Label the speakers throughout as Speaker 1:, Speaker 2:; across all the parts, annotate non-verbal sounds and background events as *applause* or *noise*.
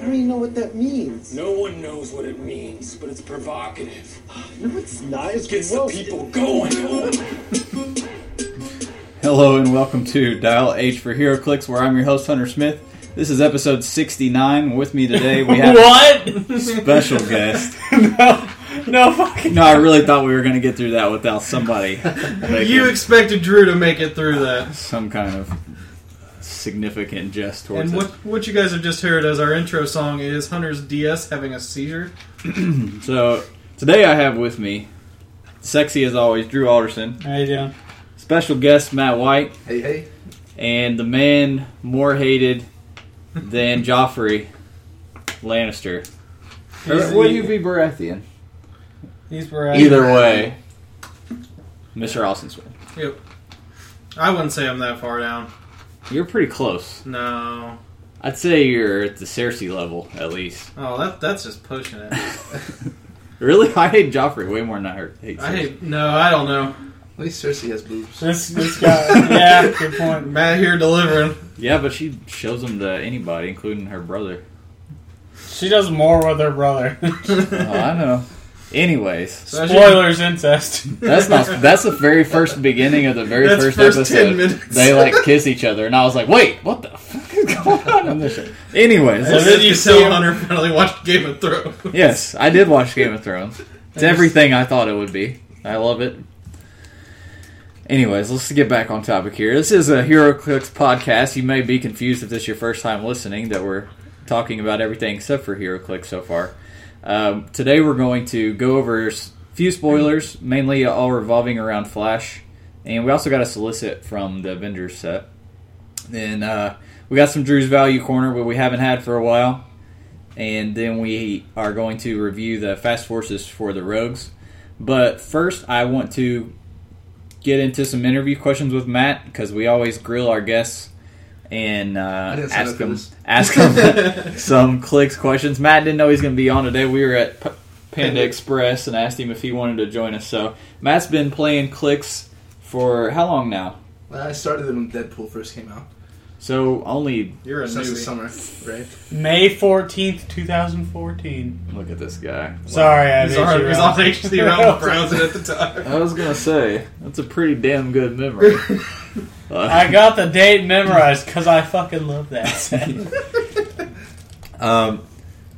Speaker 1: that means.
Speaker 2: No one knows what it means, but it's provocative.
Speaker 1: No, it's not. It's
Speaker 2: Gets the
Speaker 1: gross.
Speaker 2: people going.
Speaker 3: Hello and welcome to Dial H for Hero Clicks, where I'm your host Hunter Smith. This is episode 69. With me today we
Speaker 4: *laughs*
Speaker 3: have
Speaker 4: What?
Speaker 3: a special guest.
Speaker 4: *laughs* no fucking.
Speaker 3: No, I really thought we were going to get through that without somebody,
Speaker 4: *laughs*
Speaker 3: making
Speaker 4: You expected Drew to make it through that.
Speaker 3: some kind of significant jest towards
Speaker 4: And what
Speaker 3: us.
Speaker 4: what you guys have just heard as our intro song is Hunter's DS having a seizure.
Speaker 3: So today I have with me, sexy as always, Drew Alderson,
Speaker 4: How you doing?
Speaker 3: special guest Matt White,
Speaker 5: Hey, hey.
Speaker 3: and the man more hated than Joffrey Lannister.
Speaker 4: He's-
Speaker 3: Or would you be Baratheon?
Speaker 4: He's variety.
Speaker 3: Either way, Mr. Austin's win.
Speaker 4: Yep. I wouldn't say I'm that far down.
Speaker 3: You're pretty close.
Speaker 4: No.
Speaker 3: I'd say you're at the Cersei level, at least.
Speaker 4: Oh, that that's just pushing
Speaker 3: *laughs*
Speaker 4: it.
Speaker 3: Really? *laughs* I hate Joffrey way more than I hurt- hate Cersei.
Speaker 4: I hate. No, I don't know.
Speaker 5: At least Cersei has boobs.
Speaker 6: This this guy.
Speaker 4: *laughs*
Speaker 6: yeah, good point.
Speaker 4: Matt here
Speaker 6: *laughs*
Speaker 4: delivering.
Speaker 3: Yeah, but she shows them to anybody, including her brother.
Speaker 6: She does more with her brother.
Speaker 3: Oh, I know. *laughs* Anyways,
Speaker 4: So as you-
Speaker 6: Spoilers, incest.
Speaker 3: that's
Speaker 4: *laughs*
Speaker 3: not. That's the very first beginning of the very
Speaker 4: That's
Speaker 3: first,
Speaker 4: first 10
Speaker 3: episode.
Speaker 4: minutes.
Speaker 3: They like kiss each other, and I was like, "Wait, what the fuck is going on in this?" Show? Anyways,
Speaker 6: So then you
Speaker 4: you
Speaker 6: see him-
Speaker 4: tell Hunter finally watched Game of Thrones.
Speaker 3: *laughs* Yes, I did watch Game of Thrones. It's everything I thought it would be. I love it. Anyways, let's get back on topic here. This is a Hero Clicks podcast. You may be confused if this is your first time listening that we're talking about everything except for Hero Clicks so far. Um, today we're going to go over a few spoilers, mainly all revolving around Flash, and we also got a solicit from the Avengers set. Then uh, we got some Drew's Value Corner, what we haven't had for a while and then we are going to review the fast forces for the rogues. But first, I want to get into some interview questions with Matt because we always grill our guests and uh,
Speaker 5: didn't sign
Speaker 3: ask
Speaker 5: up for
Speaker 3: them
Speaker 5: this.
Speaker 3: ask
Speaker 5: *laughs*
Speaker 3: them *laughs* some clicks questions. Matt didn't know he was going to be on today. We were at P- Panda Express and asked him if he wanted to join us. So Matt's been playing clicks for how long now?
Speaker 5: Well, I started it when Deadpool first came out.
Speaker 3: So only
Speaker 4: You're a
Speaker 5: Since the
Speaker 4: newbie.
Speaker 5: summer, right?
Speaker 6: May 14th, 2014.
Speaker 3: look at this guy.
Speaker 6: Sorry, I
Speaker 4: He's
Speaker 6: made
Speaker 4: on
Speaker 6: you
Speaker 4: he's
Speaker 6: wrong.
Speaker 4: on HD
Speaker 6: *laughs*
Speaker 4: around browsing at the time.
Speaker 3: I was gonna say that's a pretty damn good memory.
Speaker 6: I got the date memorized because I fucking love
Speaker 5: *laughs*
Speaker 6: that. set.
Speaker 3: Um,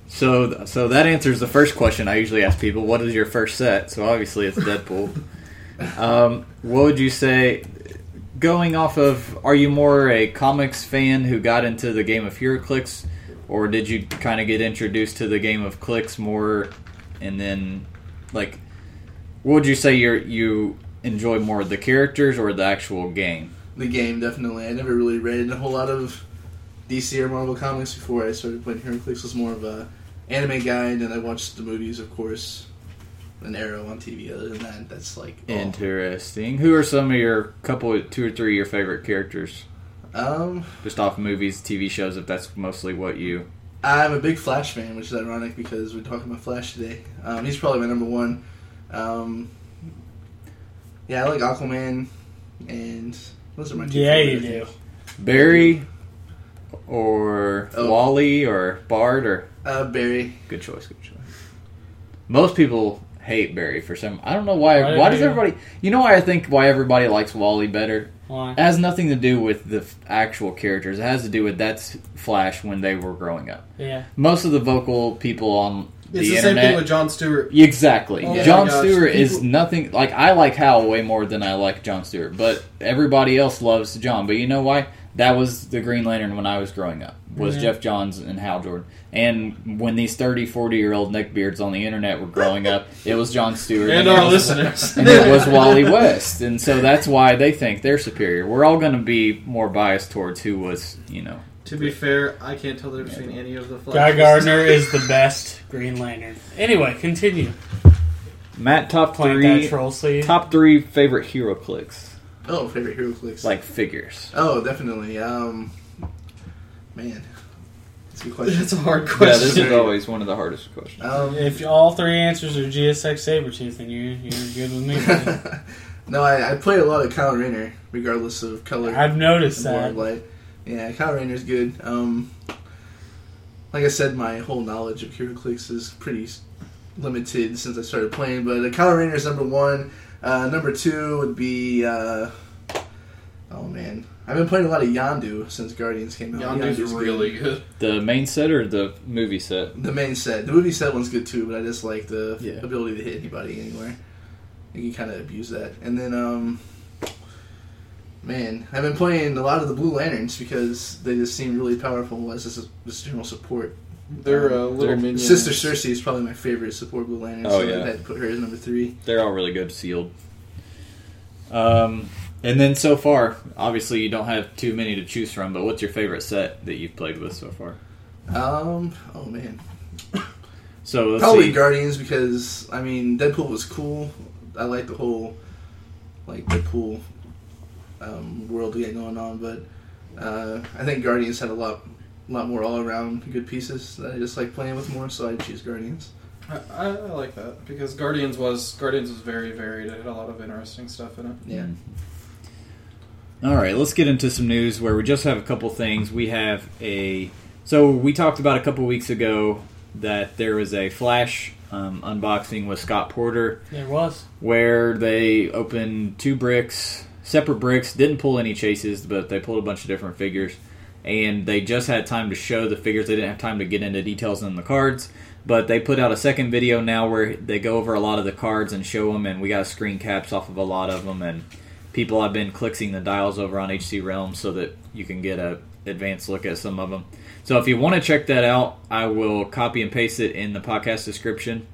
Speaker 3: so so that answers the first question I usually ask people: What is your first set? So obviously it's Deadpool. um, what would you say? Going off of, are you more a comics fan who got into the game of HeroClix, or did you kind of get introduced to the game of clicks more, and then like, what would you say you you enjoy more, the characters or the actual game?
Speaker 5: The game, definitely. I never really read a whole lot of DC or Marvel comics before I started playing HeroClix. was more of a anime guy, and then I watched the movies, of course, and Arrow on TV. Other than that, that's like
Speaker 4: Oh.
Speaker 5: all.
Speaker 3: Interesting. Who are some of your couple, two or three of your favorite characters?
Speaker 5: Um,
Speaker 3: just off movies, TV shows, if that's mostly what you.
Speaker 5: I'm a big Flash fan, which is ironic because we're talking about Flash today. Um, he's probably my number one. Um, yeah, I like Aquaman, and those are my two
Speaker 6: yeah,
Speaker 5: favorite,
Speaker 6: you
Speaker 5: I think.
Speaker 6: do.
Speaker 3: Barry or
Speaker 5: Oh.
Speaker 3: Wally or Bard or.
Speaker 5: Uh, Barry.
Speaker 3: Good choice, good choice. Most people hate Barry for some. I don't know why.
Speaker 6: Why
Speaker 3: Why,
Speaker 6: do
Speaker 3: does
Speaker 6: you?
Speaker 3: everybody. You know why I think why everybody likes Wally better?
Speaker 6: Why?
Speaker 3: It has nothing to do with the f- actual characters. It has to do with that's Flash when they were growing up.
Speaker 6: Yeah.
Speaker 3: Most of the vocal people on the
Speaker 4: It's the same
Speaker 3: internet.
Speaker 4: thing with John Stewart.
Speaker 3: Exactly.
Speaker 4: Oh my
Speaker 3: John
Speaker 4: gosh,
Speaker 3: Stewart is
Speaker 4: people-
Speaker 3: nothing like I like Hal way more than I like John Stewart, but everybody else loves John. But you know why? That was the Green Lantern when I was growing up. Was
Speaker 6: Mhm.
Speaker 3: Jeff Johns and Hal Jordan. And when these 30, 40 year old neckbeards on the internet were growing up, it was John Stewart
Speaker 4: And uh,
Speaker 3: it
Speaker 4: our
Speaker 3: was-
Speaker 4: *laughs*
Speaker 3: *laughs*
Speaker 4: listeners.
Speaker 3: and it was Wally West. And so that's why they think they're superior. We're all going to be more biased towards who was, you know.
Speaker 4: To be fair, I can't tell the difference between any of the flash.
Speaker 6: Guy Gardner is the best Green Lantern. Anyway, continue.
Speaker 3: Matt top
Speaker 6: Plant that
Speaker 3: three
Speaker 6: troll seed.
Speaker 3: top three favorite hero clicks
Speaker 5: Oh, favorite HeroClix.
Speaker 3: like figures.
Speaker 5: Oh, definitely. Um, man, that's a good
Speaker 4: *laughs* *laughs*
Speaker 5: question.
Speaker 4: That's a hard
Speaker 3: Yeah, this
Speaker 4: *laughs* question.
Speaker 3: is always one of the hardest questions.
Speaker 5: Um,
Speaker 6: If all three answers are GSX Sabretooth, then you're, you're good with
Speaker 5: *laughs*
Speaker 6: me.
Speaker 5: Um, no, I, I play a lot of Kyle Rayner, regardless of color.
Speaker 6: I've noticed
Speaker 5: and more of
Speaker 6: that.
Speaker 5: light. Yeah, Kyle Rayner's good. Um, like I said, my whole knowledge of HeroClix is pretty s- limited since I started playing. But uh, Kylo Rainer is number one. Uh, number two would be. Uh, oh man, I've been playing a lot of Yandu since Guardians came out.
Speaker 4: Yondu's
Speaker 5: Yondu's good.
Speaker 4: really good.
Speaker 3: The main set or the movie set?
Speaker 5: The main set. The movie set one's good too, but I just like the
Speaker 3: Yeah.
Speaker 5: ability to hit anybody anywhere. You can kind of abuse that. And then, um, man, I've been playing a lot of the Blue Lanterns because they just seem really powerful as just, just general support.
Speaker 4: They're uh, little
Speaker 3: They're-
Speaker 4: minions.
Speaker 5: Sister Cersei is probably my favorite support Blue Lantern,
Speaker 3: Oh,
Speaker 5: so
Speaker 3: yeah.
Speaker 5: I had to put her as number three.
Speaker 3: They're all really good sealed. Um, and then so far, obviously you don't have too many to choose from. But what's your favorite set that you've played with so far?
Speaker 5: Um, oh man,
Speaker 3: So let's
Speaker 5: probably
Speaker 3: see.
Speaker 5: Guardians because I mean Deadpool was cool. I like the whole like Deadpool um, world we got going on, but uh, I think Guardians had a lot, lot more all around good pieces that I just like playing with more. So I choose Guardians.
Speaker 4: I, I, I like that because Guardians was Guardians was very varied. It had a lot of interesting stuff in it.
Speaker 5: Yeah,
Speaker 3: Mm. All right, let's get into some news where we just have a couple things. We have a so we talked about a couple weeks ago that there was a Flash um, unboxing with Scott Porter.
Speaker 6: There was.
Speaker 3: where they opened two bricks, separate bricks, didn't pull any chases, but they pulled a bunch of different figures. And they just had time to show the figures. They didn't have time to get into details on the cards. But they put out a second video now where they go over a lot of the cards and show them, and we got screen caps off of a lot of them. And people have been clixing the dials over on HC Realm so that you can get a advanced look at some of them. So if you want to check that out, I will copy and paste it in the podcast description.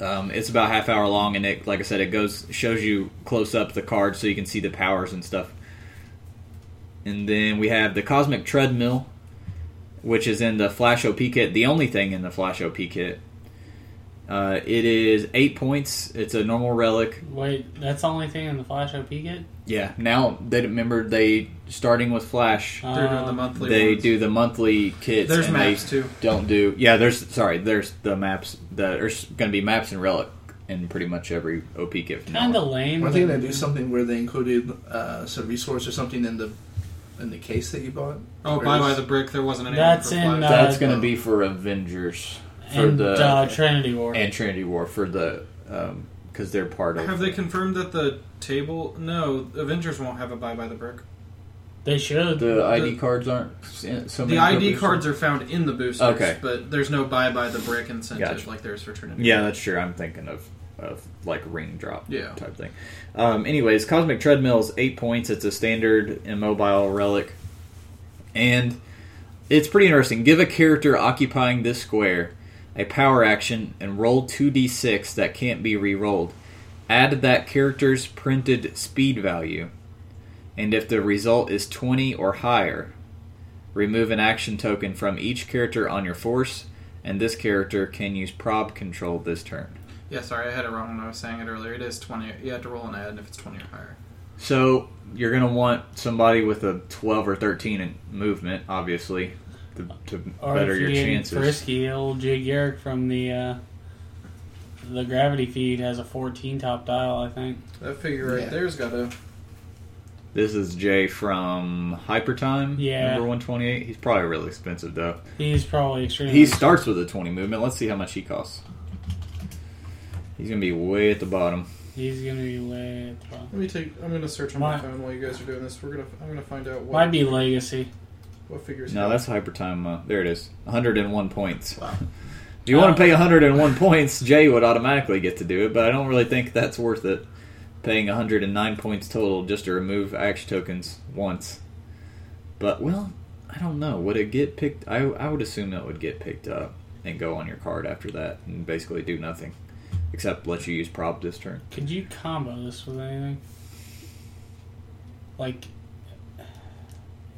Speaker 3: Um, it's about half hour long, and it, like I said, it goes shows you close up the cards so you can see the powers and stuff. And then we have the Cosmic Treadmill, which is in the Flash OP kit. The only thing in the Flash OP kit. Uh, it is eight points. It's a normal relic.
Speaker 6: Wait, that's the only thing in the Flash OP kit?
Speaker 3: Yeah. Now they remember they starting with Flash.
Speaker 4: They're doing the
Speaker 6: Um,
Speaker 4: monthly.
Speaker 3: They
Speaker 4: ones.
Speaker 3: do the monthly kits.
Speaker 4: There's
Speaker 3: and
Speaker 4: maps
Speaker 3: they
Speaker 4: too.
Speaker 3: Don't do yeah. There's sorry. There's the maps. The, there's going to be maps and relic in pretty much every OP kit. from now on.
Speaker 6: Kinda lame.
Speaker 5: one thing
Speaker 6: but-
Speaker 5: they do something where they included uh, some resource or something in the in the case that you bought.
Speaker 4: Oh,
Speaker 5: Or
Speaker 4: by
Speaker 5: is-
Speaker 4: by the brick. There wasn't any.
Speaker 6: That's
Speaker 4: for
Speaker 6: in,
Speaker 4: Flash.
Speaker 6: uh,
Speaker 3: That's going to be for Avengers for
Speaker 6: and
Speaker 3: the
Speaker 6: uh, Trinity War.
Speaker 3: and Trinity War for the because they're part
Speaker 6: uh,
Speaker 3: of.
Speaker 4: Have they confirmed that the table? No, Avengers won't have a buy by the brick.
Speaker 6: they should.
Speaker 3: the ID cards aren't s- eh, so many
Speaker 4: The ID
Speaker 3: copies?
Speaker 4: cards are found in the boosters,
Speaker 3: Okay.
Speaker 4: but there's no buy by the brick incentive
Speaker 3: Gotcha.
Speaker 4: like there's for Trinity.
Speaker 3: Yeah, that's true. I'm thinking of, of like ring drop
Speaker 4: Yeah.
Speaker 3: type thing. Um, anyways, Cosmic Treadmill is eight points. It's a standard immobile relic. And it's pretty interesting. Give a character occupying this square a power action and roll 2d6 that can't be re rolled. Add that character's printed speed value. And if the result is 20 or higher, remove an action token from each character on your force and this character can use prob control this turn.
Speaker 4: Yeah, sorry, I had it wrong when I was saying it earlier. It is 20. You have to roll an ad if it's 20 or higher.
Speaker 3: So you're gonna want somebody with a 12 or 13 in movement, obviously, to, to
Speaker 6: or
Speaker 3: better
Speaker 6: if
Speaker 3: your
Speaker 6: you get
Speaker 3: chances.
Speaker 6: Frisky, old Jig Garrick from the uh, the Gravity feed has a 14 top dial, I think.
Speaker 4: That figure right
Speaker 5: Yeah.
Speaker 4: there's got a.
Speaker 3: This is Jay from Hypertime,
Speaker 6: Yeah.
Speaker 3: number 128. He's probably really expensive though.
Speaker 6: He's probably extremely.
Speaker 3: He starts with a 20 movement. Let's see how much he costs. He's gonna be way at the bottom.
Speaker 6: he's gonna be way. at the bottom.
Speaker 4: Let me take. I'm gonna search on
Speaker 6: Might-
Speaker 4: my phone while you guys are doing this. We're gonna. I'm gonna find out what
Speaker 6: Might be Legacy.
Speaker 4: what figures.
Speaker 3: No, that's Hypertime. Uh, there it is. 101 points.
Speaker 5: Wow.
Speaker 3: *laughs* If you want to pay 101 points, Jay would automatically get to do it, but I don't really think that's worth it. Paying 109 points total just to remove action tokens once. But, well, I don't know. Would it get picked? I, I would assume that would get picked up and go on your card after that and basically do nothing except let you use prob this turn.
Speaker 6: Could you combo this with anything? Like,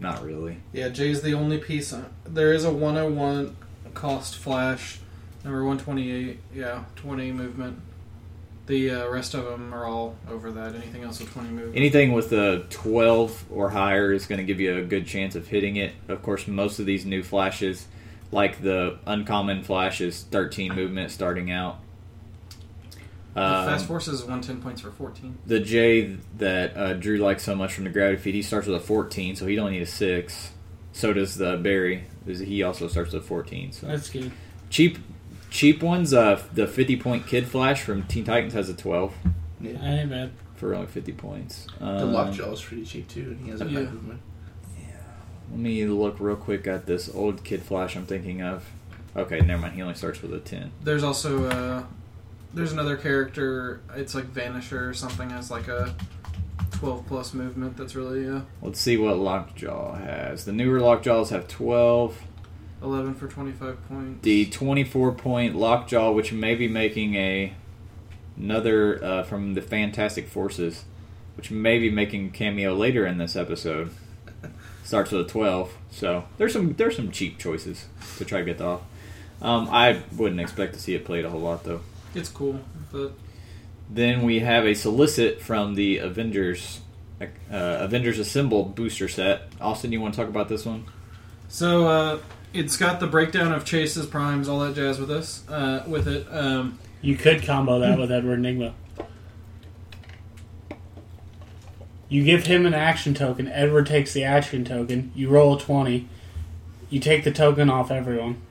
Speaker 3: Not really.
Speaker 4: Yeah, Jay's the only piece. On, there is a 101 cost flash, number 128. Yeah, 20 movement. The uh, rest of them are all over that. Anything else with 20 movement?
Speaker 3: Anything with a 12 or higher is going to give you a good chance of hitting it. Of course, most of these new flashes, like the uncommon flash, is 13 movement starting out.
Speaker 4: the
Speaker 3: Um,
Speaker 4: fast force is 110 points for 14.
Speaker 3: the J that uh, Drew likes so much from the gravity feed, he starts with a 14, so he don't need a six. So does the Barry. Is he also starts with fourteen? So
Speaker 6: That's good.
Speaker 3: cheap, cheap ones. Uh, the fifty point Kid Flash from Teen Titans has a twelve
Speaker 5: Yeah.
Speaker 6: I ain't bad.
Speaker 3: for only fifty points. Um,
Speaker 5: The Lockjaw is pretty cheap too, and he has a
Speaker 4: Uh, Yeah.
Speaker 5: back movement.
Speaker 3: Let me look real quick at this old Kid Flash I'm thinking of. Okay, never mind. He only starts with a ten.
Speaker 4: There's also uh, there's another character. It's like Vanisher or something. Has like a twelve plus movement. That's really uh,
Speaker 3: Let's see what Lockjaw has. The newer Lockjaws have twelve.
Speaker 4: eleven for twenty five points.
Speaker 3: the 24 point lockjaw which may be making a another uh, from the fantastic forces which may be making a cameo later in this episode starts with a 12 so there's some there's some cheap choices to try to get off um, i wouldn't expect to see it played a whole lot though
Speaker 4: It's cool, but
Speaker 3: then we have a solicit from the avengers uh, avengers assembled booster set austin you want to talk about this one
Speaker 4: So uh, it's got the breakdown of chases, primes, all that jazz with us uh, with it. Um,
Speaker 6: You could combo
Speaker 4: Hmm.
Speaker 6: that with Edward Nigma. You give him an action token. Edward takes the action token. You roll a twenty. You take the token off everyone.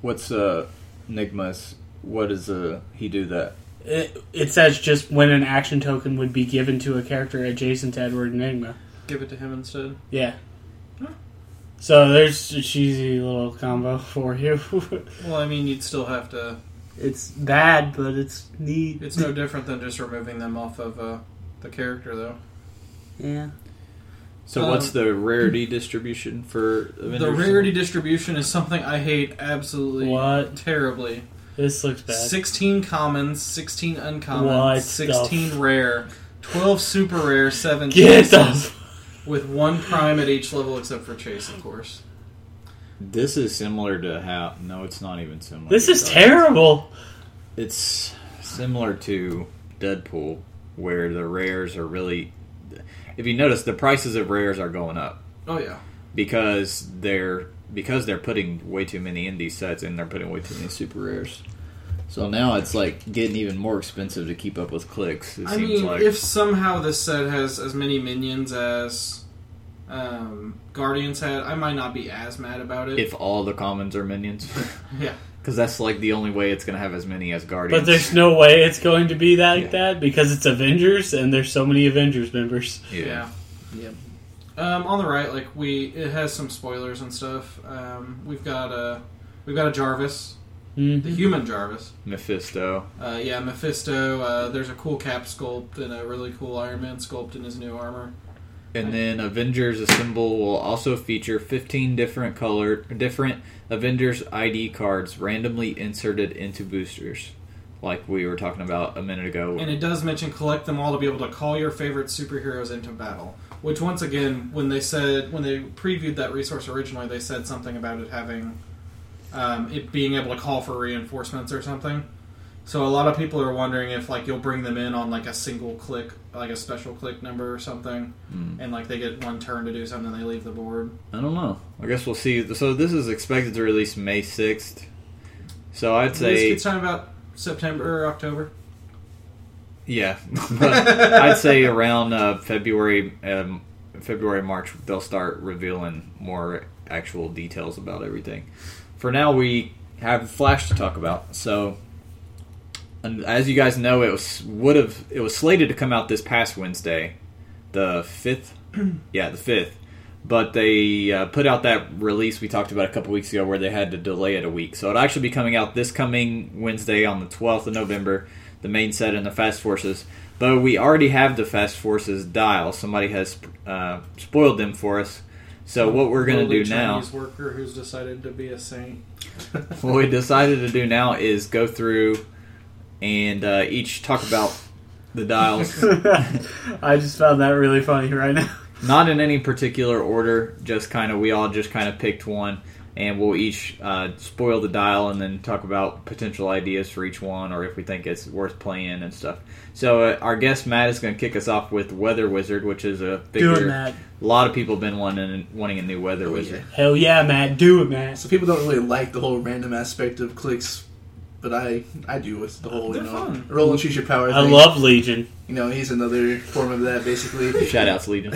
Speaker 3: what's uh nigma's what does uh he do that
Speaker 6: It, it says just when an action token would be given to a character adjacent to Edward Nigma.
Speaker 4: give it to him instead.
Speaker 6: Yeah. So there's a cheesy little combo *laughs* for you.
Speaker 4: Well, I mean, you'd still have to.
Speaker 6: it's bad, but it's neat.
Speaker 4: It's no different than just removing them off of uh, the character, though.
Speaker 6: *laughs* yeah.
Speaker 3: So
Speaker 4: Um,
Speaker 3: what's the rarity distribution for Avengers?
Speaker 4: The rarity distribution is something I hate absolutely
Speaker 6: What?
Speaker 4: terribly.
Speaker 6: This looks bad.
Speaker 4: Sixteen commons, sixteen uncommon,
Speaker 6: What the
Speaker 4: sixteen
Speaker 6: f-
Speaker 4: rare, twelve super rare, seven
Speaker 6: Get
Speaker 4: chases, *laughs*
Speaker 6: the
Speaker 4: with one prime at each level except for chase, of course.
Speaker 3: This is similar to how? No, it's not even similar.
Speaker 6: This
Speaker 3: to
Speaker 6: is
Speaker 3: Dark.
Speaker 6: terrible.
Speaker 3: It's similar to Deadpool, where the rares are really. If you notice, the prices of rares are going up
Speaker 4: Oh yeah.
Speaker 3: because they're because they're putting way too many indie sets and they're putting way too many super rares. So now it's like getting even more expensive to keep up with clicks. It
Speaker 4: I
Speaker 3: seems
Speaker 4: mean,
Speaker 3: like
Speaker 4: if somehow this set has as many minions as um, Guardians had, I might not be as mad about it.
Speaker 3: if all the commons are minions,
Speaker 4: *laughs* yeah,
Speaker 3: because that's like the only way it's going to have as many as Guardians.
Speaker 6: But there's no way it's going to be that
Speaker 3: Yeah.
Speaker 6: like that because it's Avengers and there's so many Avengers members.
Speaker 4: yeah.
Speaker 5: Yeah.
Speaker 4: Um, on the right, like we, it has some spoilers and stuff. Um, we've got a, we've got a Jarvis, the
Speaker 6: Mm.
Speaker 4: human Jarvis.
Speaker 3: Mephisto.
Speaker 4: Uh, yeah, Mephisto. Uh, there's a cool cap sculpt and a really cool Iron Man sculpt in his new armor.
Speaker 3: And then Avengers Assemble will also feature 15 different color different Avengers ID cards randomly inserted into boosters, like we were talking about a minute ago.
Speaker 4: And it does mention collect them all to be able to call your favorite superheroes into battle. Which, once again, when they said when they previewed that resource originally, they said something about it having um, it being able to call for reinforcements or something. So a lot of people are wondering if like you'll bring them in on like a single click, like a special click number or something, and like they get one turn to do something, they leave the board.
Speaker 3: I don't know. I guess we'll see. So this is expected to release May 6th. So I'd say
Speaker 4: it's time about September or October.
Speaker 3: *laughs* Yeah, but I'd say around uh, February, um, February March, they'll start revealing more actual details about everything. For now, we have Flash to talk about. So, and as you guys know, it was would have it was slated to come out this past Wednesday, the fifth. yeah, the fifth. But they uh, put out that release we talked about a couple weeks ago, where they had to delay it a week. So it'll actually be coming out this coming Wednesday on the twelfth of November the main set and the fast forces. But we already have the fast forces dial. Somebody has uh, spoiled them for us. So what we're going to
Speaker 4: Lowly
Speaker 3: do now,
Speaker 4: Chinese worker who's decided to be a saint.
Speaker 3: what we decided to do now is go through and uh, each talk about the
Speaker 6: *laughs*
Speaker 3: dials,
Speaker 6: *laughs* I just found that really funny right now.
Speaker 3: not in any particular order. Just kind of we all just kind of picked one, and we'll each uh, spoil the dial and then talk about potential ideas for each one, or if we think it's worth playing and stuff. So uh, our guest Matt is going to kick us off with Weather Wizard, which is a figure.
Speaker 6: Doing that. Oh,
Speaker 3: A lot of people have been wanting wanting a new weather wizard.
Speaker 6: Hell yeah, Matt. Do it, Matt.
Speaker 5: So people don't really like the whole random aspect of clicks but I I do with the whole
Speaker 4: They're
Speaker 5: you know
Speaker 4: fun.
Speaker 5: roll and shoot your power.
Speaker 6: I
Speaker 5: thing.
Speaker 6: love Legion.
Speaker 5: you know he's another form of that basically.
Speaker 3: Shout out to Legion.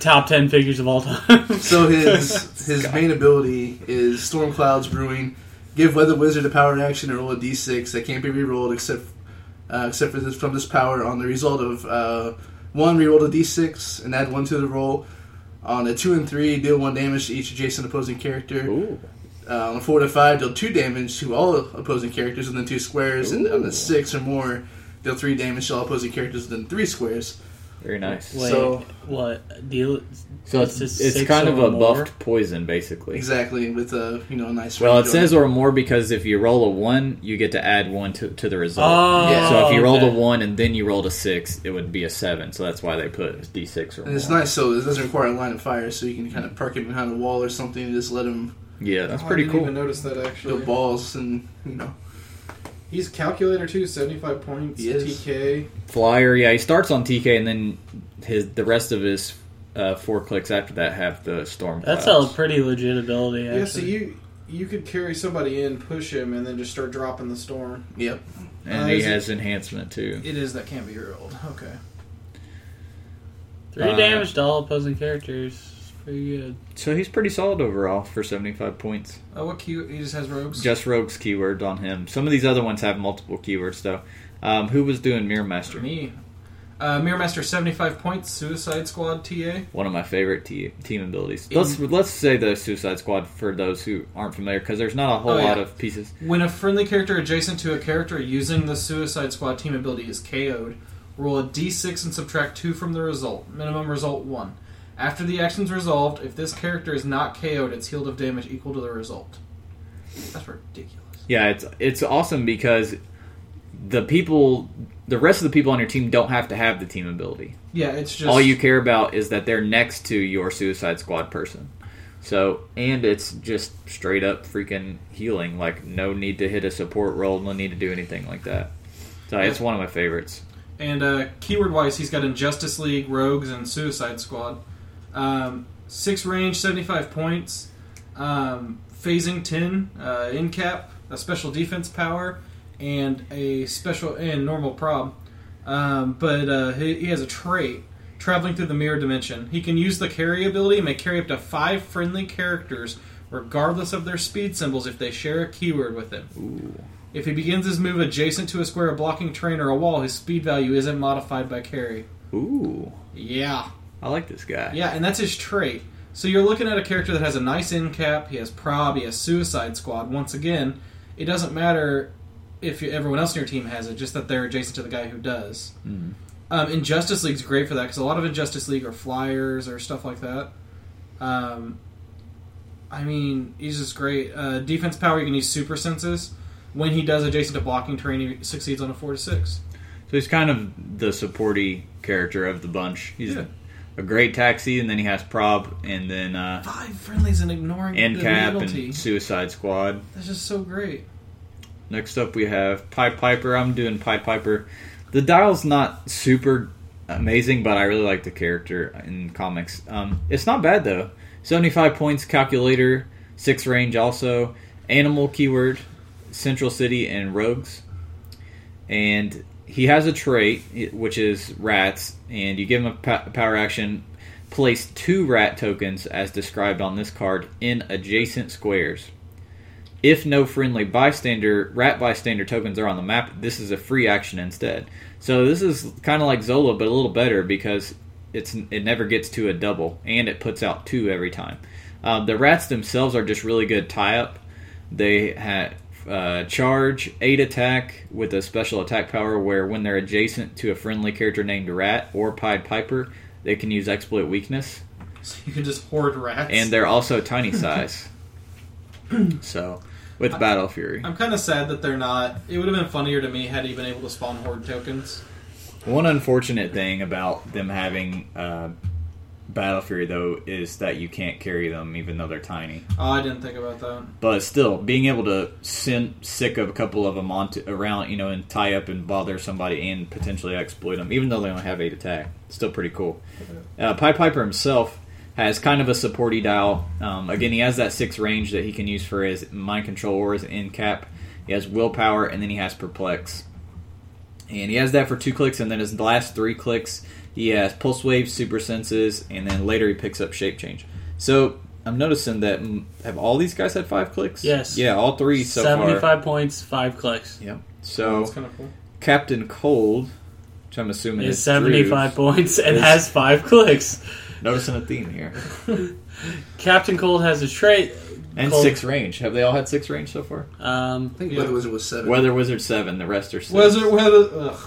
Speaker 6: Top ten figures of all time. *laughs*
Speaker 5: So
Speaker 4: *laughs*
Speaker 5: his his main ability is Storm Clouds Brewing. Give Weather Wizard a power action and roll a d6 that can't be rerolled except uh, except for this, from this power on the result of uh, one reroll a d6 and add one to the roll. On a two and three, deal one damage to each adjacent opposing character.
Speaker 3: Ooh.
Speaker 5: Uh, on a four to five, deal two damage to all opposing characters within two squares. And on a six or more, deal three damage to all opposing characters within three squares.
Speaker 3: Very nice.
Speaker 6: Wait,
Speaker 5: So-
Speaker 6: what deal?
Speaker 3: So it's,
Speaker 6: It's
Speaker 3: it's,
Speaker 6: a six
Speaker 3: kind of
Speaker 6: or
Speaker 3: a
Speaker 6: more.
Speaker 3: buffed poison, basically.
Speaker 5: Exactly with a you know a nice.
Speaker 3: Well, it
Speaker 5: range on
Speaker 3: says or more because if you roll a one, you get to add one to, to the result.
Speaker 6: Oh,
Speaker 5: Yeah.
Speaker 3: so if you rolled a
Speaker 6: okay.
Speaker 3: one and then you rolled a six, it would be a seven. So that's why they put d six or
Speaker 5: And
Speaker 3: more.
Speaker 5: it's nice, so it doesn't require a line of fire, so you can kind of park him behind a wall or something and just let him
Speaker 3: Yeah, that's
Speaker 4: Oh, I
Speaker 3: pretty
Speaker 4: didn't
Speaker 3: cool.
Speaker 4: Even notice that actually.
Speaker 5: build balls and, you know.
Speaker 4: He's calculator too. Seventy-five points.
Speaker 5: He is.
Speaker 4: TK.
Speaker 3: Flyer, yeah, he starts on TK and then his the rest of his uh, four clicks after that have the storm.
Speaker 6: That's a
Speaker 3: clouds.
Speaker 6: pretty legit ability.
Speaker 4: Yeah. so
Speaker 6: Actually.
Speaker 4: you you could carry somebody in, push him, and then just start dropping the storm.
Speaker 5: Yep.
Speaker 3: and he
Speaker 4: is it-
Speaker 3: has enhancement too.
Speaker 4: It is that can't be rolled. Okay.
Speaker 6: Three
Speaker 3: Uh,
Speaker 6: damage to all opposing characters. is Pretty good.
Speaker 3: So he's pretty solid overall for seventy five points.
Speaker 4: Oh, what cute! He just has rogues.
Speaker 3: Just rogues keywords on him. Some of these other ones have multiple keywords though. Um, who was doing Mirror Master?
Speaker 4: me. Uh, Mirror Master seventy-five points. Suicide Squad TA.
Speaker 3: One of my favorite te- team abilities. Let's let's say the Suicide Squad for those who aren't familiar, because there's not a whole
Speaker 4: Oh, yeah.
Speaker 3: lot of pieces.
Speaker 4: When a friendly character adjacent to a character using the Suicide Squad team ability is KO'd, roll a d6 and subtract 2 from the result. Minimum result 1. After the action's resolved, if this character is not KO'd, it's healed of damage equal to the result. That's ridiculous.
Speaker 3: Yeah, it's it's awesome because the people, the rest of the people on your team don't have to have the team ability.
Speaker 4: Yeah, it's just.
Speaker 3: All you care about is that they're next to your Suicide Squad person. So, and it's just straight up freaking healing. Like, no need to hit a support roll, no need to do anything like that. So, it's one of my favorites.
Speaker 4: And uh, keyword wise, he's got Injustice League, Rogues, and Suicide Squad. Um, six range, 75 points. Um, phasing 10, uh, in cap, a special defense power, and a special and normal prob. Um, but uh, he, he has a trait traveling through the mirror dimension. He can use the carry ability and may carry up to five friendly characters, regardless of their speed symbols, if they share a keyword with him. If he begins his move adjacent to a square, a blocking terrain, or a wall, his speed value isn't modified by carry.
Speaker 3: Ooh,
Speaker 4: Yeah.
Speaker 3: I like this guy.
Speaker 4: Yeah, and that's his trait. So you're looking at a character that has a nice end cap, he has prob, he has suicide squad. Once again, it doesn't matter if you, everyone else in your team has it, just that they're adjacent to the guy who does.
Speaker 3: Mm-hmm.
Speaker 4: Um, Injustice League's great for that because a lot of Injustice League are flyers or stuff like that. Um, I mean, he's just great. Uh, defense power, you can use super senses. When he does adjacent to blocking terrain, he succeeds on a 4 to 6.
Speaker 3: So, he's kind of the supporty character of the bunch. He's
Speaker 4: Yeah.
Speaker 3: a great taxi, and then he has prob, and then uh,
Speaker 4: Five friendlies and ignoring
Speaker 3: end
Speaker 4: the
Speaker 3: cap
Speaker 4: penalty.
Speaker 3: and Suicide Squad.
Speaker 4: That's just so great.
Speaker 3: Next up, we have Pied Piper. I'm doing Pied Piper. The dial's not super amazing, but I really like the character in comics. Um, it's not bad though. 75 points, calculator, six range, also animal keyword, central city, and rogues. And he has a trait i- which is rats, and you give him a pa- power action. Place two rat tokens as described on this card in adjacent squares. If no friendly bystander, rat bystander tokens are on the map, this is a free action instead. So this is kind of like Zola, but a little better because it's it never gets to a double, and it puts out two every time. Um, the rats themselves are just really good tie up. They have uh, charge, eight attack with a special attack power where when they're adjacent to a friendly character named Rat or Pied Piper, they can use exploit weakness,
Speaker 4: So you can just hoard rats.
Speaker 3: and uh, they're also tiny size. so with battle fury.
Speaker 4: I'm kind of sad that they're not. It would have been funnier to me had he been able to spawn horde tokens.
Speaker 3: One unfortunate thing about them having uh, Battle Fury, though, is that you can't carry them even though they're tiny.
Speaker 4: Oh, I didn't think about that.
Speaker 3: But still, being able to send sick of a couple of them onto, around, you know, and tie up and bother somebody and potentially exploit them, even though they only have eight attack, still pretty cool. Uh, Pie Piper himself has kind of a supporty dial. Um, again, he has that six range that he can use for his mind control or his end cap. He has willpower, and then he has perplex. And he has that for two clicks, and then his last three clicks, he has pulse waves, super senses, and then later he picks up shape change. So I'm noticing that mm, have all these guys had five clicks?
Speaker 6: Yes.
Speaker 3: Yeah, all three so
Speaker 6: Seventy-five
Speaker 3: far.
Speaker 6: points, five clicks.
Speaker 3: Yep. So
Speaker 4: That's kind of cool.
Speaker 3: *laughs* Captain Cold, which I'm assuming
Speaker 6: Is
Speaker 3: is
Speaker 6: seventy-five
Speaker 3: Drew's,
Speaker 6: points and
Speaker 3: Is-
Speaker 6: has five clicks.
Speaker 3: Noticing a theme here.
Speaker 6: Captain Cold has a trait.
Speaker 3: And
Speaker 6: Cold.
Speaker 3: six range. Have they all had six range so far?
Speaker 6: Um,
Speaker 5: I think
Speaker 4: Yeah.
Speaker 5: Weather Wizard was seven.
Speaker 3: Weather Wizard seven. The rest are six.
Speaker 4: Was it whether? Ugh,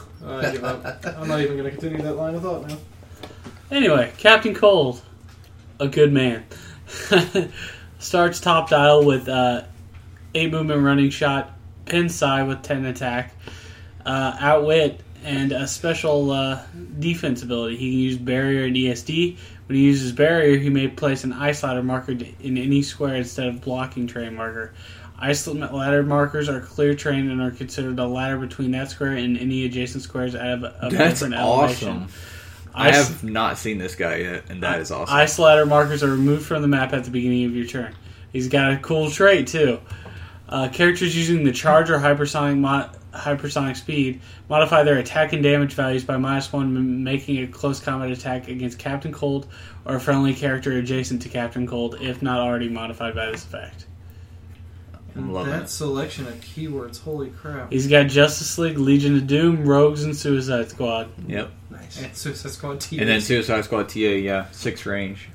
Speaker 4: I
Speaker 3: *laughs*
Speaker 4: give up. I'm not even going to continue that line of thought now.
Speaker 6: Anyway, Captain Cold, a good man, *laughs* starts top dial with uh, eight movement running shot, pin side with ten attack, uh, outwit, and a special uh, defense ability. He can use barrier and ESD. When he uses barrier, he may place an ice ladder marker to- in any square instead of blocking terrain marker. Ice ladder markers are clear terrain and are considered a ladder between that square and any adjacent squares out of a
Speaker 3: That's awesome.
Speaker 6: different elevation.
Speaker 3: I
Speaker 6: Ice-
Speaker 3: have not seen this guy yet, and that is awesome.
Speaker 6: Ice ladder markers are removed from the map at the beginning of your turn. He's got a cool trait too. Uh, characters using the charge or hypersonic mo- hypersonic speed modify their attack and damage values by minus one, m- making a close combat attack against Captain Cold or a friendly character adjacent to Captain Cold, if not already modified by this effect.
Speaker 3: I'm loving
Speaker 4: that
Speaker 3: it.
Speaker 4: selection of keywords, holy crap!
Speaker 6: He's got Justice League, Legion of Doom, Rogues, and Suicide Squad.
Speaker 3: Yep.
Speaker 5: Nice.
Speaker 4: And Suicide Squad TV.
Speaker 3: And then Suicide Squad TA, yeah, six range.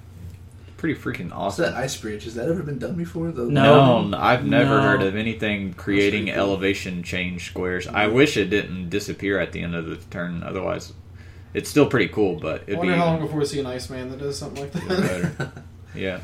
Speaker 3: Pretty freaking
Speaker 5: What's that
Speaker 3: awesome.
Speaker 5: ice bridge? Has that ever been done before? The,
Speaker 6: No.
Speaker 3: No, I've never
Speaker 6: No.
Speaker 3: heard of anything creating
Speaker 5: That's pretty cool.
Speaker 3: elevation change squares. I wish it didn't disappear at the end of the turn. Otherwise, it's still pretty cool, but
Speaker 4: I
Speaker 3: it'd be
Speaker 4: wonder how long before we see an Iceman that does something like that.
Speaker 3: better.
Speaker 5: *laughs*
Speaker 3: Yeah.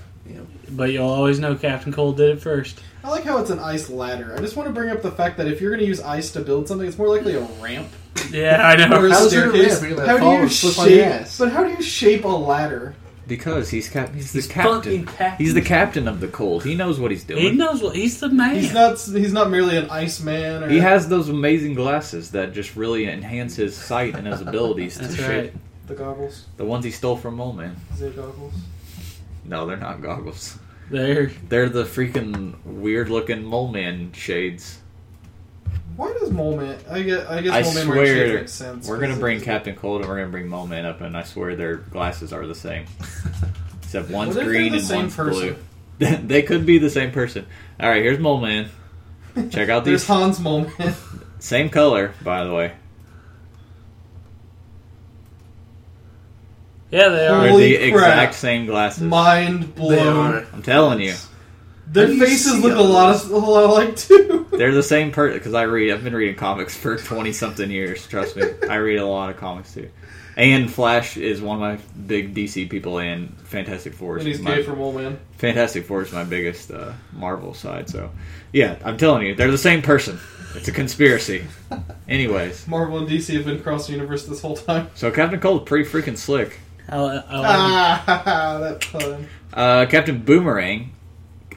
Speaker 6: But you'll always know Captain Cold did it first.
Speaker 4: *laughs* I like how it's an ice ladder. I just want to bring up the fact that if you're going to use ice to build something, it's more likely a
Speaker 3: *laughs*
Speaker 4: ramp
Speaker 6: Yeah, I
Speaker 4: or
Speaker 6: know.
Speaker 4: a
Speaker 5: How's it a
Speaker 4: staircase.
Speaker 5: ramp? You're gonna
Speaker 4: How
Speaker 5: fall
Speaker 4: do you
Speaker 5: and slip on your
Speaker 4: shape?
Speaker 5: ass.
Speaker 4: But how do you shape a ladder?
Speaker 3: Because he's cap- he's the
Speaker 6: He's fucking
Speaker 3: captain.
Speaker 6: captain.
Speaker 3: He's the captain of the cold. He knows what he's doing.
Speaker 6: He
Speaker 3: He,
Speaker 6: knows what he's the man.
Speaker 4: He's not. He's not merely an Iceman. Or
Speaker 3: has those amazing glasses that just really enhance his sight and his abilities to
Speaker 6: That's
Speaker 3: shit.
Speaker 6: right.
Speaker 4: the goggles.
Speaker 3: The ones he stole from Mole Man.
Speaker 4: Is it goggles?
Speaker 3: No, they're not goggles.
Speaker 6: There.
Speaker 3: They're the freaking weird looking Mole Man shades.
Speaker 4: Why does Mole Man? I guess. I guess
Speaker 3: I
Speaker 4: Mole Man wearing shades
Speaker 3: swear,
Speaker 4: makes sense.
Speaker 3: we're gonna
Speaker 4: 'cause
Speaker 3: bring
Speaker 4: it's-
Speaker 3: Captain Cold and we're gonna bring Mole Man up, and I swear their glasses are the same, except one's
Speaker 4: What if they're
Speaker 3: green
Speaker 4: the
Speaker 3: and
Speaker 4: same
Speaker 3: one's
Speaker 4: person?
Speaker 3: blue. *laughs* they could be the same person. All right, here's Mole Man. Check out
Speaker 4: *laughs* There's
Speaker 3: these
Speaker 4: Hans Mole
Speaker 3: *laughs*
Speaker 4: Man.
Speaker 3: same color, by the way.
Speaker 6: Yeah, they are.
Speaker 3: They're
Speaker 4: Holy
Speaker 3: the
Speaker 4: crap.
Speaker 3: exact same glasses.
Speaker 4: Mind
Speaker 3: *laughs*
Speaker 5: They
Speaker 4: blown.
Speaker 5: are.
Speaker 3: I'm telling you,
Speaker 4: Their
Speaker 5: How do you
Speaker 4: faces
Speaker 5: see
Speaker 4: look a
Speaker 5: all
Speaker 4: lot, of, a lot alike too.
Speaker 3: they're the same person. Because I read, I've been reading comics for twenty something years. Trust me, I read a lot of comics too. And Flash is one of my big DC people, and Fantastic Four
Speaker 4: *laughs* and
Speaker 3: is
Speaker 4: he's
Speaker 3: my
Speaker 4: gay for Mole Man.
Speaker 3: Fantastic Four is my biggest uh, Marvel side, so yeah, I'm telling you, they're the same person. It's a conspiracy. Anyways,
Speaker 4: Marvel and DC have been cross universe this
Speaker 3: *laughs*
Speaker 4: whole time.
Speaker 3: so Captain Cold's pretty freaking slick.
Speaker 6: I, I
Speaker 3: Um,
Speaker 6: like it.
Speaker 4: Ah, *laughs* that pun.
Speaker 3: Uh, Captain Boomerang,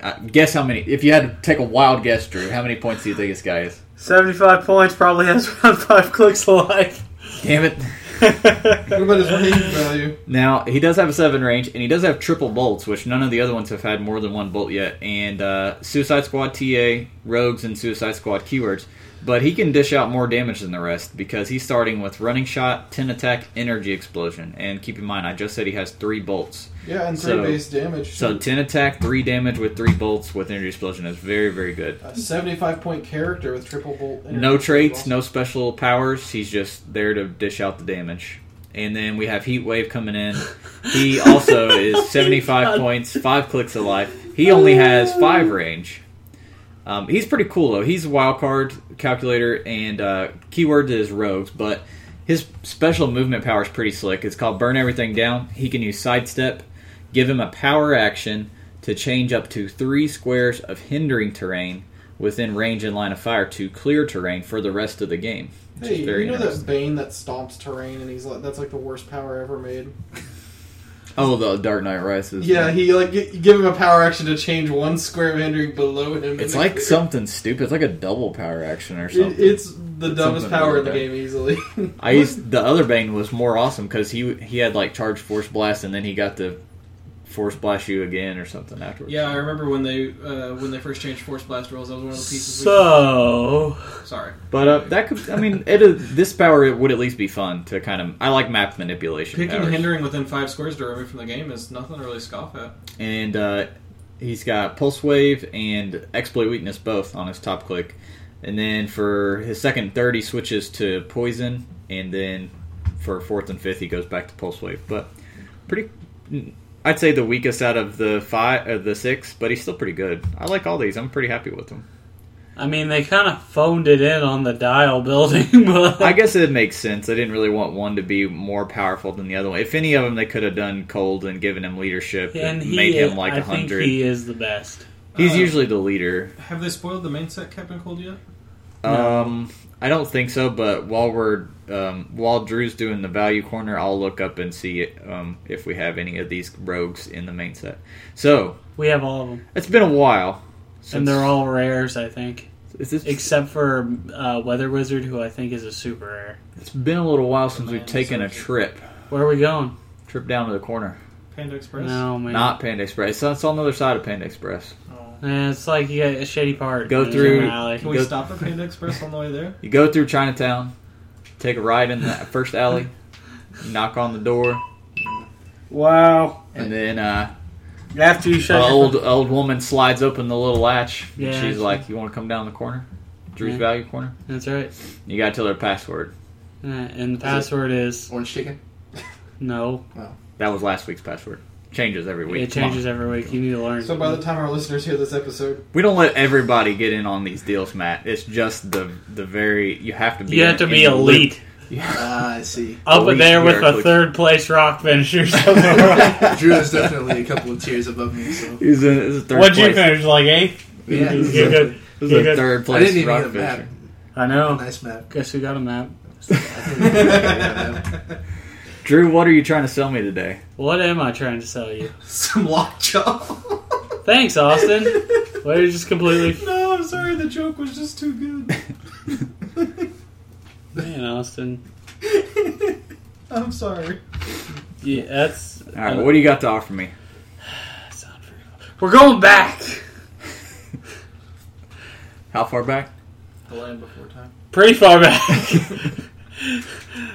Speaker 3: uh, guess how many? If you had to take a wild guess, Drew, how many points do you think this guy is?
Speaker 6: 75 points probably has *laughs* around 5 clicks alive.
Speaker 3: Damn it!
Speaker 4: What about his range
Speaker 3: *laughs*
Speaker 4: value?
Speaker 3: Now he does have a seven range, and he does have triple bolts, which none of the other ones have had more than one bolt yet. And uh, Suicide Squad TA, Rogues, and Suicide Squad keywords, but he can dish out more damage than the rest because he's starting with Running Shot, Ten Attack, Energy Explosion, and keep in mind I just said he has three bolts.
Speaker 4: Yeah, and three
Speaker 3: So-
Speaker 4: base damage.
Speaker 3: So ten attack, three damage with three bolts with Energy Explosion is very very good.
Speaker 4: a seventy-five point character with triple bolt. energy
Speaker 3: No
Speaker 4: is
Speaker 3: traits,
Speaker 4: awesome.
Speaker 3: no special powers. He's just there to dish out the damage. And then we have Heat Wave coming in. He also is 75 points, five clicks of life. He only has five range. Um, he's pretty cool though. He's a wild card calculator, and uh, keyword is rogues. But his special movement power is pretty slick. It's called Burn Everything Down. He can use sidestep. Give him a power action to change up to three squares of hindering terrain within range and line of fire to clear terrain for the rest of the game. Which
Speaker 4: Hey,
Speaker 3: is very
Speaker 4: you know
Speaker 3: interesting.
Speaker 4: that Bane that stomps terrain, and he's like, that's like the worst power ever made.
Speaker 3: Oh, the Dark Knight Rises.
Speaker 4: Yeah, he like g- give him a power action to change one square of hindering below him. in
Speaker 3: It's
Speaker 4: the
Speaker 3: like
Speaker 4: clear.
Speaker 3: something stupid. It's like a double power action or something.
Speaker 4: It, it's the dumbest
Speaker 3: something
Speaker 4: power in the
Speaker 3: like
Speaker 4: game easily. *laughs*
Speaker 3: I used the other Bane was more awesome because he he had like charge force blast and then he got the force blast you again or something afterwards.
Speaker 4: Yeah, I remember when they uh, when they first changed Force Blast rules. That was one of the pieces.
Speaker 6: *laughs* So
Speaker 4: we, sorry.
Speaker 3: But uh, that could, I mean, it, is- this power would at least be fun to kind of. I like map manipulation.
Speaker 4: Picking
Speaker 3: powers.
Speaker 4: hindering within five squares to remove from the game is nothing to really scoff at.
Speaker 3: and uh, he's got pulse wave and exploit weakness both on his top click. And then for his second third, he switches to poison, and then for fourth and fifth, he goes back to pulse wave. But pretty, I'd say the weakest out of the five of the six, but he's still pretty good. I like all these. I'm pretty happy with them.
Speaker 6: I mean, they kind of phoned it in on the dial building, *laughs* but
Speaker 3: I guess it makes sense. I didn't really want one to be more powerful than the other one. If any of them, they could have done cold and given him leadership and,
Speaker 6: and he,
Speaker 3: made him like
Speaker 6: I
Speaker 3: a
Speaker 6: think
Speaker 3: hundred.
Speaker 6: he is the best.
Speaker 3: He's
Speaker 4: Uh,
Speaker 3: usually the leader.
Speaker 4: Have they spoiled the main set Captain Cold yet?
Speaker 3: Um, I don't think so. But while we're um, while Drew's doing the value corner, I'll look up and see um, if we have any of these rogues in the main set. So
Speaker 6: We have all of them,
Speaker 3: it's been a while, since,
Speaker 6: and they're all rares, I think,
Speaker 3: It's, it's-
Speaker 6: except for uh, Weather Wizard, who I think is a super rare.
Speaker 3: it's been a little while since
Speaker 4: Man,
Speaker 3: we've taken a
Speaker 4: it's-
Speaker 3: trip
Speaker 6: Where are we going?
Speaker 3: trip down to the corner.
Speaker 4: Panda Express.
Speaker 6: No man,
Speaker 3: Not Panda Express. It's on the other side of Panda Express.
Speaker 4: Oh.
Speaker 6: Eh, it's like you got a shady part.
Speaker 3: Go
Speaker 6: There's
Speaker 3: through-
Speaker 6: an alley.
Speaker 4: Can we
Speaker 3: Go-
Speaker 4: stop at Panda Express on the way *laughs* there?
Speaker 3: You go through Chinatown, take a ride in the first alley, knock on the door,
Speaker 6: Wow!
Speaker 3: and then
Speaker 6: *laughs*
Speaker 3: uh,
Speaker 6: After you shut
Speaker 3: an
Speaker 6: your-
Speaker 3: old old woman slides open the little latch. and
Speaker 6: Yeah,
Speaker 3: she's
Speaker 6: she-
Speaker 3: like, "You want to come down the corner, Drew's
Speaker 6: Yeah.
Speaker 3: Value Corner?"
Speaker 6: that's right.
Speaker 3: You gotta tell her password.
Speaker 6: Eh, and the password is
Speaker 5: Orange chicken.
Speaker 6: no.
Speaker 3: That was last week's password. Changes every week.
Speaker 6: It
Speaker 3: Come on.
Speaker 6: changes every week. You need to learn.
Speaker 4: So by the time our listeners hear this episode,
Speaker 3: We don't let everybody get in on these deals, Matt. It's just the the very you have to be.
Speaker 6: you have to
Speaker 3: in-
Speaker 6: be
Speaker 3: in the loop.
Speaker 6: elite.
Speaker 5: Ah, I see.
Speaker 6: Up in
Speaker 3: Elite
Speaker 6: there with the
Speaker 3: miracles.
Speaker 6: third place
Speaker 3: *laughs*
Speaker 6: rock finishers. of the world. *laughs*
Speaker 5: Drew is definitely a couple of tiers above
Speaker 3: *laughs*
Speaker 5: me. So
Speaker 3: He's in he's a third
Speaker 6: What'd you
Speaker 3: place.
Speaker 6: finish?
Speaker 3: *laughs*
Speaker 6: Like eighth?
Speaker 5: yeah,
Speaker 6: You're
Speaker 5: exactly.
Speaker 6: good.
Speaker 3: He's a
Speaker 6: You got-
Speaker 3: third place.
Speaker 5: I didn't even
Speaker 3: rock
Speaker 5: get a map.
Speaker 3: fisher.
Speaker 6: I know.
Speaker 5: Nice map.
Speaker 6: Guess we got a map.
Speaker 3: *laughs* Drew, what are you trying to sell me today?
Speaker 6: What am I trying to sell you?
Speaker 4: some lockjaw.
Speaker 6: Thanks, Austin. Well, you just
Speaker 3: *laughs*
Speaker 6: completely.
Speaker 4: no, I'm sorry. The joke was just too good.
Speaker 6: Man, Austin.
Speaker 4: *laughs* I'm sorry.
Speaker 6: Yeah, that's.
Speaker 3: All right, what do you got to offer me?
Speaker 6: that's not very well. We're going back!
Speaker 3: How far back?
Speaker 4: The land before time.
Speaker 6: Pretty
Speaker 3: *laughs*
Speaker 6: far back. *laughs*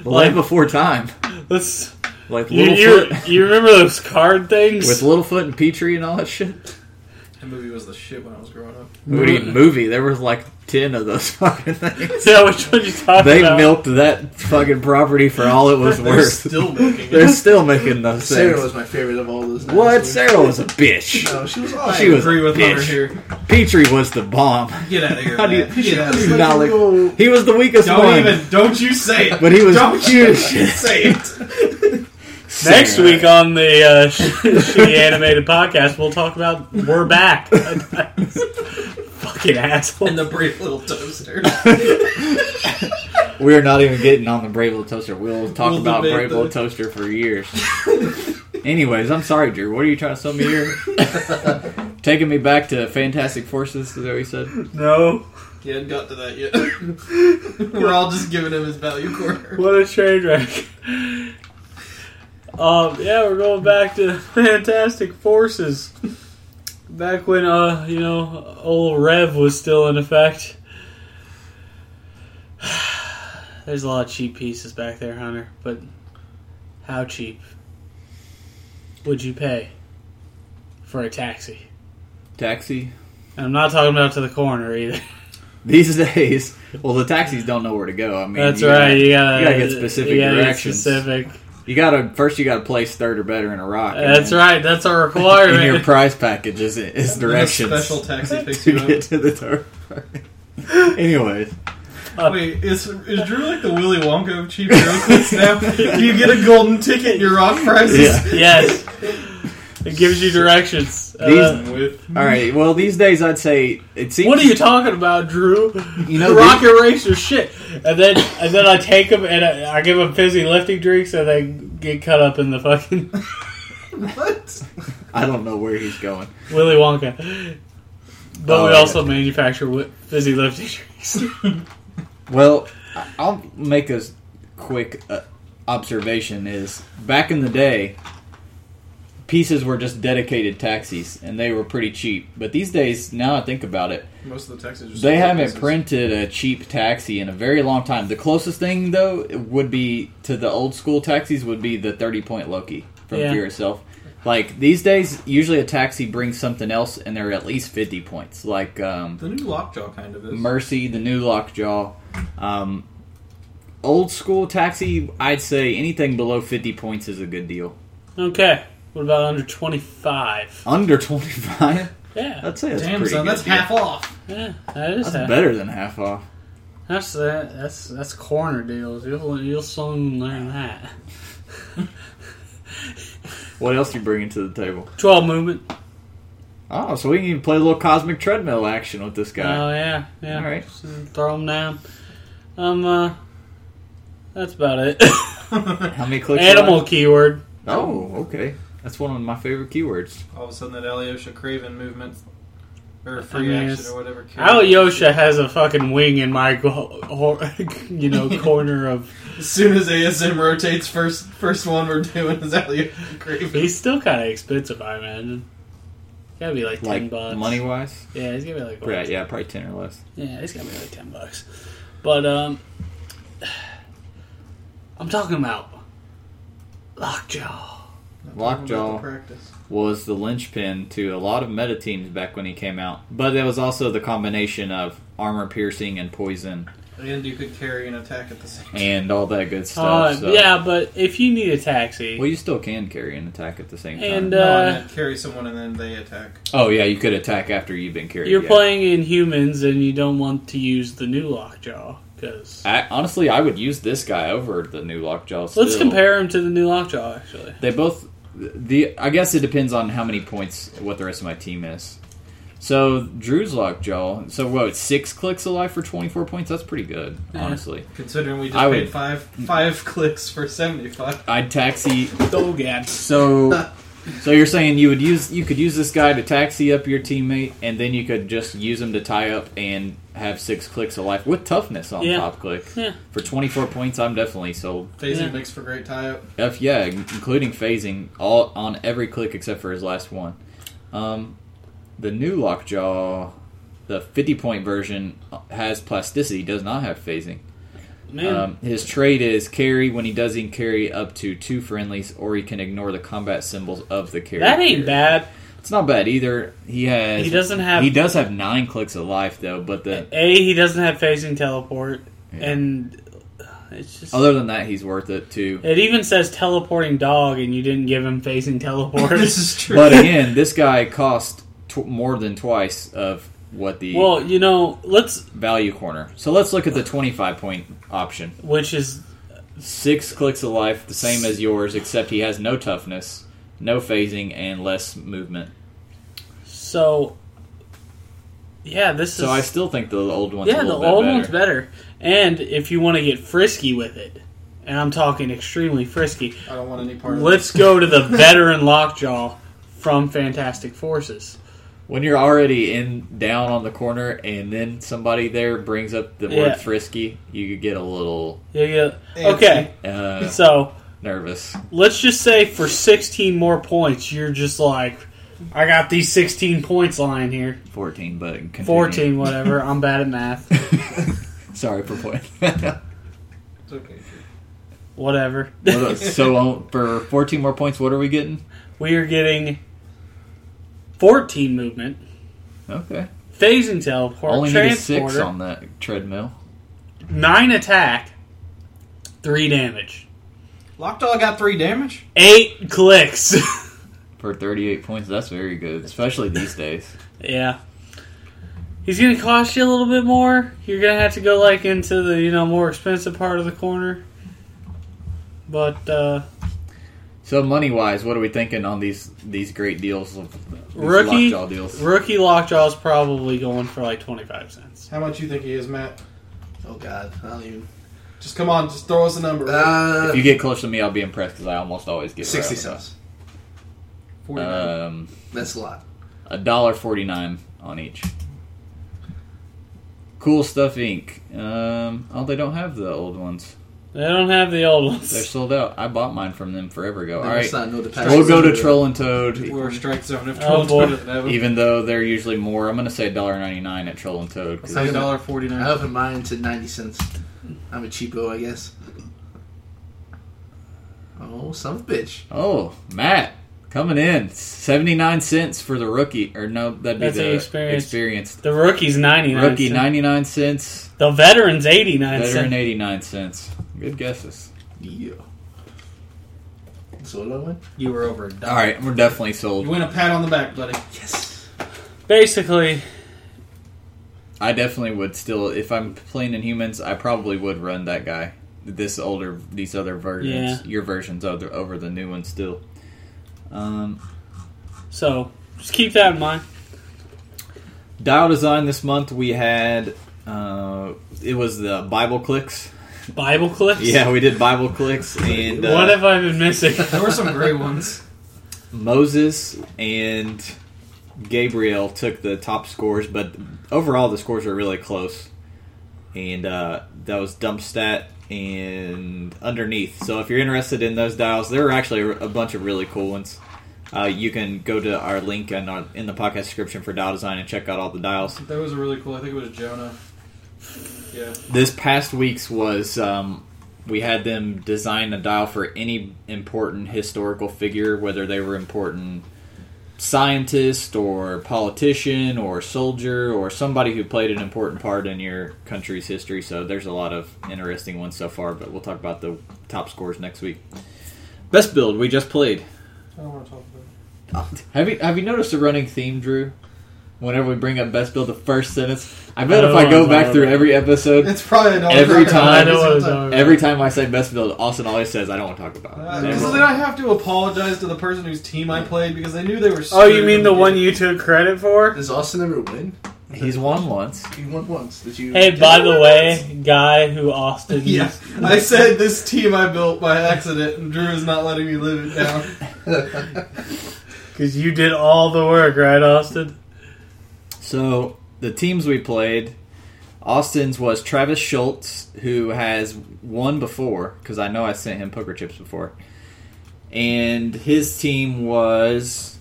Speaker 3: The Life before time,
Speaker 6: Let's.
Speaker 3: like
Speaker 6: You, you,
Speaker 3: Littlefoot
Speaker 6: you remember those card things?
Speaker 3: with Littlefoot and Petrie and all that shit.
Speaker 4: That movie was the shit when I was growing up.
Speaker 3: What do you- movie? There was like ten of those *laughs* fucking
Speaker 6: *laughs*
Speaker 3: things.
Speaker 6: *laughs* yeah, which one you talking
Speaker 3: They
Speaker 6: about?
Speaker 3: milked that fucking property for all it was
Speaker 4: They're
Speaker 3: worth.
Speaker 4: still making it.
Speaker 3: They're still making those
Speaker 5: Sarah
Speaker 3: things.
Speaker 5: was my favorite of all those.
Speaker 3: What?
Speaker 5: dinosaurs.
Speaker 3: Sarah was a bitch.
Speaker 5: No, she was
Speaker 4: I
Speaker 5: awesome.
Speaker 3: She was
Speaker 4: agree
Speaker 3: a
Speaker 4: with
Speaker 3: bitch.
Speaker 4: Hunter here.
Speaker 3: Petrie was the bomb.
Speaker 4: Get out of here.
Speaker 3: How do you-
Speaker 4: man. Get out of
Speaker 5: was
Speaker 4: here.
Speaker 5: like,
Speaker 3: Not like-
Speaker 5: "Whoa."
Speaker 3: He was the weakest
Speaker 4: Don't
Speaker 3: one.
Speaker 4: even. Don't you say it.
Speaker 3: But he was
Speaker 4: Don't you
Speaker 3: huge.
Speaker 4: say *laughs* it.
Speaker 6: Next week on the uh, *laughs* Shitty Animated Podcast, we'll talk about We're Back. *laughs* Fucking asshole.
Speaker 4: and the brave little toaster.
Speaker 3: We're not even getting on the Brave Little Toaster. We'll talk
Speaker 4: We'll
Speaker 3: about
Speaker 4: debate
Speaker 3: Brave Little
Speaker 4: that.
Speaker 3: Toaster for years. Anyways, I'm sorry, Drew. What are you trying to sell me here? Taking me back to Fantastic Forces, is that what you said?
Speaker 6: no.
Speaker 4: He hadn't got to that *laughs* yet. We're all just giving him his value corner.
Speaker 6: What a train wreck. Um, yeah, we're going back to *laughs* Fantastic Forces. Back when, uh, you know, old Rev was still in effect. *sighs* There's a lot of cheap pieces back there, Hunter, but how cheap would you pay for a taxi?
Speaker 3: Taxi.
Speaker 6: And I'm not talking about to the corner either.
Speaker 3: *laughs* These days, well, the taxis don't know where to go. I mean,
Speaker 6: That's
Speaker 3: you
Speaker 6: right.
Speaker 3: gotta-
Speaker 6: you gotta
Speaker 3: you gotta get specific
Speaker 6: you gotta get
Speaker 3: directions.
Speaker 6: specific.
Speaker 3: You gotta first you gotta place third or better in a rock. and
Speaker 6: That's
Speaker 3: then
Speaker 6: right. That's our
Speaker 3: *laughs* In
Speaker 6: requirement.
Speaker 3: your prize package is, is directions
Speaker 4: Special taxi
Speaker 3: *laughs*
Speaker 4: picks
Speaker 3: to
Speaker 4: you
Speaker 3: get
Speaker 4: up.
Speaker 3: to the third. *laughs* Anyways,
Speaker 4: Wait, is, is Drew like the Willy Wonka of cheap aeroclips *laughs* now? you get a golden ticket, your rock
Speaker 3: yeah.
Speaker 4: prices.
Speaker 6: *laughs* yes. It gives you directions. Uh,
Speaker 3: These-
Speaker 4: With
Speaker 3: All right. Well, these days I'd say it seems.
Speaker 6: what are you talking about, Drew?
Speaker 3: You know,
Speaker 6: rocket racer shit. And then and then I take them and I, I give them fizzy lifting drinks and they get cut up in the fucking *laughs*
Speaker 4: what?
Speaker 3: I don't know where he's going.
Speaker 6: Willy Wonka. But
Speaker 3: Oh,
Speaker 6: we
Speaker 3: yeah.
Speaker 6: also manufacture wi- fizzy lifting drinks. *laughs*
Speaker 3: Well, I- I'll make a s- quick uh, observation. Is back in the day, pieces were just dedicated taxis, and they were pretty cheap. But these days, now I think about it,
Speaker 4: Most of the taxis. Are
Speaker 3: they
Speaker 4: still
Speaker 3: haven't
Speaker 4: places.
Speaker 3: printed a cheap taxi in a very long time. The closest thing though would be to the old school taxis would be the thirty point Loki from
Speaker 6: Yeah.
Speaker 3: Fear Itself. Like these days, usually a taxi brings something else, and they're at least fifty points. Like um,
Speaker 4: The new lockjaw kind of is.
Speaker 3: Mercy, the new Lockjaw. Um, old school taxi, I'd say anything below 50 points is a good deal.
Speaker 6: Okay. What about under 25?
Speaker 3: Under 25?
Speaker 6: Yeah.
Speaker 3: I'd say that's
Speaker 4: Damn
Speaker 3: pretty
Speaker 4: son,
Speaker 3: good
Speaker 4: that's
Speaker 3: deal.
Speaker 4: half
Speaker 6: *laughs*
Speaker 4: off.
Speaker 6: Yeah. That is
Speaker 3: That's
Speaker 6: half.
Speaker 3: better than half off.
Speaker 6: That's that. That's that's corner deals. You'll you'll soon learn that.
Speaker 3: What else you bringing to the table?
Speaker 6: Twelve movement.
Speaker 3: Oh, so we can even play a little cosmic treadmill action with this guy.
Speaker 6: Oh yeah, yeah.
Speaker 3: All right.
Speaker 6: So throw them down. Um. Uh, that's
Speaker 3: *coughs*
Speaker 6: about it.
Speaker 3: How many clicks?
Speaker 6: Animal
Speaker 3: are
Speaker 6: keyword.
Speaker 3: left? Oh, okay. That's one of my favorite keywords.
Speaker 4: All of a sudden, that Alyosha Craven movement or free
Speaker 6: mean,
Speaker 4: action
Speaker 6: it's-
Speaker 4: or whatever.
Speaker 6: Alyosha has a fucking wing in my, go- hor- *laughs* you
Speaker 3: *laughs*
Speaker 6: know, corner of.
Speaker 4: As soon as ASM rotates, first first one we're doing is *laughs* Alyosha Craven.
Speaker 6: He's still kind of expensive, I imagine. Gotta be like ten
Speaker 3: Like
Speaker 6: bucks.
Speaker 3: money wise,
Speaker 6: Yeah, he's gonna be like. what,
Speaker 3: yeah, yeah, probably ten or less.
Speaker 6: Yeah, it's gonna be like ten bucks. But um *sighs* I'm talking about Lockjaw.
Speaker 3: Lockjaw.
Speaker 4: Practice.
Speaker 3: was the linchpin to a lot of meta teams back when he came out. But it was also the combination of armor piercing and poison
Speaker 4: And you could carry an attack at the same time.
Speaker 3: and all that good stuff.
Speaker 6: Uh,
Speaker 3: so-
Speaker 6: Yeah, but if you need a taxi,
Speaker 3: Well, you still can carry an attack at the same time.
Speaker 6: And,
Speaker 4: No,
Speaker 6: uh,
Speaker 4: I meant carry someone and then they attack.
Speaker 3: oh yeah, you could attack after you've been carried.
Speaker 6: you're
Speaker 3: yeah.
Speaker 6: playing in humans and you don't want to use the new Lockjaw because
Speaker 3: I, honestly, I would use this guy over the new Lockjaw. Still.
Speaker 6: let's compare him to the new Lockjaw. Actually,
Speaker 3: They both. The I guess it depends on how many points what the rest of my team is. So Drew's Lockjaw. So what? Six clicks alive for twenty four points. That's pretty good,
Speaker 6: Yeah.
Speaker 3: honestly.
Speaker 4: Considering we just
Speaker 3: I
Speaker 4: paid
Speaker 3: would-
Speaker 4: five five clicks for seventy five.
Speaker 3: I'd taxi
Speaker 6: Dogad.
Speaker 3: So, so you're saying you would use you could use this guy to taxi up your teammate, and then you could just use him to tie up and have six clicks of life with toughness on
Speaker 6: Yeah.
Speaker 3: top click
Speaker 6: Yeah.
Speaker 3: for 24 points. I'm definitely sold.
Speaker 4: Phasing
Speaker 6: Yeah.
Speaker 4: makes for great
Speaker 3: *laughs*
Speaker 4: tie up.
Speaker 3: F yeah, including phasing all on every click except for his last one. Um, the new lockjaw, the 50 point version uh, has plasticity, does not have phasing.
Speaker 6: Man,
Speaker 3: Um, his trait is carry. When he does, he can carry up to two friendlies, or he can ignore the combat symbols of the carry.
Speaker 6: that ain't
Speaker 3: carry.
Speaker 6: bad.
Speaker 3: It's not bad either. He has.
Speaker 6: He doesn't have
Speaker 3: He does have nine clicks of life though, but the
Speaker 6: a. He doesn't have facing teleport,
Speaker 3: Yeah.
Speaker 6: and uh, it's just
Speaker 3: other than that, he's worth it too.
Speaker 6: It even says teleporting dog, and you didn't give him
Speaker 3: *laughs*
Speaker 6: facing teleport.
Speaker 4: this is true.
Speaker 3: But again, this guy cost tw- more than twice of what the
Speaker 6: *laughs* well, you know, let's
Speaker 3: value corner. So let's look at the twenty-five point option.
Speaker 6: which is
Speaker 3: Six clicks of life, the same as yours, except he has no toughness, no phasing, and less movement.
Speaker 6: so. Yeah, this
Speaker 3: So I
Speaker 6: is
Speaker 3: still think the old one's
Speaker 6: yeah
Speaker 3: a
Speaker 6: the
Speaker 3: little bit
Speaker 6: old
Speaker 3: better.
Speaker 6: one's better, and if you want to get frisky with it, and I'm talking extremely frisky,
Speaker 4: I don't want any part of
Speaker 6: let's go to the veteran lockjaw from Fantastic Forces.
Speaker 3: When you're already in down on the corner, and then somebody there brings up the
Speaker 6: Yeah.
Speaker 3: word "frisky," you could get a little
Speaker 6: Yeah, yeah.
Speaker 4: Antsy.
Speaker 6: Okay,
Speaker 3: uh,
Speaker 6: so
Speaker 3: nervous.
Speaker 6: let's just say for 16 more points, you're just like, I got these 16 points lying here.
Speaker 3: Fourteen, but continue.
Speaker 6: 14, whatever. I'm bad at math.
Speaker 3: Sorry for *laughs* pointing.
Speaker 4: It's okay.
Speaker 6: Whatever.
Speaker 3: so um, for fourteen more points, what are we getting?
Speaker 6: we are getting 14 movement,
Speaker 3: Okay,
Speaker 6: phasing teleport,
Speaker 3: only need a six
Speaker 6: transporter,
Speaker 3: on that treadmill.
Speaker 6: 9 attack, 3 damage,
Speaker 4: Lockjaw got three damage.
Speaker 6: 8 clicks. *laughs*
Speaker 3: For thirty-eight points, that's very good, especially these days.
Speaker 6: yeah. He's going to cost you a little bit more. You're going to have to go like into the, you know, more expensive part of the corner. But uh
Speaker 3: So money-wise, what are we thinking on these these great deals? Of, these
Speaker 6: Rookie-
Speaker 3: lockjaw deals.
Speaker 6: Rookie Lockjaw's probably going for like 25 cents.
Speaker 4: How much you think he is, Matt?
Speaker 5: Oh God, I don't even.
Speaker 4: Just come on, just throw us a number.
Speaker 5: Uh,
Speaker 3: if you get close to me, I'll be impressed because I almost always get
Speaker 5: sixty
Speaker 3: right on
Speaker 5: cents.
Speaker 3: the-
Speaker 4: 49.
Speaker 3: Um,
Speaker 5: That's a lot.
Speaker 3: a dollar forty-nine on each. Cool stuff Inc. Um, oh, they don't have the old ones.
Speaker 6: They don't have the old ones.
Speaker 3: They're sold out. I bought mine from them forever ago. All
Speaker 5: Let's
Speaker 3: right,
Speaker 5: not know the past.
Speaker 3: we'll go to Troll and Toad,
Speaker 4: We're strike zone of
Speaker 6: Oh,
Speaker 4: twelve
Speaker 6: boy.
Speaker 4: twenty. That would
Speaker 3: even though they're usually more. I'm gonna say $1.99 at Troll and Toad. 'cause
Speaker 4: say dollar forty
Speaker 5: I
Speaker 6: Oh,
Speaker 4: nine.
Speaker 5: opened mine to 90 cents. I'm a cheapo, I guess. Oh, son of a bitch.
Speaker 3: Oh, Matt coming in seventy nine cents for the rookie, or no, that'd be
Speaker 6: That's
Speaker 3: the
Speaker 6: the experience.
Speaker 3: experienced
Speaker 6: The rookie's 99.
Speaker 3: rookie
Speaker 6: cents.
Speaker 3: ninety nine cents,
Speaker 6: The veteran's 89.
Speaker 3: veteran
Speaker 6: cents.
Speaker 3: eighty nine cents. Good guesses.
Speaker 5: Yeah. So what do I win?
Speaker 4: You were over a dollar.
Speaker 3: All right, we're definitely
Speaker 4: You
Speaker 3: sold.
Speaker 4: win a pat on the back,
Speaker 6: *laughs*
Speaker 4: buddy.
Speaker 5: Yes.
Speaker 6: Basically,
Speaker 3: I definitely would still, if I'm playing in humans, I probably would run that guy. This older, these other versions,
Speaker 6: Yeah.
Speaker 3: your versions over, over the new one still. Um,
Speaker 6: so just keep that in mind.
Speaker 3: dial design this month we had. Uh, it was the Bible clicks. *laughs*
Speaker 6: Bible clips?
Speaker 3: Yeah, we did Bible clicks and uh,
Speaker 6: What have I
Speaker 3: *laughs*
Speaker 6: been missing?
Speaker 4: There were some great ones.
Speaker 3: Moses and Gabriel took the top scores, but overall the scores are really close. And uh, that was Dumpstat and Underneath. So if you're interested in those dials, there are actually a bunch of really cool ones. Uh, you can go to our link in, our, in the podcast description for dial design and check out all the dials.
Speaker 4: That was a really cool. I think it was Jonah. Yeah.
Speaker 3: This past week's was um, we had them design a dial for any important historical figure, whether they were important scientist or politician or soldier or somebody who played an important part in your country's history. So there's a lot of interesting ones so far, but we'll talk about the top scores next week. Best build we just played.
Speaker 4: I don't want to talk about.
Speaker 3: Have you have you noticed a running theme, Drew? Whenever we bring up best build, the first sentence. I bet if I go back through every episode,
Speaker 4: It. It's probably a dollar.
Speaker 3: Every time-
Speaker 6: I know what it's over.
Speaker 3: Uh, Every time I say best build, Austin always says I don't want to talk
Speaker 4: Uh,
Speaker 3: about it.
Speaker 4: so then I have to apologize to the person whose team I played because they knew they were.
Speaker 6: Oh, you mean the one you took credit for?
Speaker 5: Does Austin ever win?
Speaker 3: He's won once.
Speaker 5: He won once. Did you?
Speaker 6: Hey, by the way, guy who Austin
Speaker 4: Yeah, I said this team I built by accident, and Drew is not letting me live it down.
Speaker 6: because you did all the work, right, Austin?
Speaker 3: So the teams we played, Austin's was Travis Schultz, who has won before because I know I sent him poker chips before, and his team was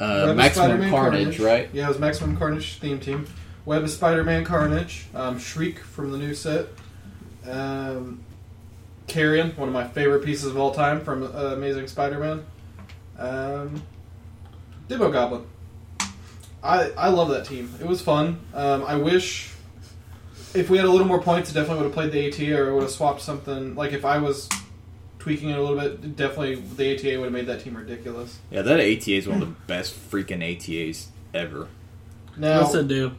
Speaker 3: uh,
Speaker 4: Web of
Speaker 3: Maximum
Speaker 4: Spider-Man
Speaker 3: Carnage, right?
Speaker 4: Yeah, it was Maximum Carnage theme team. Web of Spider-Man Carnage, um, Shriek from the new set, um, Carrion, one of my favorite pieces of all time from uh, Amazing Spider-Man, um, Demo Goblin. I I love that team. It was fun. Um, I wish if we had a little more points, I definitely would have played the AT or would have swapped something. Like if I was tweaking it a little bit, definitely the ATA would have made that team ridiculous.
Speaker 3: Yeah, that ATA is one of the best freaking ATAs ever.
Speaker 4: Now,
Speaker 6: What's it do?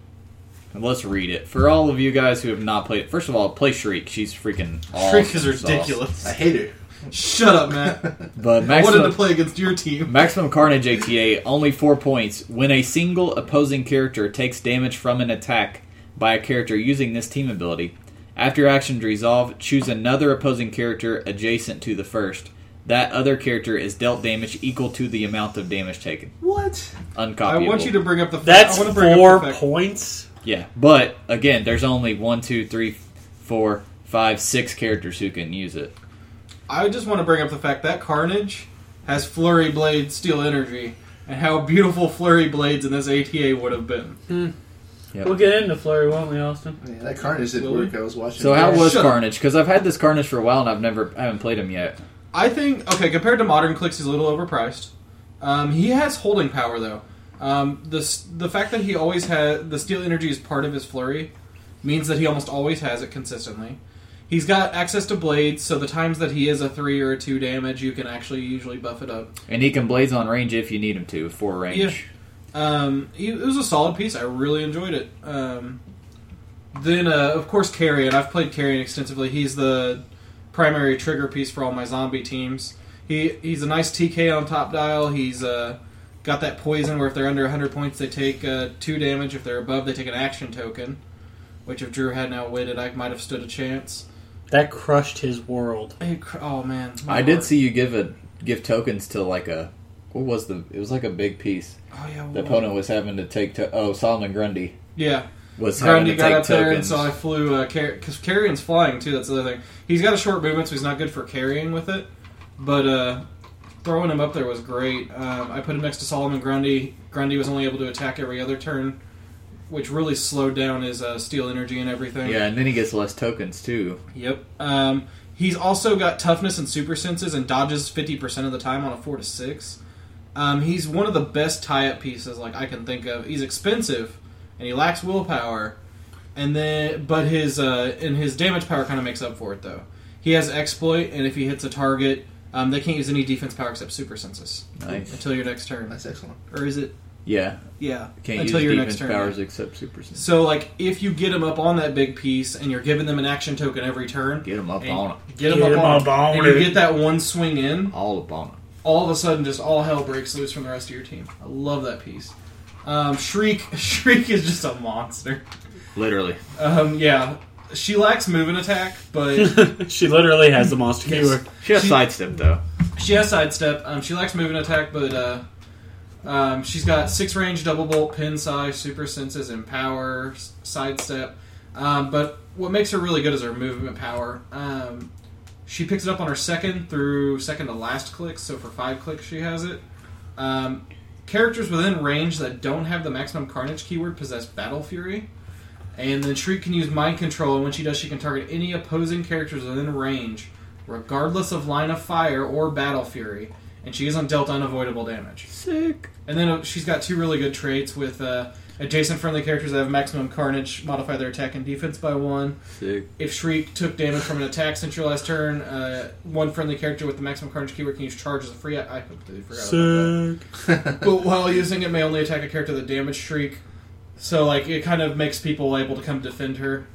Speaker 3: And Let's read it for all of you guys who have not played. it. First of all, play Shriek. She's freaking.
Speaker 4: Shriek is
Speaker 3: awesome sauce.
Speaker 5: I
Speaker 4: ridiculous.
Speaker 5: hate her.
Speaker 4: *laughs* Shut up, Matt.
Speaker 3: But
Speaker 4: I wanted to
Speaker 3: Maximum
Speaker 4: play against your team.
Speaker 3: Maximum Carnage ATA, only four points. When a single opposing character takes damage from an attack by a character using this team ability, after your actions resolve, choose another opposing character adjacent to the first. That other character is dealt damage equal to the amount of damage taken.
Speaker 5: What?
Speaker 3: Uncopyable.
Speaker 4: I want you to bring up the. fact-
Speaker 6: That's
Speaker 4: I want to bring
Speaker 6: four
Speaker 4: up the fact-
Speaker 6: points.
Speaker 3: Yeah, but again, there's only one, two, three, four, five, six characters who can use it.
Speaker 4: I just want to bring up the fact that Carnage has Flurry Blade Steel Energy, and how beautiful Flurry Blades in this ATA would have been.
Speaker 3: Yep.
Speaker 6: We'll get into Flurry, won't we, Austin?
Speaker 5: Oh, Yeah, that carnage didn't
Speaker 4: Will we?
Speaker 5: work. I was watching.
Speaker 3: So how was
Speaker 4: Shut up.
Speaker 3: Carnage? Because I've had this Carnage for a while and I've never, I haven't played him yet.
Speaker 4: I think okay, compared to modern clicks, he's a little overpriced. Um, he has holding power though. Um, the s- the fact that he always had the steel energy is part of his flurry means that he almost always has it consistently. He's got access to blades, so the times that he is a three or a two damage, you can actually usually buff it up.
Speaker 3: And he can blaze on range if you need him to, four range.
Speaker 4: Yeah. Um, it it was a solid piece. I really enjoyed it. Um, then, uh, of course, Carrion. I've played Carrion extensively. He's the primary trigger piece for all my zombie teams. He he's a nice TK on top dial. He's uh, got that poison where if they're under 100 points, they take uh, two damage. If they're above, they take an action token. Which if Drew hadn't outwitted, I might have stood a chance.
Speaker 6: That crushed his world. *laughs*
Speaker 4: Hey, cr- Oh man, my
Speaker 3: I did
Speaker 4: heart.
Speaker 3: see you give a give tokens to like a what was the it was like a big piece.
Speaker 4: Oh yeah,
Speaker 3: The
Speaker 4: well-
Speaker 3: opponent was having to take to oh Solomon Grundy.
Speaker 4: Yeah.
Speaker 3: was having
Speaker 4: Grundy
Speaker 3: to
Speaker 4: got
Speaker 3: take
Speaker 4: up there, and
Speaker 3: tokens.
Speaker 4: so I flew because uh, Car- 'cause Carrion's flying too. That's the other thing. He's got a short movement, so he's not good for carrying with it. But uh, throwing him up there was great. Um, I put him next to Solomon Grundy. Grundy was only able to attack every other turn, which really slowed down his uh, steel energy and everything.
Speaker 3: Yeah, and then he gets less tokens too.
Speaker 4: Yep. Um, he's also got toughness and super senses and dodges fifty percent of the time on a four to six. Um, he's one of the best tie-up pieces like I can think of. He's expensive, and he lacks willpower, and then but his uh, and his damage power kind of makes up for it though. He has exploit, and if he hits a target, um, they can't use any defense power except super senses
Speaker 3: Nice.
Speaker 4: until your next turn.
Speaker 5: That's excellent.
Speaker 4: Or is it?
Speaker 3: Yeah,
Speaker 4: Yeah,
Speaker 3: can't
Speaker 4: until
Speaker 3: use
Speaker 4: your
Speaker 3: defense
Speaker 4: next turn.
Speaker 3: powers except super. Sense.
Speaker 4: So like, if you get him up on that big piece, and you're giving them an action token every turn,
Speaker 3: Get him up
Speaker 4: and
Speaker 3: on it,
Speaker 4: Get him
Speaker 6: Get
Speaker 4: up,
Speaker 6: him
Speaker 4: on,
Speaker 6: up on
Speaker 4: and you
Speaker 6: it.
Speaker 4: get that one swing in.
Speaker 3: all up on it.
Speaker 4: All of a sudden, just all hell breaks loose from the rest of your team. I love that piece. Um, Shriek, *laughs* Shriek is just a monster.
Speaker 3: Literally,
Speaker 4: Um, yeah, she lacks move and attack,
Speaker 3: *laughs*
Speaker 4: but
Speaker 6: she literally has the monster keyword.
Speaker 3: she has
Speaker 4: She-
Speaker 3: sidestep though.
Speaker 4: she has sidestep. Um, she lacks move and attack, but uh, um, she's got six range, double bolt, pin size, super senses, and power s- sidestep. Um, but what makes her really good is her movement power. Um, she picks it up on her second through second to last click, so for five clicks she has it. Um, characters within range that don't have the maximum carnage keyword possess battle fury. And then Shriek can use mind control, and when she does, she can target any opposing characters within range, regardless of line of fire or battle fury. And she isn't dealt unavoidable damage.
Speaker 3: Sick.
Speaker 4: And then uh, she's got two really good traits with uh, adjacent friendly characters that have maximum carnage modify their attack and defense by one.
Speaker 3: Sick.
Speaker 4: If Shriek took damage from an attack since your last turn, uh, one friendly character with the maximum carnage keyword can use charge as a free. I I completely forgot. about that
Speaker 6: Sick.
Speaker 4: but while using it may only attack a character that damage shriek so like it kind of makes people able to come defend her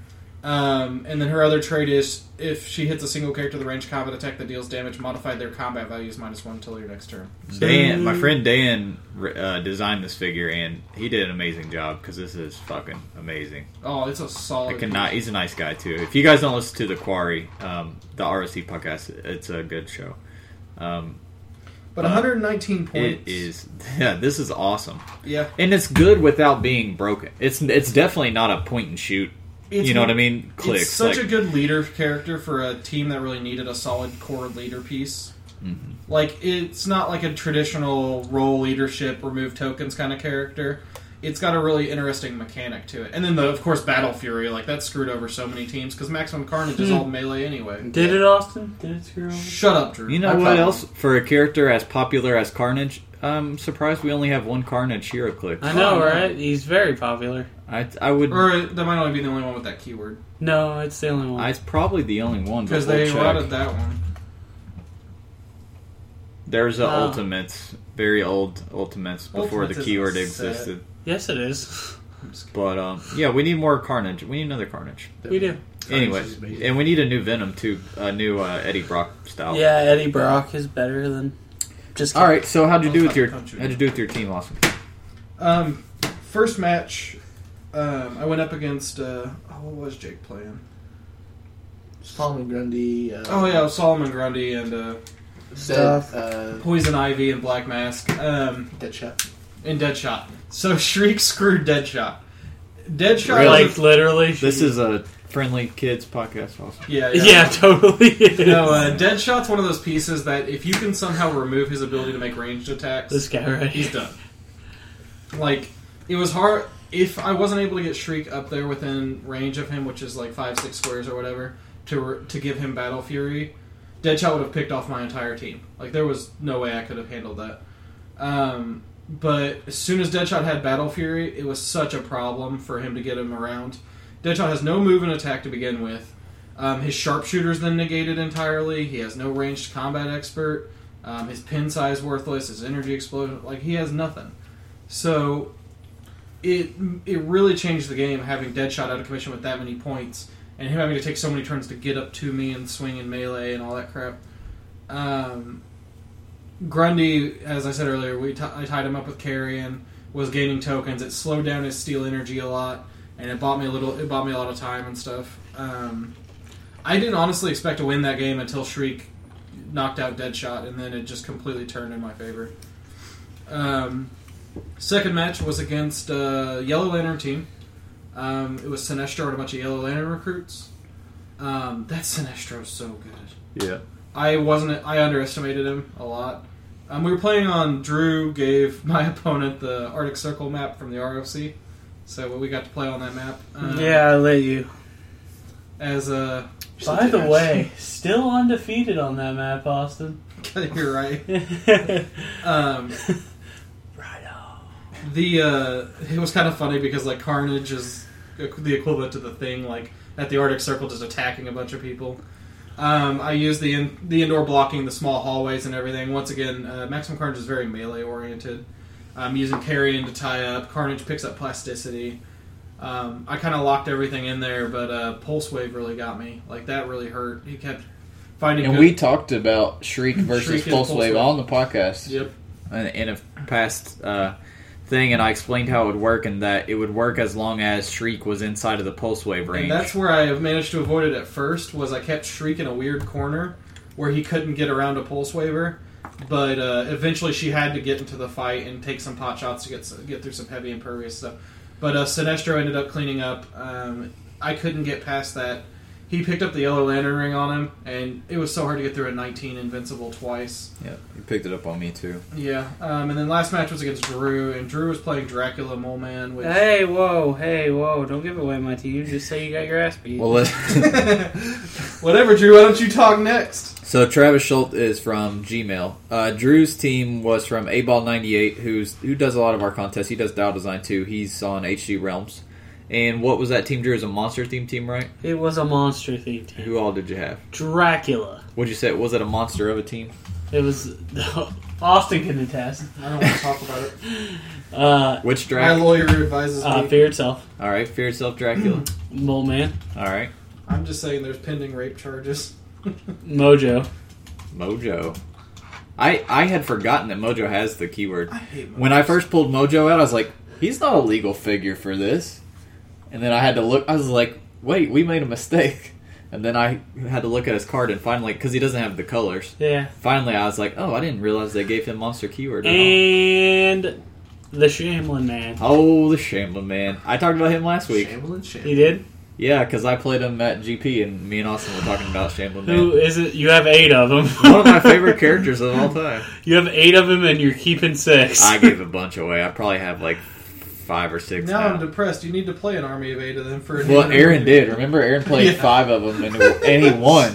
Speaker 4: um, and then her other trait is if she hits a single character with a ranged combat attack that deals damage modify their combat values minus one until your next turn
Speaker 3: Dan, my friend Dan uh, designed this figure, and he did an amazing job because this is fucking amazing.
Speaker 4: oh it's a solid
Speaker 3: I cannot. He's a nice guy too. If you guys don't listen to the Quarry, um, the ROC podcast, it's a good show. Um,
Speaker 4: but 119
Speaker 3: it
Speaker 4: points
Speaker 3: is. *laughs* Yeah, this is awesome,
Speaker 4: yeah
Speaker 3: and it's good without being broken. It's it's definitely not a point and shoot.
Speaker 4: It's
Speaker 3: you know
Speaker 4: one-
Speaker 3: what I mean? Clicks.
Speaker 4: it's such
Speaker 3: like-
Speaker 4: a good leader character for a team that really needed a solid core leader piece
Speaker 3: Mm-hmm.
Speaker 4: like it's not like a traditional role leadership remove tokens kind of character it's got a really interesting mechanic to it and then the, of course battle fury like that screwed over so many teams because maximum carnage is all melee anyway
Speaker 6: Did it, Austin? Did it screw up?
Speaker 4: shut up drew
Speaker 3: You know
Speaker 5: I
Speaker 3: what
Speaker 5: thought-
Speaker 3: else? For a character as popular as Carnage, I'm surprised we only have one Carnage hero click.
Speaker 6: I know,
Speaker 4: Oh, no.
Speaker 6: right? He's very popular.
Speaker 3: I I would.
Speaker 4: or uh, that might only be the only one with that keyword
Speaker 6: No, it's the only one.
Speaker 3: I, it's probably the only one. Because
Speaker 4: because
Speaker 3: we'll
Speaker 4: they
Speaker 3: check.
Speaker 4: routed that one
Speaker 3: There's a
Speaker 6: Wow.
Speaker 3: Ultimates, very old Ultimates before
Speaker 4: Uh. Ultimates
Speaker 3: the
Speaker 4: is
Speaker 3: keyword
Speaker 4: a
Speaker 3: existed.
Speaker 6: yes, it is.
Speaker 4: I'm just kidding.
Speaker 3: But um, yeah, we need more Carnage. We need another Carnage.
Speaker 6: we do.
Speaker 3: Anyway,
Speaker 5: is amazing.
Speaker 3: and we need a new Venom too, a new uh, Eddie Brock style.
Speaker 6: Yeah, Eddie Brock is better than. Just
Speaker 3: All right. So how'd you do with your
Speaker 4: Country.
Speaker 3: how'd you do with your team, Austin?
Speaker 4: Um, first match, um, I went up against uh, oh, what was Jake playing?
Speaker 5: Solomon Grundy. Uh,
Speaker 4: Oh yeah, Solomon Grundy and uh,
Speaker 5: said,
Speaker 6: Stuff.
Speaker 5: Uh,
Speaker 4: Poison Ivy and Black Mask. Um,
Speaker 5: Deadshot.
Speaker 4: and Deadshot. So *laughs* Shriek screwed Deadshot. Deadshot.
Speaker 3: Really?
Speaker 6: like literally.
Speaker 3: This is a friendly kids podcast, Austin.
Speaker 4: yeah,
Speaker 6: *laughs* yeah,
Speaker 4: yeah.
Speaker 6: totally. Is.
Speaker 4: No, uh, Deadshot's one of those pieces that if you can somehow remove his ability to make ranged attacks,
Speaker 6: this guy
Speaker 4: *laughs*
Speaker 6: right
Speaker 4: he's
Speaker 6: here.
Speaker 4: done. Like it was hard. If I wasn't able to get Shriek up there within range of him, which is like five, six squares or whatever, to to give him Battle Fury, Deadshot would have picked off my entire team. Like there was no way I could have handled that. Um, but as soon as Deadshot had Battle Fury, it was such a problem for him to get him around. Deadshot has no move and attack to begin with. Um, his sharpshooter's then negated entirely. He has no ranged combat expert. Um, his pin size worthless. His energy explosion like he has nothing. So it it really changed the game having Deadshot out of commission with that many points and him having to take so many turns to get up to me and swing and melee and all that crap. Um, Grundy, as I said earlier, we t- I tied him up with Carrion. Was gaining tokens. It slowed down his steel energy a lot, and it bought me a little. It bought me a lot of time and stuff. Um, I didn't honestly expect to win that game until Shriek knocked out Deadshot, and then it just completely turned in my favor. Um, second match was against uh, Yellow Lantern team. Um, it was Sinestro and a bunch of Yellow Lantern recruits. Um, that Sinestro's so good.
Speaker 3: Yeah.
Speaker 4: I wasn't. I underestimated him a lot. Um, we were playing on. Drew gave *laughs* my opponent the Arctic Circle map from the ROC, so we got to play on that map. Um,
Speaker 6: yeah, I let you.
Speaker 4: As a, *laughs*
Speaker 6: By the way, still undefeated on that map, Austin.
Speaker 4: you're right.
Speaker 6: *laughs* right
Speaker 4: Um,
Speaker 6: on.
Speaker 4: the uh, it was kind of funny because like Carnage is the equivalent to the thing like at the Arctic Circle just attacking a bunch of people. Um, I used the in, the indoor blocking, the small hallways, and everything. Once again, uh, Maximum Carnage is very melee oriented. I'm using carrying to tie up. Carnage picks up plasticity. Um, I kind of locked everything in there, but uh, Pulse Wave really got me. Like that really hurt. He kept finding.
Speaker 3: And
Speaker 4: good-
Speaker 3: we talked about Shriek versus
Speaker 4: Shriek and
Speaker 3: Pulse
Speaker 4: Pulse
Speaker 3: Wave
Speaker 4: Wave.
Speaker 3: on the podcast.
Speaker 4: Yep.
Speaker 3: in, in a past uh, thing, and I explained how it would work, and that it would work as long as Shriek was inside of the pulse wave range.
Speaker 4: And that's where I have managed to avoid it at first. Was I kept Shriek in a weird corner where he couldn't get around a pulse waiver, but uh, eventually she had to get into the fight and take some pot shots to get s- get through some heavy impervious stuff. But uh, Sinestro ended up cleaning up. Um, I couldn't get past that. He picked up the yellow lantern ring on him, and it was so hard to get through a 19 invincible twice.
Speaker 3: yeah, you picked it up on me too.
Speaker 4: Yeah, um, and then last match was against Drew, and Drew was playing Dracula Mole Man, which
Speaker 6: Hey, whoa, hey, whoa! Don't give away my team. Just say you got your ass beat.
Speaker 3: Well, let's,
Speaker 4: *laughs*
Speaker 3: *laughs*
Speaker 4: Whatever, Drew. Why don't you talk next?
Speaker 3: so Travis Schultz is from Gmail. Uh, Drew's team was from A Ball ninety eight, who's who does a lot of our contests. He does Dial Design too. He's on HG Realms. And what was that team, Drew? Is a monster theme team, right?
Speaker 6: it was a monster themed team.
Speaker 3: Who all did you have?
Speaker 6: Dracula.
Speaker 3: What'd you say? Was it a monster of a team?
Speaker 6: It was *laughs* Austin can attest.
Speaker 4: I don't want to talk about
Speaker 3: *laughs*
Speaker 4: it.
Speaker 6: Uh,
Speaker 3: Which
Speaker 4: My
Speaker 3: Dracula?
Speaker 4: lawyer advises
Speaker 6: uh,
Speaker 4: me.
Speaker 6: fear itself,
Speaker 3: All right, Fear Yourself, Dracula.
Speaker 6: Mole Man,
Speaker 3: All right,
Speaker 4: I'm just saying, there's pending rape charges.
Speaker 6: Mojo.
Speaker 3: Mojo. I I had forgotten that Mojo has the keyword.
Speaker 4: I hate
Speaker 3: When I first pulled Mojo out, I was like, he's not a legal figure for this. And then I had to look. I was like, wait, we made a mistake. *laughs* And then I had to look at his card and finally, because he doesn't have the colors.
Speaker 6: Yeah,
Speaker 3: Finally, I was like, oh, I didn't realize they gave him monster keyword. At
Speaker 6: *laughs*
Speaker 3: all.
Speaker 6: and the Shamlin Man.
Speaker 3: Oh, the Shambling Man! I talked about him last week.
Speaker 5: Chamberlain,
Speaker 6: You
Speaker 5: Chamberlain.
Speaker 6: did?
Speaker 3: Yeah, because I played him at GP, and me and Austin were talking about Shambling
Speaker 6: Who
Speaker 3: Man.
Speaker 6: is it? You have eight of them.
Speaker 3: *laughs* One of my favorite characters of all time.
Speaker 6: *laughs* You have eight of them, and you're keeping six.
Speaker 3: I gave a bunch away. I probably have like five or six
Speaker 4: Now
Speaker 3: now.
Speaker 4: I'm depressed. You need to play an army of eight of them for. a
Speaker 3: Well,
Speaker 4: new-
Speaker 3: Aaron did. Remember, Aaron played
Speaker 4: Yeah.
Speaker 3: five of them and, *laughs* and he won.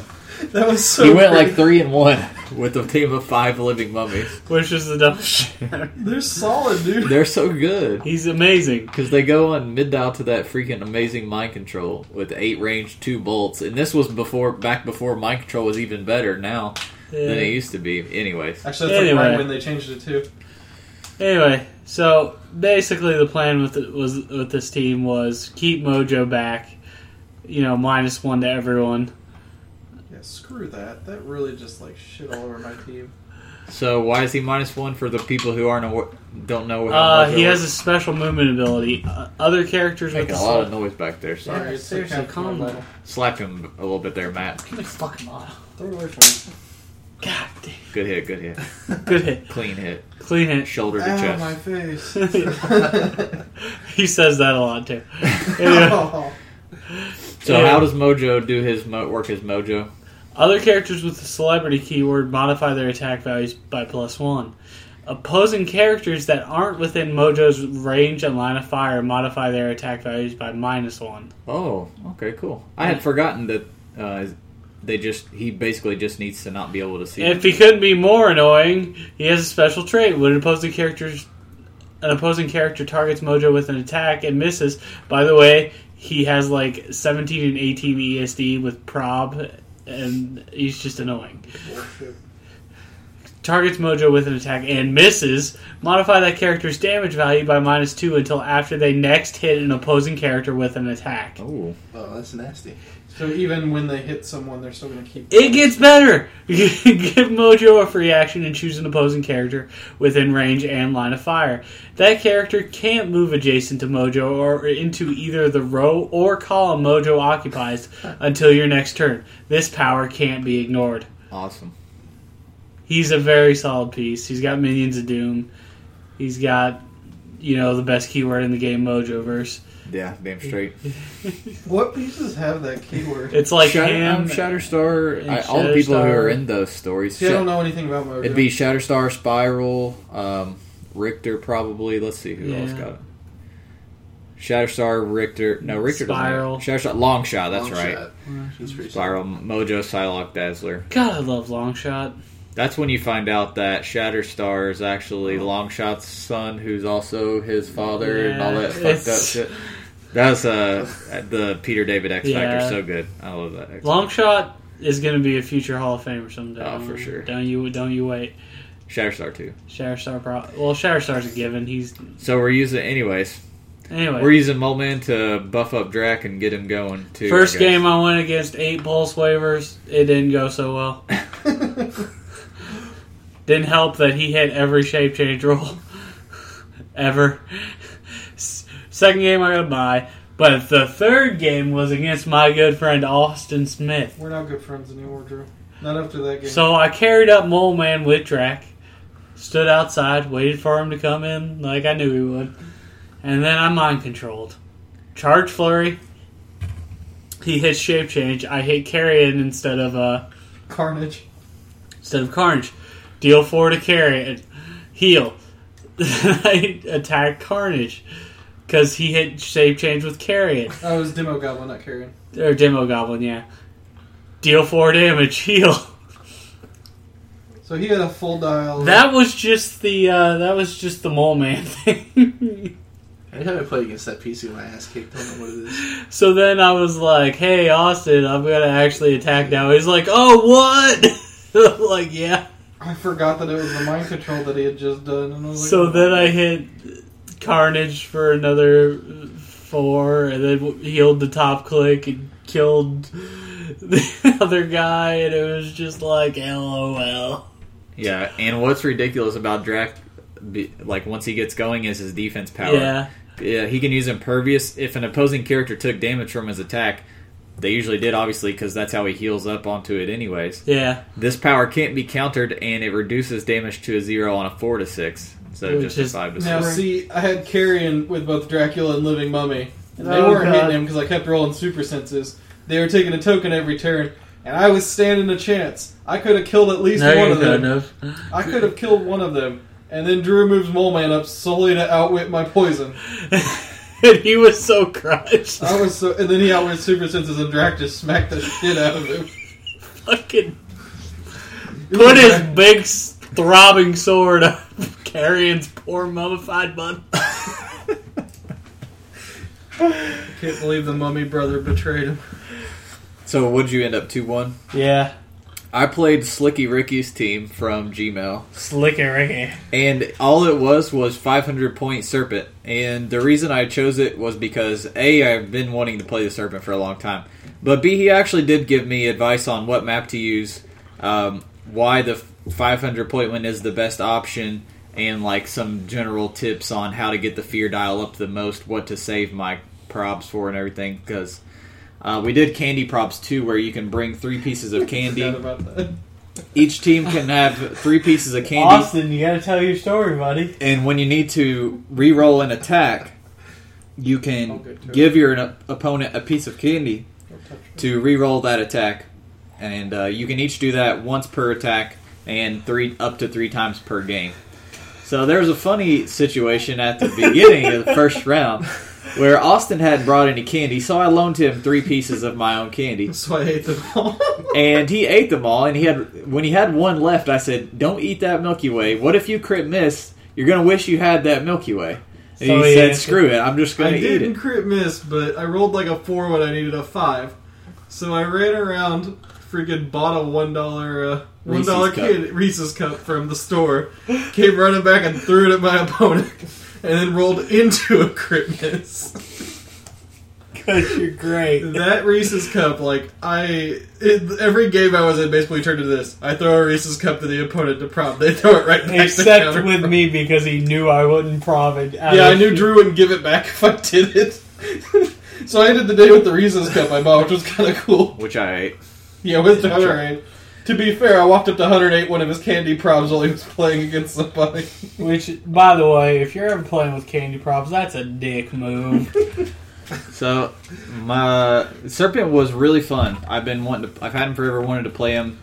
Speaker 4: That was so.
Speaker 3: He went like
Speaker 4: great.
Speaker 3: three and one with a team of five living mummies.
Speaker 6: which is the *laughs* dumb shit.
Speaker 4: They're solid, dude.
Speaker 3: They're so good
Speaker 6: He's amazing.
Speaker 3: because they go on mid dial to that freaking amazing mind control with eight range, two bolts. And this was before, back before mind control was even better now than it
Speaker 6: Yeah.
Speaker 3: used to be. Anyways,
Speaker 4: Actually, that's like
Speaker 6: Anyway.
Speaker 4: right when they changed it too.
Speaker 6: Uh, Anyway, so basically the plan with it was with this team was keep Mojo back, you know, minus one to everyone.
Speaker 4: Yeah, screw that. That really just like shit all over my team.
Speaker 3: so why is he minus one for the people who aren't awa- don't know? how
Speaker 6: Uh,
Speaker 3: Mojo
Speaker 6: he has a
Speaker 3: works?
Speaker 6: special movement ability. Uh, other characters with
Speaker 3: making
Speaker 6: the
Speaker 3: a lot of noise back there. Sorry,
Speaker 4: Sorry, it's
Speaker 6: seriously,
Speaker 4: like half
Speaker 6: calm
Speaker 4: my
Speaker 6: down.
Speaker 4: life.
Speaker 3: slap him a little bit there, Matt.
Speaker 6: Give me a fucking lot.
Speaker 4: Throw it away from me.
Speaker 6: God damn.
Speaker 3: Good hit, good hit,
Speaker 6: Good hit.
Speaker 3: clean hit,
Speaker 6: Clean hit.
Speaker 3: shoulder to
Speaker 4: Ow,
Speaker 3: chest. *laughs*
Speaker 4: my face. *laughs*
Speaker 6: he says that a lot too. Anyway,
Speaker 4: Oh.
Speaker 3: So
Speaker 6: Yeah.
Speaker 3: how does Mojo do his mo- work? His Mojo.
Speaker 6: other characters with the celebrity keyword modify their attack values by plus one. Opposing characters that aren't within Mojo's range and line of fire modify their attack values by minus one.
Speaker 3: Oh, okay, cool. I had forgotten that uh, they just he basically just needs to not be able to see.
Speaker 6: If he couldn't be more annoying, he has a special trait. When an opposing character's an opposing character targets Mojo with an attack and misses, by the way, he has like 17 and 18 ESD with prob, and he's just annoying. Targets Mojo with an attack and misses. Modify that character's damage value by minus two until after they next hit an opposing character with an attack.
Speaker 3: oh,
Speaker 5: Oh, that's nasty.
Speaker 4: So even when they hit someone, they're still gonna keep.
Speaker 6: It gets better. *laughs* Give Mojo a free action and choose an opposing character within range and line of fire. That character can't move adjacent to Mojo or into either the row or column Mojo occupies until your next turn. This power can't be ignored.
Speaker 3: awesome!
Speaker 6: He's a very solid piece. He's got Minions of Doom. He's got, you know, the best keyword in the game, Mojoverse.
Speaker 3: Yeah, damn straight.
Speaker 4: What pieces have that keyword?
Speaker 6: It's like
Speaker 3: Shatter- um,
Speaker 6: him.
Speaker 3: Shatterstar,
Speaker 6: and
Speaker 3: I, all the people who are
Speaker 6: Shatterstar.
Speaker 3: in those stories.
Speaker 4: See, I
Speaker 3: Sha-
Speaker 4: don't know anything about Mojo.
Speaker 3: It'd be Shatterstar, Spiral, um, Richter, probably. Let's see who else
Speaker 6: Yeah.
Speaker 3: got it. Shatterstar, Richter. No, Richter. doesn't have
Speaker 6: Spiral.
Speaker 3: it. Shatterstar, Long Shot. That's
Speaker 5: Long
Speaker 3: right.
Speaker 5: shot. She's pretty
Speaker 3: Spiral, Mojo, Psylocke, Dazzler.
Speaker 6: God, I love Longshot.
Speaker 3: That's when you find out that Shatterstar is actually
Speaker 6: Oh.
Speaker 3: Longshot's son, who's also his father, and all that
Speaker 6: Yeah,
Speaker 3: fucked up
Speaker 6: it's-
Speaker 3: shit. That was uh, the Peter David X
Speaker 6: Yeah.
Speaker 3: Factor. So good. I love that. X Factor.
Speaker 6: Longshot is going to be a future Hall of Famer someday.
Speaker 3: Oh, for sure.
Speaker 6: Don't you? Don't you wait.
Speaker 3: Shatterstar too.
Speaker 6: Shatterstar. Pro- well, Shatterstar's a given. He's
Speaker 3: So we're using, anyways.
Speaker 6: anyway.
Speaker 3: We're using Mole Man to buff up Drac and get him going too.
Speaker 6: First
Speaker 3: I guess.
Speaker 6: game I went against eight pulse waivers. It didn't go so
Speaker 3: *laughs*
Speaker 6: well. didn't help that he hit every shape change roll ever. S- Second game I got a buy, but the third game was against my good friend Austin Smith.
Speaker 4: We're not good friends anymore, Drew. Not after that game.
Speaker 6: So I carried up Mole Man with Drac, stood outside, waited for him to come in like I knew he would, and then I mind controlled. Charge Flurry. He hits shape change. I hit Carrion instead of uh
Speaker 4: Carnage.
Speaker 6: instead of Carnage. Deal four to Carrion. Heal. *laughs* I attack Carnage because he hit shape change with Carrion
Speaker 4: Oh, it was Demo Goblin, not Carrion.
Speaker 6: or Demo Goblin. Yeah. Deal four damage. *laughs* Heal.
Speaker 4: So he had a full dial.
Speaker 6: That was just the uh, that was just the mole man *laughs* thing.
Speaker 5: Every time I play against that PC, my ass kicked. I don't know what it is.
Speaker 6: so then I was like, "Hey, Austin, I'm gonna actually attack now." He's like, "Oh, what?" *laughs* I'm like, yeah.
Speaker 4: I forgot that it was the mind control that he had just done. And I was like,
Speaker 6: So then I hit Carnage for another four, and then healed the top click and killed the *laughs* other guy, and it was just like, "LOL."
Speaker 3: Yeah, and what's ridiculous about Drac, be- like once he gets going, is his defense power.
Speaker 6: Yeah,
Speaker 3: Yeah, he can use impervious if an opposing character took damage from his attack. They usually did, obviously, because that's how he heals up onto it, anyways.
Speaker 6: yeah.
Speaker 3: This power can't be countered, and it reduces damage to a zero on a four to six instead of
Speaker 6: Which
Speaker 3: just a
Speaker 6: is-
Speaker 3: five to
Speaker 4: Now,
Speaker 3: six.
Speaker 4: see, I had Carrion with both Dracula and Living Mummy. And they
Speaker 6: Oh,
Speaker 4: weren't
Speaker 6: God.
Speaker 4: hitting him because I kept rolling super senses. They were taking a token every turn. And I was standing a chance. I could have killed at least
Speaker 6: No,
Speaker 4: one
Speaker 6: you
Speaker 4: of them.
Speaker 6: couldn't have.
Speaker 4: I could have killed one of them. And then Drew moves Mole Man up solely to outwit my poison.
Speaker 6: *laughs* and he was so crushed.
Speaker 4: I was so, and then he outwits Super Senses and Drac just smacked the shit out of him.
Speaker 6: fucking put his big s- throbbing sword up *laughs* Carrion's poor mummified mother.
Speaker 4: Can't believe the Mummy brother betrayed him.
Speaker 3: So, would you end up two one?
Speaker 6: Yeah,
Speaker 3: I played Slicky Ricky's team from Gmail,
Speaker 6: slick and Ricky.
Speaker 3: and all it was was 500 point serpent and the reason i chose it was because a i've been wanting to play the serpent for a long time but b he actually did give me advice on what map to use um, why the 500 point one is the best option and like some general tips on how to get the fear dial up the most what to save my props for and everything because uh, we did candy props too where you can bring three pieces of
Speaker 4: Forgot *laughs*
Speaker 3: candy
Speaker 4: about that.
Speaker 3: each team can have three pieces of candy
Speaker 6: Austin, you gotta tell your story, buddy.
Speaker 3: and when you need to re-roll an attack, you
Speaker 4: I'll
Speaker 3: can
Speaker 4: get to it.
Speaker 3: give your op- opponent a piece of candy
Speaker 4: Oh, Don't touch me.
Speaker 3: to re-roll that attack, and uh, you can each do that once per attack and three up to three times per game. So there was a funny situation at the beginning of the first round where Austin hadn't brought any candy, so I loaned him three pieces of my own candy
Speaker 4: That's why I hate them
Speaker 3: *laughs*
Speaker 4: all.
Speaker 3: and he ate them all. And he had when he had one left, I said, "Don't eat that Milky Way. What if you crit miss? You're gonna wish you had that Milky Way." And
Speaker 6: So
Speaker 3: he
Speaker 6: he
Speaker 3: said,
Speaker 6: answered-
Speaker 3: "Screw it. I'm just
Speaker 4: I
Speaker 3: gonna eat
Speaker 4: didn't
Speaker 3: it."
Speaker 4: crit miss, but I rolled like a four when I needed a five. So I ran around, freaking bought a one dollar, uh, one
Speaker 3: Reese's
Speaker 4: dollar
Speaker 3: cup.
Speaker 4: kid Reese's cup from the store. Came running back and threw it at my *laughs* opponent, and then rolled into a crit miss.
Speaker 6: Cause
Speaker 4: *laughs*
Speaker 6: you're great.
Speaker 4: That Reese's cup, like I, it, every game I was in, basically turned into this. I throw a Reese's cup to the opponent to prop. They throw it right back. to the
Speaker 6: Except
Speaker 4: counter.
Speaker 6: with me because he knew I wouldn't profit.
Speaker 4: Yeah, I knew Drew wouldn't give it back *laughs* if I did it. *laughs* so I ended the day with the Reese's cup I bought, which was kind of cool.
Speaker 3: Which I ate.
Speaker 4: Yeah, with the Hunter Aid. To be fair, I walked up to 108 one of his candy props while he was playing against somebody. *laughs* *laughs*
Speaker 6: Which, by the way, if you're ever playing with candy props, that's a dick move.
Speaker 3: So my Serpent was really fun. I've been wanting to. I've had him forever. Wanted to play him.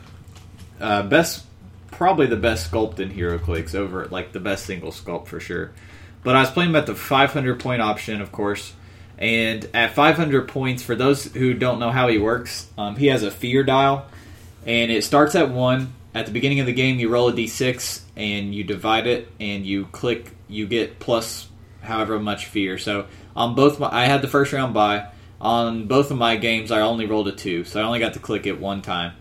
Speaker 3: Uh, best, probably the best sculpt in HeroClix over like the best single sculpt for sure. But I was playing him at the 500 point option, of course. And at 500 points, for those who don't know how he works, um, he has a fear dial, and it starts at one. At the beginning of the game, you roll a d6 and you divide it, and you click. You get plus however much fear. So on both, my, I had the first round by. On both of my games, I only rolled a two, so I only got to click it one time.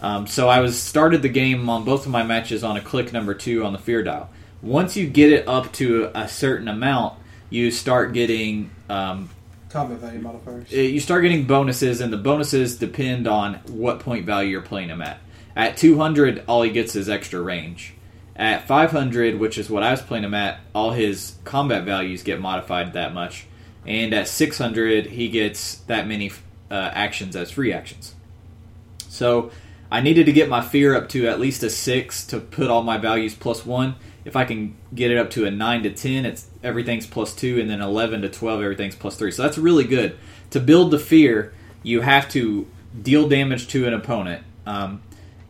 Speaker 3: Um, so I was started the game on both of my matches on a click number two on the fear dial. Once you get it up to a certain amount, you start getting um,
Speaker 4: Combat value modifiers.
Speaker 3: uh, you start getting bonuses, and the bonuses depend on what point value you're playing him at. At 200, all he gets is extra range. At 500, which is what I was playing him at, all his combat values get modified that much. And at 600, he gets that many uh, actions as free actions. So I needed to get my fear up to at least a six to put all my values plus one. If I can get it up to a nine to ten, it's everything's plus two, and then eleven to twelve, everything's plus three. So that's really good. To build the fear, you have to deal damage to an opponent. Um,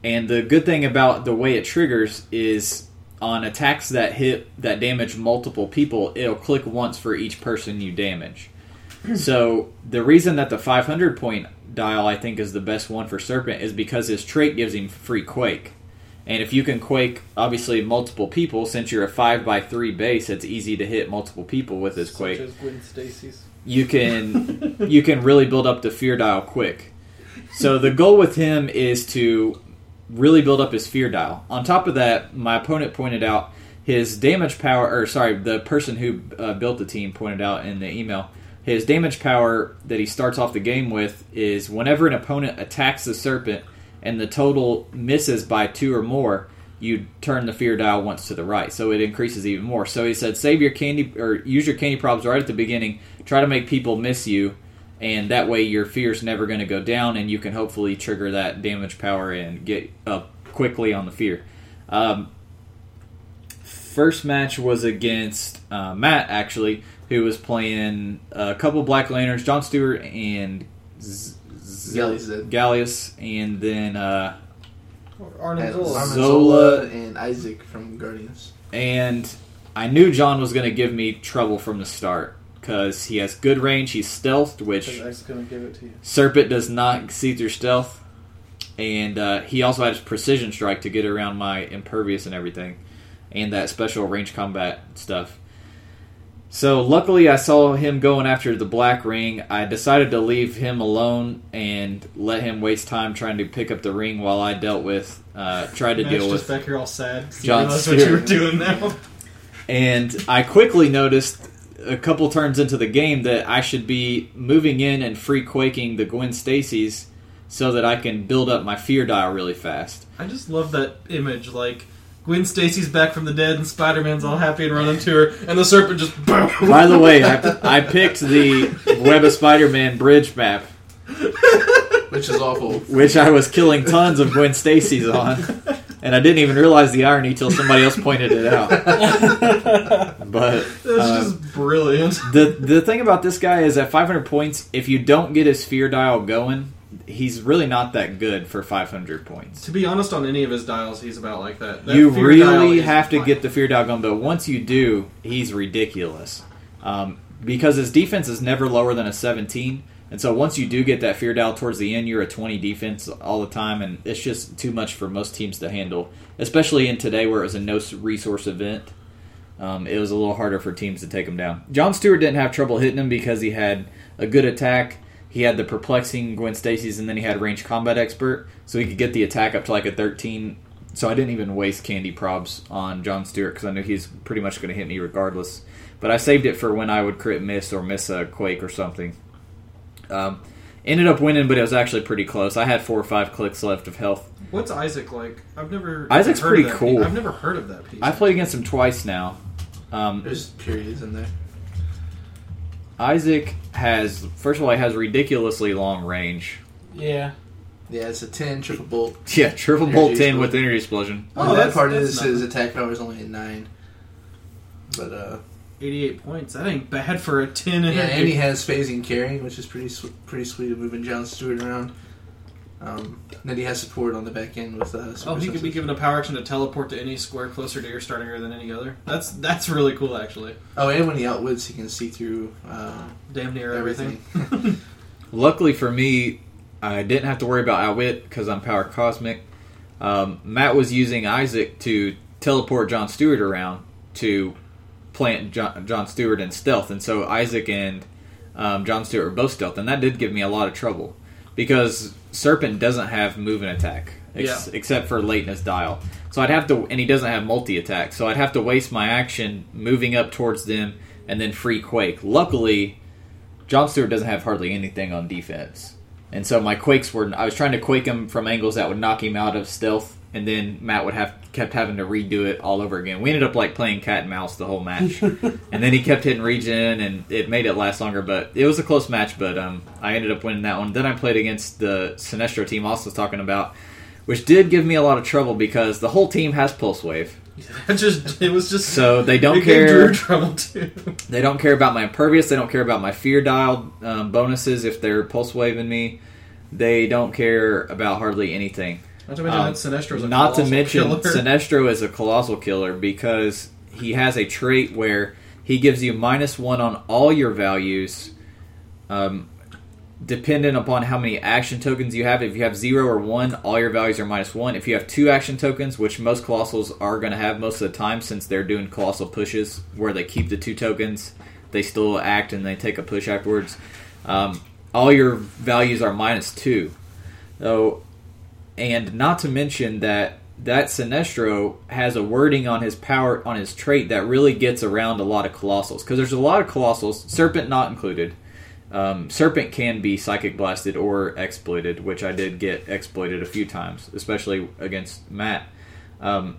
Speaker 3: and the good thing about the way it triggers is on attacks that hit that damage multiple people, it'll click once for each person you damage. So the reason that the 500 point dial I think is the best one for Serpent is because his trait gives him free quake, and if you can quake obviously multiple people, since you're a five by three base, it's easy to hit multiple people with his quake.
Speaker 4: Such as Gwen Stacy's.
Speaker 3: You can you can really build up the fear dial quick. So the goal with him is to really build up his fear dial. On top of that, my opponent pointed out his damage power, or sorry, the person who uh, built the team pointed out in the email, his damage power that he starts off the game with is whenever an opponent attacks the serpent and the total misses by two or more, you turn the fear dial once to the right, so it increases even more. So he said, save your candy or use your candy props right at the beginning. Try to make people miss you, and that way your fear's never going to go down, and you can hopefully trigger that damage power and get up quickly on the fear. Um, first match was against uh, Matt actually, who was playing a couple Black Lanterns, John Stewart and Z- Z-
Speaker 5: Gally Zed.
Speaker 3: Gallius, and then. Uh,
Speaker 4: Arnim
Speaker 5: And
Speaker 3: Zola.
Speaker 4: Zola.
Speaker 5: Zola and Isaac from Guardians.
Speaker 3: and I knew John was going to give me trouble from the start because he has good range. He's stealthed, which
Speaker 4: Because X is going to give it to you.
Speaker 3: Serpent does not see through stealth, and uh, he also has precision strike to get around my impervious and everything, and that special range combat stuff. So luckily, I saw him going after the black ring. I decided to leave him alone and let him waste time trying to pick up the ring while I dealt with, uh, tried to
Speaker 4: Matt's
Speaker 3: deal
Speaker 4: just
Speaker 3: with
Speaker 4: back here all sad.
Speaker 3: John
Speaker 4: That's what you
Speaker 3: Stewart.
Speaker 4: were doing now.
Speaker 3: and I quickly noticed a couple turns into the game that I should be moving in and free quaking the Gwen Stacy's so that I can build up my fear dial really fast.
Speaker 4: I just love that image. Like, Gwen Stacy's back from the dead, and Spider Man's all happy and running to her, and the serpent just boom.
Speaker 3: By the way, I, I picked the Web of Spider-Man bridge map,
Speaker 5: Which is awful.
Speaker 3: which I was killing tons of Gwen Stacy's on, and I didn't even realize the irony till somebody else pointed it
Speaker 4: *laughs*
Speaker 3: out. But
Speaker 4: That's
Speaker 3: um,
Speaker 4: just brilliant.
Speaker 3: the the thing about this guy is at 500 points, if you don't get his fear dial going, he's really not that good for 500 points.
Speaker 4: To be honest, on any of his dials, he's about like that. That
Speaker 3: You
Speaker 4: fear dial
Speaker 3: really
Speaker 4: is
Speaker 3: have to
Speaker 4: fine.
Speaker 3: get the fear dial going, but once you do, he's ridiculous. Um, because his defense is never lower than a 17, and so once you do get that fear dial towards the end, you're a 20 defense all the time, and it's just too much for most teams to handle, especially in today where it was a no resource event. Um, it was a little harder for teams to take him down. John Stewart didn't have trouble hitting him because he had a good attack. He had the perplexing Gwen Stacy's, and then he had range combat expert, so he could get the attack up to like a 13. So I didn't even waste candy probs on John Stewart because I knew he's pretty much going to hit me regardless. But I saved it for when I would crit miss or miss a quake or something. Um, ended up winning, but it was actually pretty close. I had four or five clicks left of health.
Speaker 4: What's Isaac like? I've never.
Speaker 3: Isaac's
Speaker 4: heard
Speaker 3: pretty
Speaker 4: of that
Speaker 3: cool.
Speaker 4: piece. I've never heard of that piece.
Speaker 3: I played against him twice now. Um,
Speaker 5: There's periods in there.
Speaker 3: Isaac has first of all he has ridiculously long range. *laughs*
Speaker 6: Yeah.
Speaker 5: Yeah, it's a 10 triple bolt.
Speaker 3: Yeah, triple
Speaker 5: Energy
Speaker 3: bolt ten
Speaker 5: explosion.
Speaker 3: with energy explosion.
Speaker 4: Oh,
Speaker 5: Only
Speaker 4: that's-
Speaker 5: bad part
Speaker 4: that's
Speaker 5: is
Speaker 4: not- *laughs*
Speaker 5: his attack power is only at 9. But, uh,
Speaker 4: 88 points. That ain't bad for a 10 and
Speaker 5: Yeah,
Speaker 4: an
Speaker 5: and he
Speaker 4: 8.
Speaker 5: has phasing carrying, which is pretty sw- pretty sweet of moving John Stewart around. Um, and then he has support on the back end with uh,
Speaker 4: Oh, he could be given a power action to teleport to any square closer to your starting area than any other. That's that's really cool, actually.
Speaker 5: Oh, and when he outwits, he can see through uh,
Speaker 4: Damn near everything.
Speaker 5: everything.
Speaker 3: Luckily for me, I didn't have to worry about Outwit because I'm Power Cosmic. Um, Matt was using Isaac to teleport John Stewart around to plant John, John Stewart in stealth, and so Isaac and um, John Stewart were both stealth, and that did give me a lot of trouble because Serpent doesn't have move and attack ex- except for lateness dial. So I'd have to, and he doesn't have multi attack, so I'd have to waste my action moving up towards them and then free quake. Luckily, John Stewart doesn't have hardly anything on defense, and so my quakes were. I was trying to quake him from angles that would knock him out of stealth, and then Matt would have kept having to redo it all over again. We ended up like playing cat and mouse the whole match, and then he kept hitting region, and it made it last longer. But it was a close match, but um, I ended up winning that one. Then I played against the Sinestro team, also talking about, which did give me a lot of trouble because the whole team has pulse wave,
Speaker 4: That just *laughs* it was just
Speaker 3: so they don't
Speaker 4: it gave
Speaker 3: care.
Speaker 4: Drew trouble too.
Speaker 3: They don't care about my impervious. They don't care about my fear dial um, bonuses if they're pulse waving me. They don't care about hardly anything.
Speaker 4: Not to mention
Speaker 3: Um,
Speaker 4: that Sinestro's a
Speaker 3: Not to
Speaker 4: colossal
Speaker 3: mention,
Speaker 4: killer. *laughs*
Speaker 3: Sinestro is a colossal killer because he has a trait where he gives you minus one on all your values, um, dependent upon how many action tokens you have. If you have zero or one, all your values are minus one. If you have two action tokens, which most colossals are going to have most of the time since they're doing colossal pushes where they keep the two tokens, they still act and they take a push afterwards. Um, all your values are minus two. So and not to mention that that Sinestro has a wording on his power on his trait that really gets around a lot of colossals because there's a lot of colossals, serpent not included. Um, serpent can be psychic blasted or exploited, which I did get exploited a few times, especially against Matt. Um,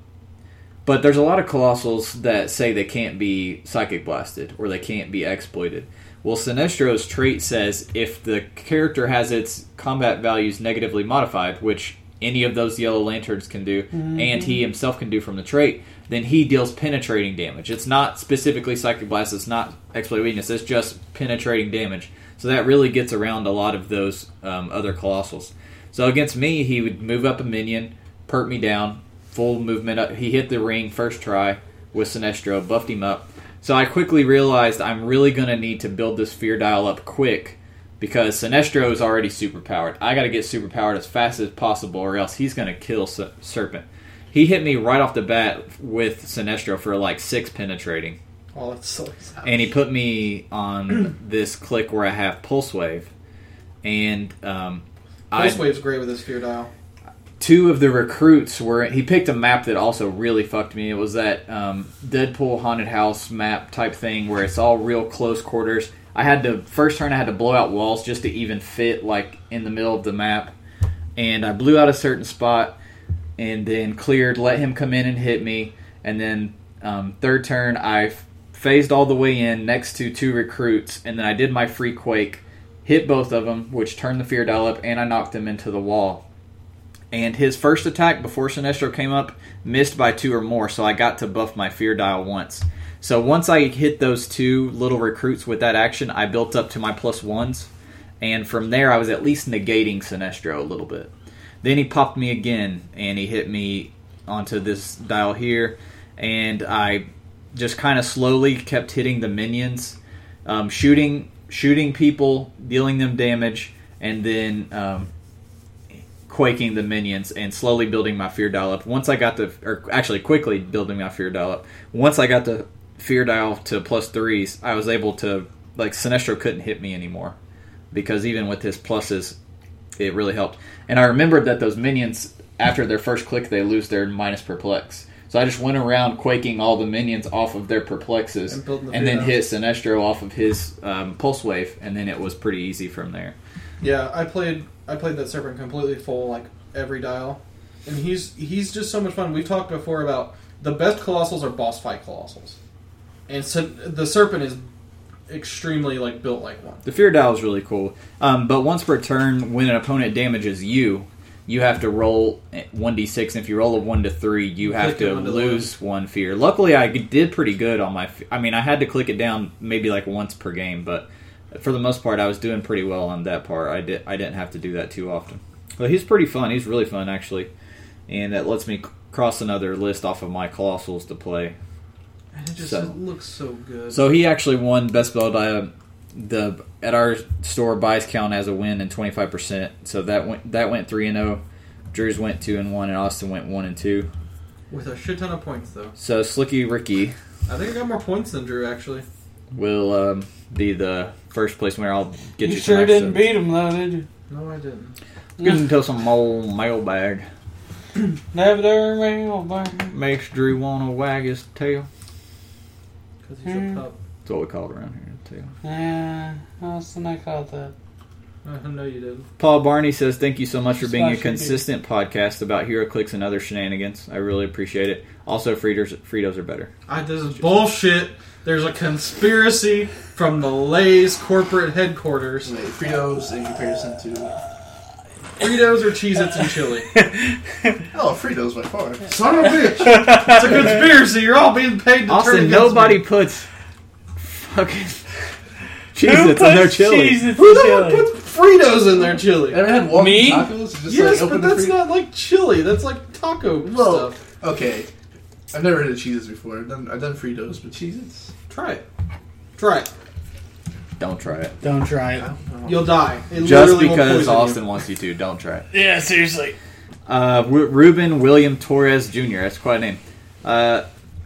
Speaker 3: but there's a lot of colossals that say they can't be psychic blasted or they can't be exploited. Well, Sinestro's trait says if the character has its combat values negatively modified, which any of those yellow lanterns can do, and he himself can do from the trait, then he deals penetrating damage. It's not specifically psychic blast, it's not exploit weakness, it's just penetrating damage. So that really gets around a lot of those um, other colossals. So against me, he would move up a minion, perk me down, full movement up. He hit the ring first try with Sinestro, buffed him up. So I quickly realized I'm really going to need to build this fear dial up quick because Sinestro is already superpowered. I got to get superpowered as fast as possible or else he's going to kill Se- Serpent. He hit me right off the bat with Sinestro for like six penetrating.
Speaker 4: oh, that sucks.
Speaker 3: And he put me on this click where I have Pulse Wave. And um, I
Speaker 4: Pulse wave's great with his fear dial.
Speaker 3: two of the recruits were he picked a map that also really fucked me it was that um, deadpool haunted house map type thing where it's all real close quarters i had to first turn i had to blow out walls just to even fit like in the middle of the map and i blew out a certain spot and then cleared let him come in and hit me and then um, third turn i f- phased all the way in next to two recruits and then i did my free quake hit both of them which turned the fear dial up and i knocked them into the wall and his first attack before Sinestro came up missed by two or more, so I got to buff my fear dial once. So once I hit those two little recruits with that action, I built up to my plus ones, and from there I was at least negating Sinestro a little bit. Then he popped me again, and he hit me onto this dial here, and I just kind of slowly kept hitting the minions, um, shooting shooting people, dealing them damage, and then um, quaking the minions and slowly building my fear dial up. Once I got the, or actually quickly building my fear dial up. Once I got the fear dial to plus threes, I was able to like Sinestro couldn't hit me anymore because even with his pluses, it really helped. And I remembered that those minions after their first click they lose their minus perplex. So I just went around quaking all the minions off of their perplexes
Speaker 4: And building the
Speaker 3: and then
Speaker 4: fear
Speaker 3: hit Sinestro off of his um, pulse wave, and then it was pretty easy from there.
Speaker 4: Yeah, I played I played that serpent completely full, like every dial, and he's he's just so much fun. We've talked before about the best colossals are boss fight colossals, and so the serpent is extremely like built like one.
Speaker 3: The fear dial is really cool. Um, but once per turn, when an opponent damages you, you have to roll one d six, and if you roll a one to three, you have
Speaker 4: Click it
Speaker 3: to
Speaker 4: onto the
Speaker 3: lose one fear. Luckily, I did pretty good on my. f- I mean, I had to click it down maybe like once per game, but for the most part, I was doing pretty well on that part. I did. I didn't have to do that too often. But he's pretty fun. He's really fun actually, and that lets me c- cross another list off of my colossals to play.
Speaker 4: And it just
Speaker 3: So-
Speaker 4: it looks so good.
Speaker 3: So he actually won best build. Uh, the at our store buys count as a win and twenty five percent. So that went that went three and zero. Drews went two and one, and Austin went one and two.
Speaker 4: with a shit ton of points, though.
Speaker 3: So Slicky Ricky
Speaker 4: I think I got more points than Drew actually.
Speaker 3: will um, be the first place winner. I'll get you.
Speaker 6: you sure
Speaker 3: some
Speaker 6: didn't
Speaker 3: extra-
Speaker 6: beat him though, did you?
Speaker 4: No, I didn't.
Speaker 3: Get into some old mailbag.
Speaker 6: Never ever ring back.
Speaker 3: Makes Drew wanna wag his tail.
Speaker 4: Because he's
Speaker 6: Hmm.
Speaker 4: a pup.
Speaker 3: That's what we call it around here. Tail.
Speaker 6: Yeah, how's the neck out that?
Speaker 4: I know Uh, you did.
Speaker 3: Paul Barney says, Thank you so much for being a
Speaker 6: Slash Ricky.
Speaker 3: consistent podcast about HeroClix and other shenanigans. I really appreciate it. Also, Fritos, Fritos are better.
Speaker 4: I this is bullshit. There's a conspiracy from the Lay's corporate headquarters.
Speaker 5: Wait, Fritos in comparison to.
Speaker 4: Fritos or Cheez-Its and chili.
Speaker 5: Oh, Fritos by far. Son of a
Speaker 4: *laughs*
Speaker 5: bitch!
Speaker 4: It's a conspiracy. You're all being paid to turn
Speaker 3: Austin,
Speaker 4: against
Speaker 3: nobody
Speaker 4: me.
Speaker 3: puts fucking Cheez-Its in their chili.
Speaker 6: Cheez-Its
Speaker 4: Who
Speaker 6: in
Speaker 4: the hell
Speaker 6: chili?
Speaker 4: puts Fritos in their chili?
Speaker 5: Ever had walking
Speaker 6: Me?
Speaker 5: tacos? Just
Speaker 4: yes,
Speaker 5: like
Speaker 4: but
Speaker 5: open the
Speaker 4: that's
Speaker 5: fri-
Speaker 4: not like chili. That's like taco
Speaker 5: Well,
Speaker 4: stuff.
Speaker 5: okay. I've never heard of Cheez-Its before. I've done, I've done Fritos, but Cheez-Its?
Speaker 4: Try it. Try it.
Speaker 3: Don't try it.
Speaker 6: Don't try it.
Speaker 4: You'll die. It
Speaker 3: Just
Speaker 4: literally will
Speaker 3: because
Speaker 4: poison
Speaker 3: Austin wants you to, don't try it.
Speaker 6: Yeah, seriously.
Speaker 3: Uh, Ru- Ruben William Torres Jr. That's quite a name. Uh,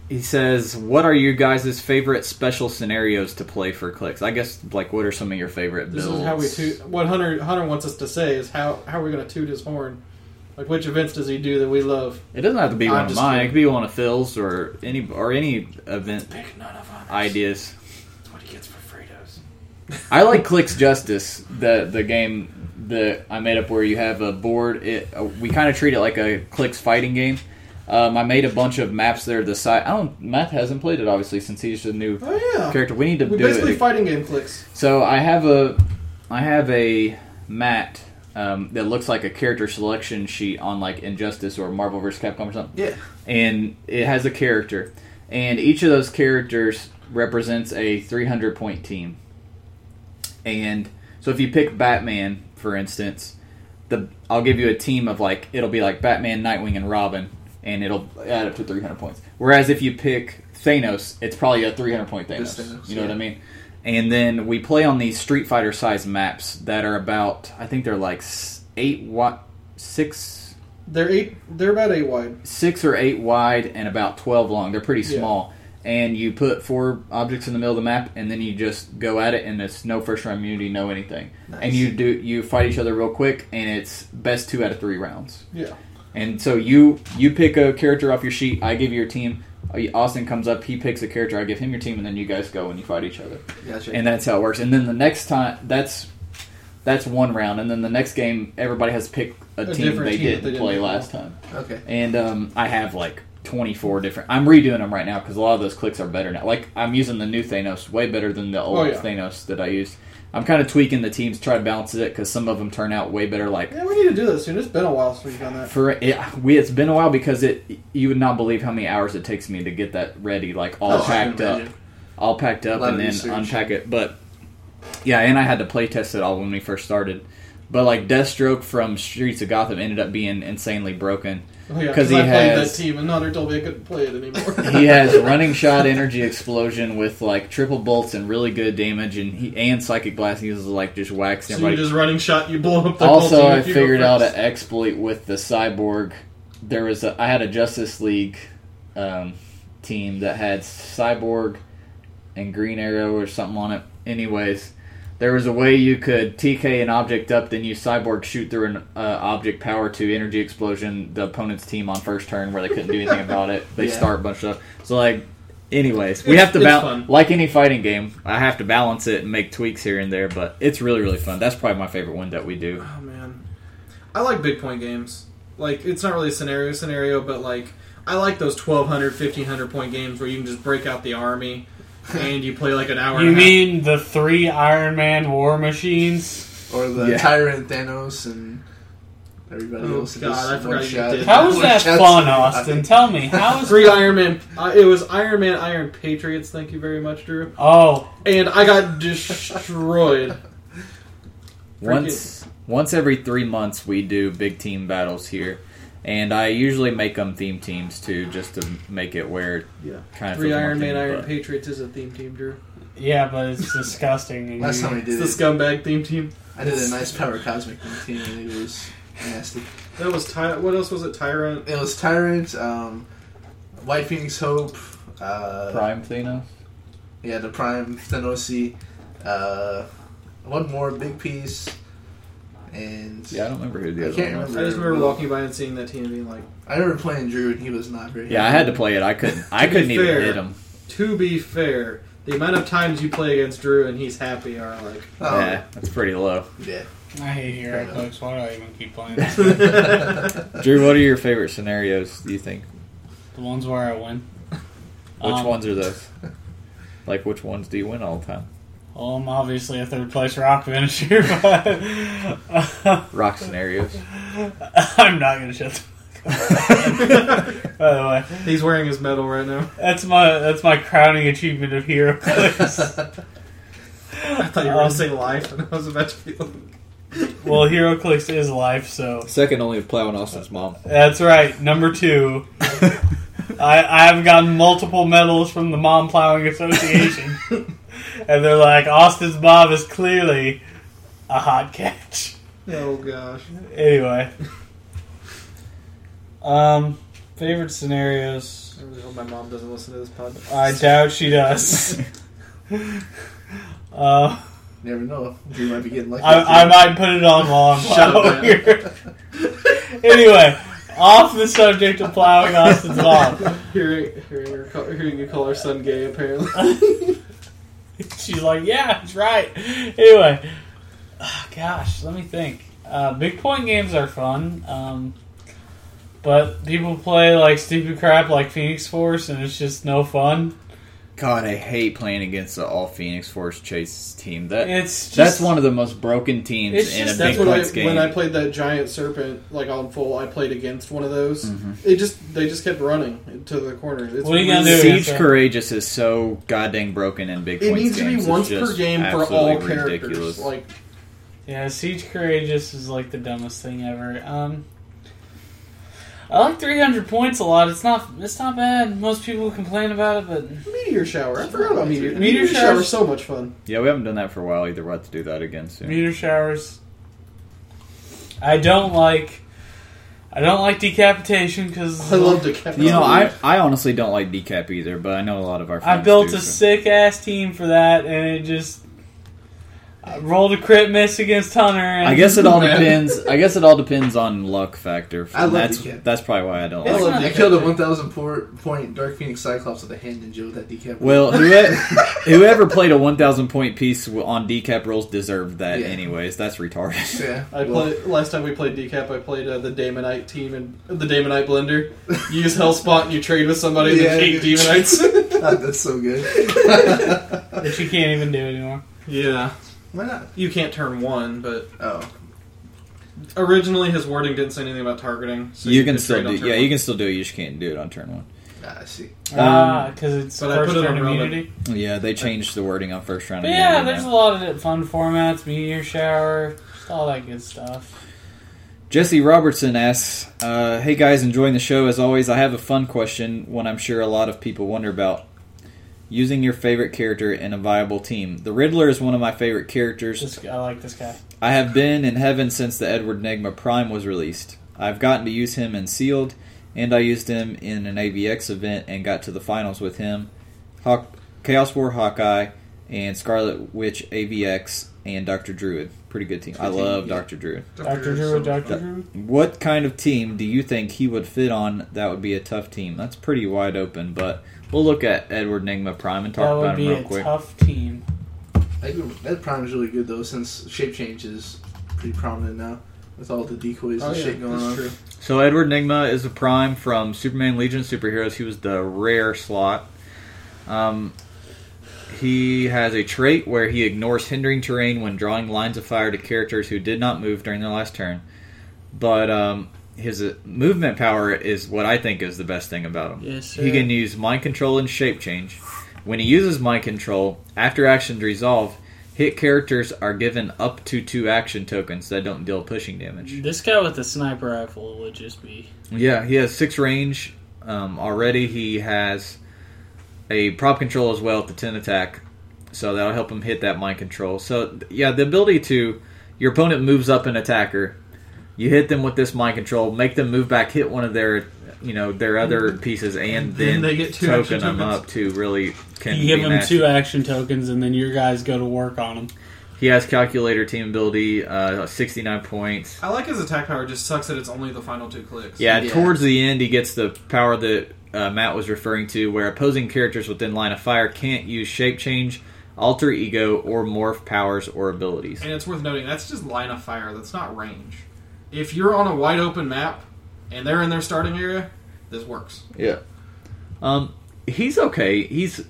Speaker 3: he says, "What are you guys' favorite special scenarios to play for clicks? I guess like what are some of your favorite
Speaker 4: You. This
Speaker 3: builds?
Speaker 4: is how we toot. What Hunter Hunter wants us to say is how how are we going to toot his horn? Like which events does he do that we love?
Speaker 3: It doesn't have to be
Speaker 4: I'm
Speaker 3: one of
Speaker 4: just
Speaker 3: mine. It
Speaker 4: kidding.
Speaker 3: could be one of Phil's or any or any event
Speaker 2: Pick none of them.
Speaker 3: ideas.
Speaker 2: That's what he gets for Fritos.
Speaker 3: I like Clicks Justice, the the game that I made up where you have a board. It uh, we kind of treat it like a Clicks fighting game. Um, I made a bunch of maps there. The side I don't. Matt hasn't played it obviously since he's a new
Speaker 4: Oh yeah.
Speaker 3: character. We need to
Speaker 4: We
Speaker 3: do
Speaker 4: basically
Speaker 3: it.
Speaker 4: fighting game clicks.
Speaker 3: So I have a I have a mat um, that looks like a character selection sheet on like Injustice or Marvel vs. Capcom or something.
Speaker 5: Yeah.
Speaker 3: And it has a character, and each of those characters represents a 300 point team. And so if you pick Batman, for instance, the I'll give you a team of like it'll be like Batman, Nightwing, and Robin, and it'll add up to 300 points. Whereas if you pick Thanos, it's probably a 300 point Thanos.
Speaker 5: Just Thanos,
Speaker 3: you know what I
Speaker 5: yeah.
Speaker 3: mean? And then we play on these Street Fighter size maps that are about I think they're like s- eight wide, six
Speaker 4: They're eight. They're about eight wide.
Speaker 3: six or eight wide and about 12 long. They're pretty
Speaker 4: Yeah.
Speaker 3: small. And you put four objects in the middle of the map, and then you just go at it, and it's no first round immunity, no anything. And you do you fight each other real quick, and it's best two out of three rounds.
Speaker 4: Yeah.
Speaker 3: And so you you pick a character off your sheet. I give you your team. Uh, Austin comes up, he picks a character. I give him your team, and then you guys go and you fight each other
Speaker 5: Gotcha.
Speaker 3: and that's how it works. And then the next time, that's that's one round, and then the next game, everybody has picked a,
Speaker 4: A
Speaker 3: team
Speaker 4: different
Speaker 3: they
Speaker 4: team that
Speaker 3: didn't
Speaker 4: they didn't
Speaker 3: play
Speaker 4: pick.
Speaker 3: last time.
Speaker 5: okay.
Speaker 3: And um, I have like twenty four different. I'm redoing them right now because a lot of those clicks are better now. Like I'm using the new Thanos way better than the old
Speaker 4: Oh, yeah.
Speaker 3: Thanos that I used. I'm kind of tweaking the teams, try to balance it because some of them turn out way better. Like
Speaker 4: Yeah, we need to do this soon. It's been a while since we've done that.
Speaker 3: for it, we, it's been a while because it. You would not believe how many hours it takes me to get that ready, like all
Speaker 5: Oh, I can
Speaker 3: packed up
Speaker 5: imagine.
Speaker 3: all packed up
Speaker 5: Lot
Speaker 3: and
Speaker 5: of
Speaker 3: then
Speaker 5: research.
Speaker 3: unpack it. But yeah, and I had to play test it all when we first started. But like Deathstroke from Streets of Gotham ended up being insanely broken.
Speaker 4: Oh, yeah,
Speaker 3: 'Cause he
Speaker 4: I played
Speaker 3: has-
Speaker 4: that team, and Hunter told me I couldn't play it anymore.
Speaker 3: *laughs* He has running shot, energy explosion with like triple bolts and really good damage, and he and psychic blast. He was like just waxing
Speaker 4: so you
Speaker 3: everybody.
Speaker 4: just running shot, you blow up the whole
Speaker 3: also,
Speaker 4: team
Speaker 3: I
Speaker 4: if you go
Speaker 3: figured out
Speaker 4: first.
Speaker 3: an exploit with the cyborg. There was a, I had a Justice League um, team that had cyborg and Green Arrow or something on it. Anyways, there was a way you could TK an object up, then you cyborg shoot through an uh, object power to energy explosion the opponent's team on first turn where they couldn't do anything about it. They
Speaker 5: Yeah.
Speaker 3: start a bunch of so like. Anyways, we
Speaker 4: It's-
Speaker 3: have to
Speaker 4: it's
Speaker 3: balance
Speaker 4: fun.
Speaker 3: like any fighting game. I have to balance it and make tweaks here and there, but it's really really fun. That's probably my favorite one that we do.
Speaker 4: Oh man, I like big point games. Like it's not really a scenario scenario, but like I like those 1200, 1500 point games where you can just break out
Speaker 3: *laughs*
Speaker 4: the army and you play like an hour.
Speaker 6: You
Speaker 4: and a half.
Speaker 6: mean the three Iron Man war machines?
Speaker 5: Or the
Speaker 3: Yeah.
Speaker 5: Tyrant Thanos and Everybody
Speaker 4: Oh,
Speaker 5: else. is
Speaker 4: God, I
Speaker 5: one
Speaker 4: forgot you
Speaker 5: shot. *laughs*
Speaker 4: did.
Speaker 6: How is
Speaker 5: One
Speaker 6: that
Speaker 5: shot's-
Speaker 6: fun, Austin? Tell me. How
Speaker 5: *laughs*
Speaker 6: is
Speaker 4: Three Iron Man. Uh, it was Iron Man, Iron Patriots. Thank you very much, Drew.
Speaker 6: Oh,
Speaker 4: And I got destroyed.
Speaker 3: Once once every three months, we do big team battles here, and I usually make them theme teams too, just to make it where
Speaker 4: Yeah.
Speaker 3: kind of
Speaker 4: Three
Speaker 3: feels more
Speaker 4: Iron Man,
Speaker 3: themed,
Speaker 4: Iron
Speaker 3: but-
Speaker 4: Patriots is a theme team, Drew.
Speaker 6: yeah, but
Speaker 5: *laughs*
Speaker 6: it's disgusting. and
Speaker 5: Last
Speaker 6: you-
Speaker 5: time I did
Speaker 4: It's
Speaker 5: it,
Speaker 4: the scumbag theme team.
Speaker 5: I did a nice power cosmic routine and it was nasty.
Speaker 4: That was Ty. What else was it? Tyrant.
Speaker 5: It was Tyrant, um, White Phoenix Hope, uh,
Speaker 3: Prime Thanos.
Speaker 5: yeah, the Prime Thenosi, uh, one more big piece, and
Speaker 3: Yeah, I don't remember who
Speaker 5: I
Speaker 3: the other
Speaker 5: can't
Speaker 3: one was.
Speaker 5: remember.
Speaker 4: I just remember walking by and seeing that team and being like,
Speaker 5: I remember playing Drew and he was not very.
Speaker 3: Yeah, I had to play it. I couldn't. I
Speaker 4: *laughs* To be
Speaker 3: couldn't even
Speaker 4: fair-
Speaker 3: hit him.
Speaker 4: to be fair, the amount of times you play against Drew and he's happy are like. *laughs*
Speaker 5: Oh,
Speaker 3: yeah, that's pretty low.
Speaker 5: yeah.
Speaker 6: I hate hero clicks. Why do I even keep
Speaker 5: *laughs*
Speaker 6: playing? this?
Speaker 3: *laughs* Drew, what are your favorite scenarios? Do you think?
Speaker 6: the ones where I win.
Speaker 3: Which
Speaker 6: Um,
Speaker 3: ones are those? Like, which ones do you win all the time?
Speaker 6: Well, I'm obviously a third place rock finisher, *laughs* but
Speaker 3: Rock
Speaker 4: *laughs*
Speaker 3: scenarios.
Speaker 6: I'm not gonna shut the fuck up. By the way,
Speaker 4: He's wearing his medal right now. *laughs*
Speaker 6: that's my that's my crowning achievement of hero
Speaker 5: *laughs*
Speaker 6: clicks.
Speaker 4: I thought you were going to say life, and I was about to be like,
Speaker 6: well, hero clicks is life, so
Speaker 3: Second only to Plow and Austin's
Speaker 4: *laughs*
Speaker 3: mom.
Speaker 6: that's right. Number two, I I have gotten multiple medals from the Mom
Speaker 4: *laughs*
Speaker 6: Plowing Association, and they're like Austin's mom is clearly a hot catch.
Speaker 4: oh gosh.
Speaker 6: Anyway. Um, favorite scenarios.
Speaker 4: I really hope my mom doesn't listen to this podcast.
Speaker 6: I doubt
Speaker 4: *laughs*
Speaker 6: she does. uh,
Speaker 5: Never know. Drew might be getting lucky.
Speaker 6: I, I might put it on while I'm
Speaker 4: Shut up,
Speaker 6: plowing
Speaker 4: man.
Speaker 6: here. *laughs* anyway, off the subject of plowing Austin's mom.
Speaker 4: *laughs* hearing, hearing, her call, hearing you call her son gay, apparently.
Speaker 6: *laughs* She's like, yeah, that's right. Anyway, Ah, gosh, let me think. Uh, big point games are fun, um, but people play like stupid crap like Phoenix Force, and it's just no fun.
Speaker 3: God, I hate playing against the all Phoenix Force Chase team. That
Speaker 6: It's just,
Speaker 3: that's one of the most broken teams
Speaker 6: It's
Speaker 3: in
Speaker 6: just-
Speaker 3: a
Speaker 4: That's
Speaker 3: big
Speaker 4: what I,
Speaker 3: points game.
Speaker 4: when I played that giant serpent, like on full, I played against one of those.
Speaker 3: Mm-hmm.
Speaker 4: It just they just kept running to the corner. It's
Speaker 6: What are you gonna
Speaker 4: really-
Speaker 6: do?
Speaker 3: Siege
Speaker 6: Yeah.
Speaker 3: Courageous is so goddamn broken in big
Speaker 4: It
Speaker 3: points
Speaker 4: needs to be
Speaker 3: games. It's
Speaker 4: once per
Speaker 3: just
Speaker 4: game for
Speaker 3: absolutely
Speaker 4: all characters.
Speaker 3: ridiculous.
Speaker 4: Like
Speaker 6: Yeah, Siege Courageous is like the dumbest thing ever. Um, I like 300 points a lot. It's not it's not bad. Most people complain about it, but
Speaker 4: meteor shower. I forgot about meteor.
Speaker 6: Meteor
Speaker 4: Meteor, shower
Speaker 6: showers-
Speaker 4: is so much fun.
Speaker 3: yeah, we haven't done that for a while either. We'll have to do that again soon.
Speaker 6: meteor showers. I don't like. I don't like decapitation because
Speaker 4: I love to.
Speaker 3: You know, I, I honestly don't like decap either, but I know a lot of our
Speaker 6: I
Speaker 3: friends
Speaker 6: built
Speaker 3: do,
Speaker 6: a
Speaker 3: so-
Speaker 6: sick ass team for that, and it just I rolled a crit miss against Hunter. And
Speaker 3: I guess it
Speaker 4: *laughs*
Speaker 3: all
Speaker 4: Man.
Speaker 3: depends. I guess it all depends on luck factor.
Speaker 5: I love
Speaker 3: that's
Speaker 5: decap.
Speaker 3: that's probably why I don't
Speaker 5: I
Speaker 3: like.
Speaker 5: loved it. I killed a 1,000 por- point Dark Phoenix Cyclops with a hand injury with that decap.
Speaker 3: Well,
Speaker 5: *laughs*
Speaker 3: whoever, whoever played a one thousand point piece on decap rules deserved that,
Speaker 5: Yeah.
Speaker 3: anyways. That's retarded.
Speaker 5: yeah.
Speaker 4: I
Speaker 5: well,
Speaker 4: played last time we played decap. I played uh, the Damonite team and the Damonite blender. You use Hellspot and you trade with somebody and
Speaker 5: Yeah,
Speaker 4: they hate *laughs*
Speaker 5: you-
Speaker 4: Demonites.
Speaker 5: *laughs* That's so good.
Speaker 6: that you can't even do anymore.
Speaker 4: yeah,
Speaker 5: Why not?
Speaker 4: you can't turn one, but
Speaker 5: Oh,
Speaker 4: originally his wording didn't say anything about targeting. So
Speaker 3: you can
Speaker 4: could
Speaker 3: still
Speaker 4: trade on
Speaker 3: do.
Speaker 4: turn
Speaker 3: Yeah,
Speaker 4: one.
Speaker 3: you can still do it. You just can't do it on turn one.
Speaker 5: ah, I see.
Speaker 3: Um,
Speaker 6: Ah, 'cause because it's
Speaker 4: but I put
Speaker 6: first
Speaker 4: it
Speaker 6: turn
Speaker 4: on relevant.
Speaker 6: immunity.
Speaker 3: Yeah, they changed the wording on first round.
Speaker 6: But
Speaker 3: of
Speaker 6: yeah,
Speaker 3: the
Speaker 6: there's a
Speaker 3: game.
Speaker 6: lot of fun formats, meteor shower, just all that good stuff.
Speaker 3: Jesse Robertson asks, uh, "Hey guys, enjoying the show as always. I have a fun question, one I'm sure a lot of people wonder about." Using your favorite character in a viable team. The Riddler is one of my favorite characters.
Speaker 6: Just I like this guy.
Speaker 3: I have been in heaven since the Edward Nigma Prime was released. I've gotten to use him in Sealed, and I used him in an AVX event and got to the finals with him. Hawk, Chaos War Hawkeye and Scarlet Witch AVX and Dr. Druid. Pretty good team. I
Speaker 5: Good team,
Speaker 3: love
Speaker 5: yeah.
Speaker 3: Dr. Druid.
Speaker 6: Doctor
Speaker 5: Druid's
Speaker 6: Drew,
Speaker 5: so
Speaker 6: Doctor
Speaker 5: fun.
Speaker 6: Drew.
Speaker 3: What kind of team do you think he would fit on that would be a tough team? That's pretty wide open, but we'll look at Edward Nigma Prime and
Speaker 6: That
Speaker 3: talk
Speaker 6: would
Speaker 3: about him
Speaker 6: be
Speaker 3: real
Speaker 6: a
Speaker 3: quick.
Speaker 6: tough team.
Speaker 5: I think that prime is really good though, since shape change is pretty prominent now with all the decoys
Speaker 4: Oh,
Speaker 5: and
Speaker 4: yeah,
Speaker 5: shit going
Speaker 4: that's
Speaker 5: on.
Speaker 4: true.
Speaker 3: So Edward Nigma is a prime from Superman Legion Superheroes. He was the rare slot. Um, he has a trait where he ignores hindering terrain when drawing lines of fire to characters who did not move during their last turn. But um, his uh, movement power is what I think is the best thing about him.
Speaker 6: Yes, sir.
Speaker 3: He can use mind control and shape change. When he uses mind control, after actions resolve, hit characters are given up to two action tokens that don't deal pushing damage.
Speaker 6: This guy with the sniper rifle would just be.
Speaker 3: Yeah, he has six range um, already. He has a prop control as well at the ten attack, so that'll help him hit that mind control. So yeah, the ability to your opponent moves up an attacker, you hit them with this mind control, make them move back, hit one of their you know their other pieces, and then,
Speaker 4: then they get two
Speaker 3: token
Speaker 4: action
Speaker 3: them
Speaker 4: tokens.
Speaker 3: up to really can
Speaker 6: You give
Speaker 3: be
Speaker 6: him
Speaker 3: nasty.
Speaker 6: two action tokens, and then your guys go to work on him.
Speaker 3: He has calculator team ability, uh, sixty nine points.
Speaker 4: I like his attack power. Just sucks that it's only the final two clicks.
Speaker 3: Yeah,
Speaker 5: Yeah.
Speaker 3: towards the end, he gets the power that uh, Matt was referring to, where opposing characters within line of fire can't use shape change, alter ego, or morph powers or abilities.
Speaker 4: And it's worth noting that's just line of fire. That's not range. If you're on a wide open map and they're in their starting area, this works.
Speaker 3: Yeah. Um, he's okay. He's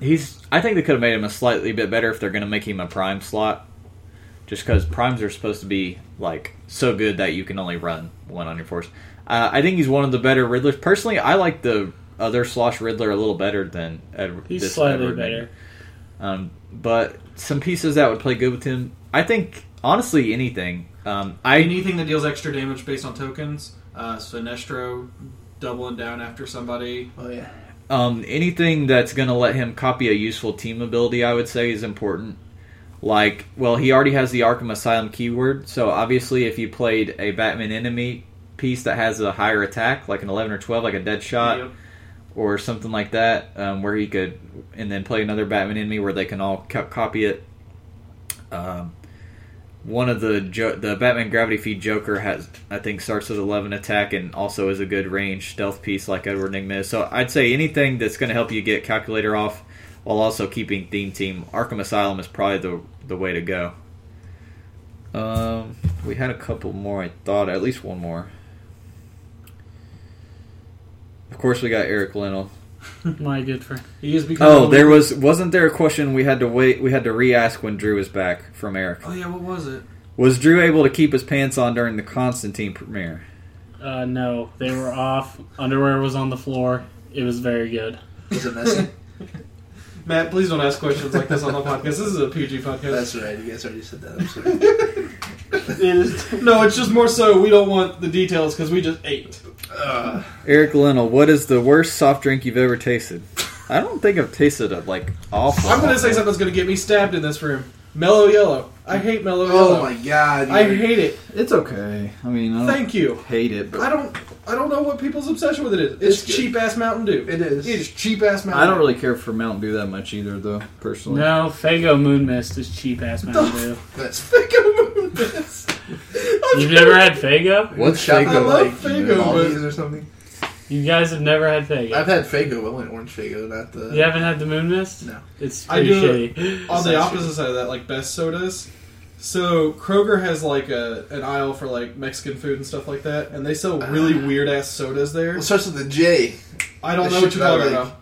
Speaker 3: he's. I think they could have made him a slightly bit better if they're going to make him a prime slot, just because primes are supposed to be like so good that you can only run one on your force. Uh, I think he's one of the better Riddlers. Personally, I like the other Slosh Riddler a little better than Edward.
Speaker 6: He's
Speaker 3: this
Speaker 6: slightly
Speaker 3: Edward Nigma.
Speaker 6: better.
Speaker 3: Um, but some pieces that would play good with him, I think. Honestly, anything. Um, I
Speaker 4: Anything that deals extra damage based on tokens, uh, Sinestro doubling down after somebody.
Speaker 5: Oh yeah.
Speaker 3: um, anything that's going to let him copy a useful team ability, I would say, is important. Like, well, he already has the Arkham Asylum keyword, so obviously, if you played a Batman enemy piece that has a higher attack, like an eleven or twelve, like a dead
Speaker 5: Uh,
Speaker 3: shot,
Speaker 4: Yep.
Speaker 3: or something like that, um, where he could, and then play another Batman enemy where they can all co- copy it. Um, one of the jo- the Batman Gravity Feed Joker has, I think, starts with eleven attack and also is a good range stealth piece like Edward Nigma. is. So I'd say anything that's going to help you get calculator off while also keeping theme team Arkham Asylum is probably the the way to go. Um, we had a couple more. I thought at least one more. Of course, we got Eric Lennell.
Speaker 6: *laughs* My good friend.
Speaker 4: He is becoming
Speaker 3: Oh, there was wasn't there a question we had to wait we had to re-ask when Drew was back from Eric.
Speaker 4: Oh yeah, what was it?
Speaker 3: Was Drew able to keep his pants on during the Constantine premiere?
Speaker 6: Uh, no, they were off. Underwear was on the floor. It was very good.
Speaker 5: Was
Speaker 4: *laughs*
Speaker 5: it messy?
Speaker 4: Matt, please don't ask questions like this on the *laughs* podcast. This is a PG podcast.
Speaker 5: That's right. You guys already said that. I'm
Speaker 4: *laughs*
Speaker 5: sorry.
Speaker 4: no, it's just more so we don't want the details because we just ate.
Speaker 5: Uh,
Speaker 3: Eric Lennell, what is the worst soft drink you've ever tasted? I don't think I've tasted a like awful.
Speaker 4: I'm gonna say something that's gonna get me stabbed in this room. Mellow yellow. I hate mellow
Speaker 5: oh
Speaker 4: yellow.
Speaker 5: my god.
Speaker 4: I
Speaker 5: you're-
Speaker 4: hate it.
Speaker 3: It's okay. I mean, I
Speaker 4: Thank you.
Speaker 3: hate it,
Speaker 4: I don't. I don't know what people's obsession with it is. It's,
Speaker 5: It's good.
Speaker 4: cheap ass Mountain Dew.
Speaker 5: It is.
Speaker 4: It is cheap ass Mountain. Dew.
Speaker 3: really care for Mountain Dew that much either, though. Personally,
Speaker 6: No, Fago Moon Mist is cheap
Speaker 4: *laughs*
Speaker 6: ass Mountain Dew.
Speaker 5: That's
Speaker 4: Fago Moon Mist.
Speaker 6: You've never had Fago?
Speaker 3: What's
Speaker 5: Shop
Speaker 3: Fago?
Speaker 5: at,
Speaker 4: I love
Speaker 5: you
Speaker 4: Fago,
Speaker 5: know,
Speaker 4: but-
Speaker 5: Aldi's or something?
Speaker 6: You guys have never had Fago.
Speaker 5: I've had Fago, but only orange Fago, not the.
Speaker 6: You haven't had the Moon Mist?
Speaker 5: No.
Speaker 6: It's
Speaker 4: I
Speaker 6: pretty shitty.
Speaker 4: On the
Speaker 5: Sounds
Speaker 4: opposite side of that, like best sodas. So Kroger has like a an aisle for like Mexican food and stuff like that, and they sell really weird ass sodas there.
Speaker 5: It starts with a J.
Speaker 4: I don't
Speaker 5: That
Speaker 4: know
Speaker 5: shit
Speaker 4: what you're talking
Speaker 5: about, like-
Speaker 4: about.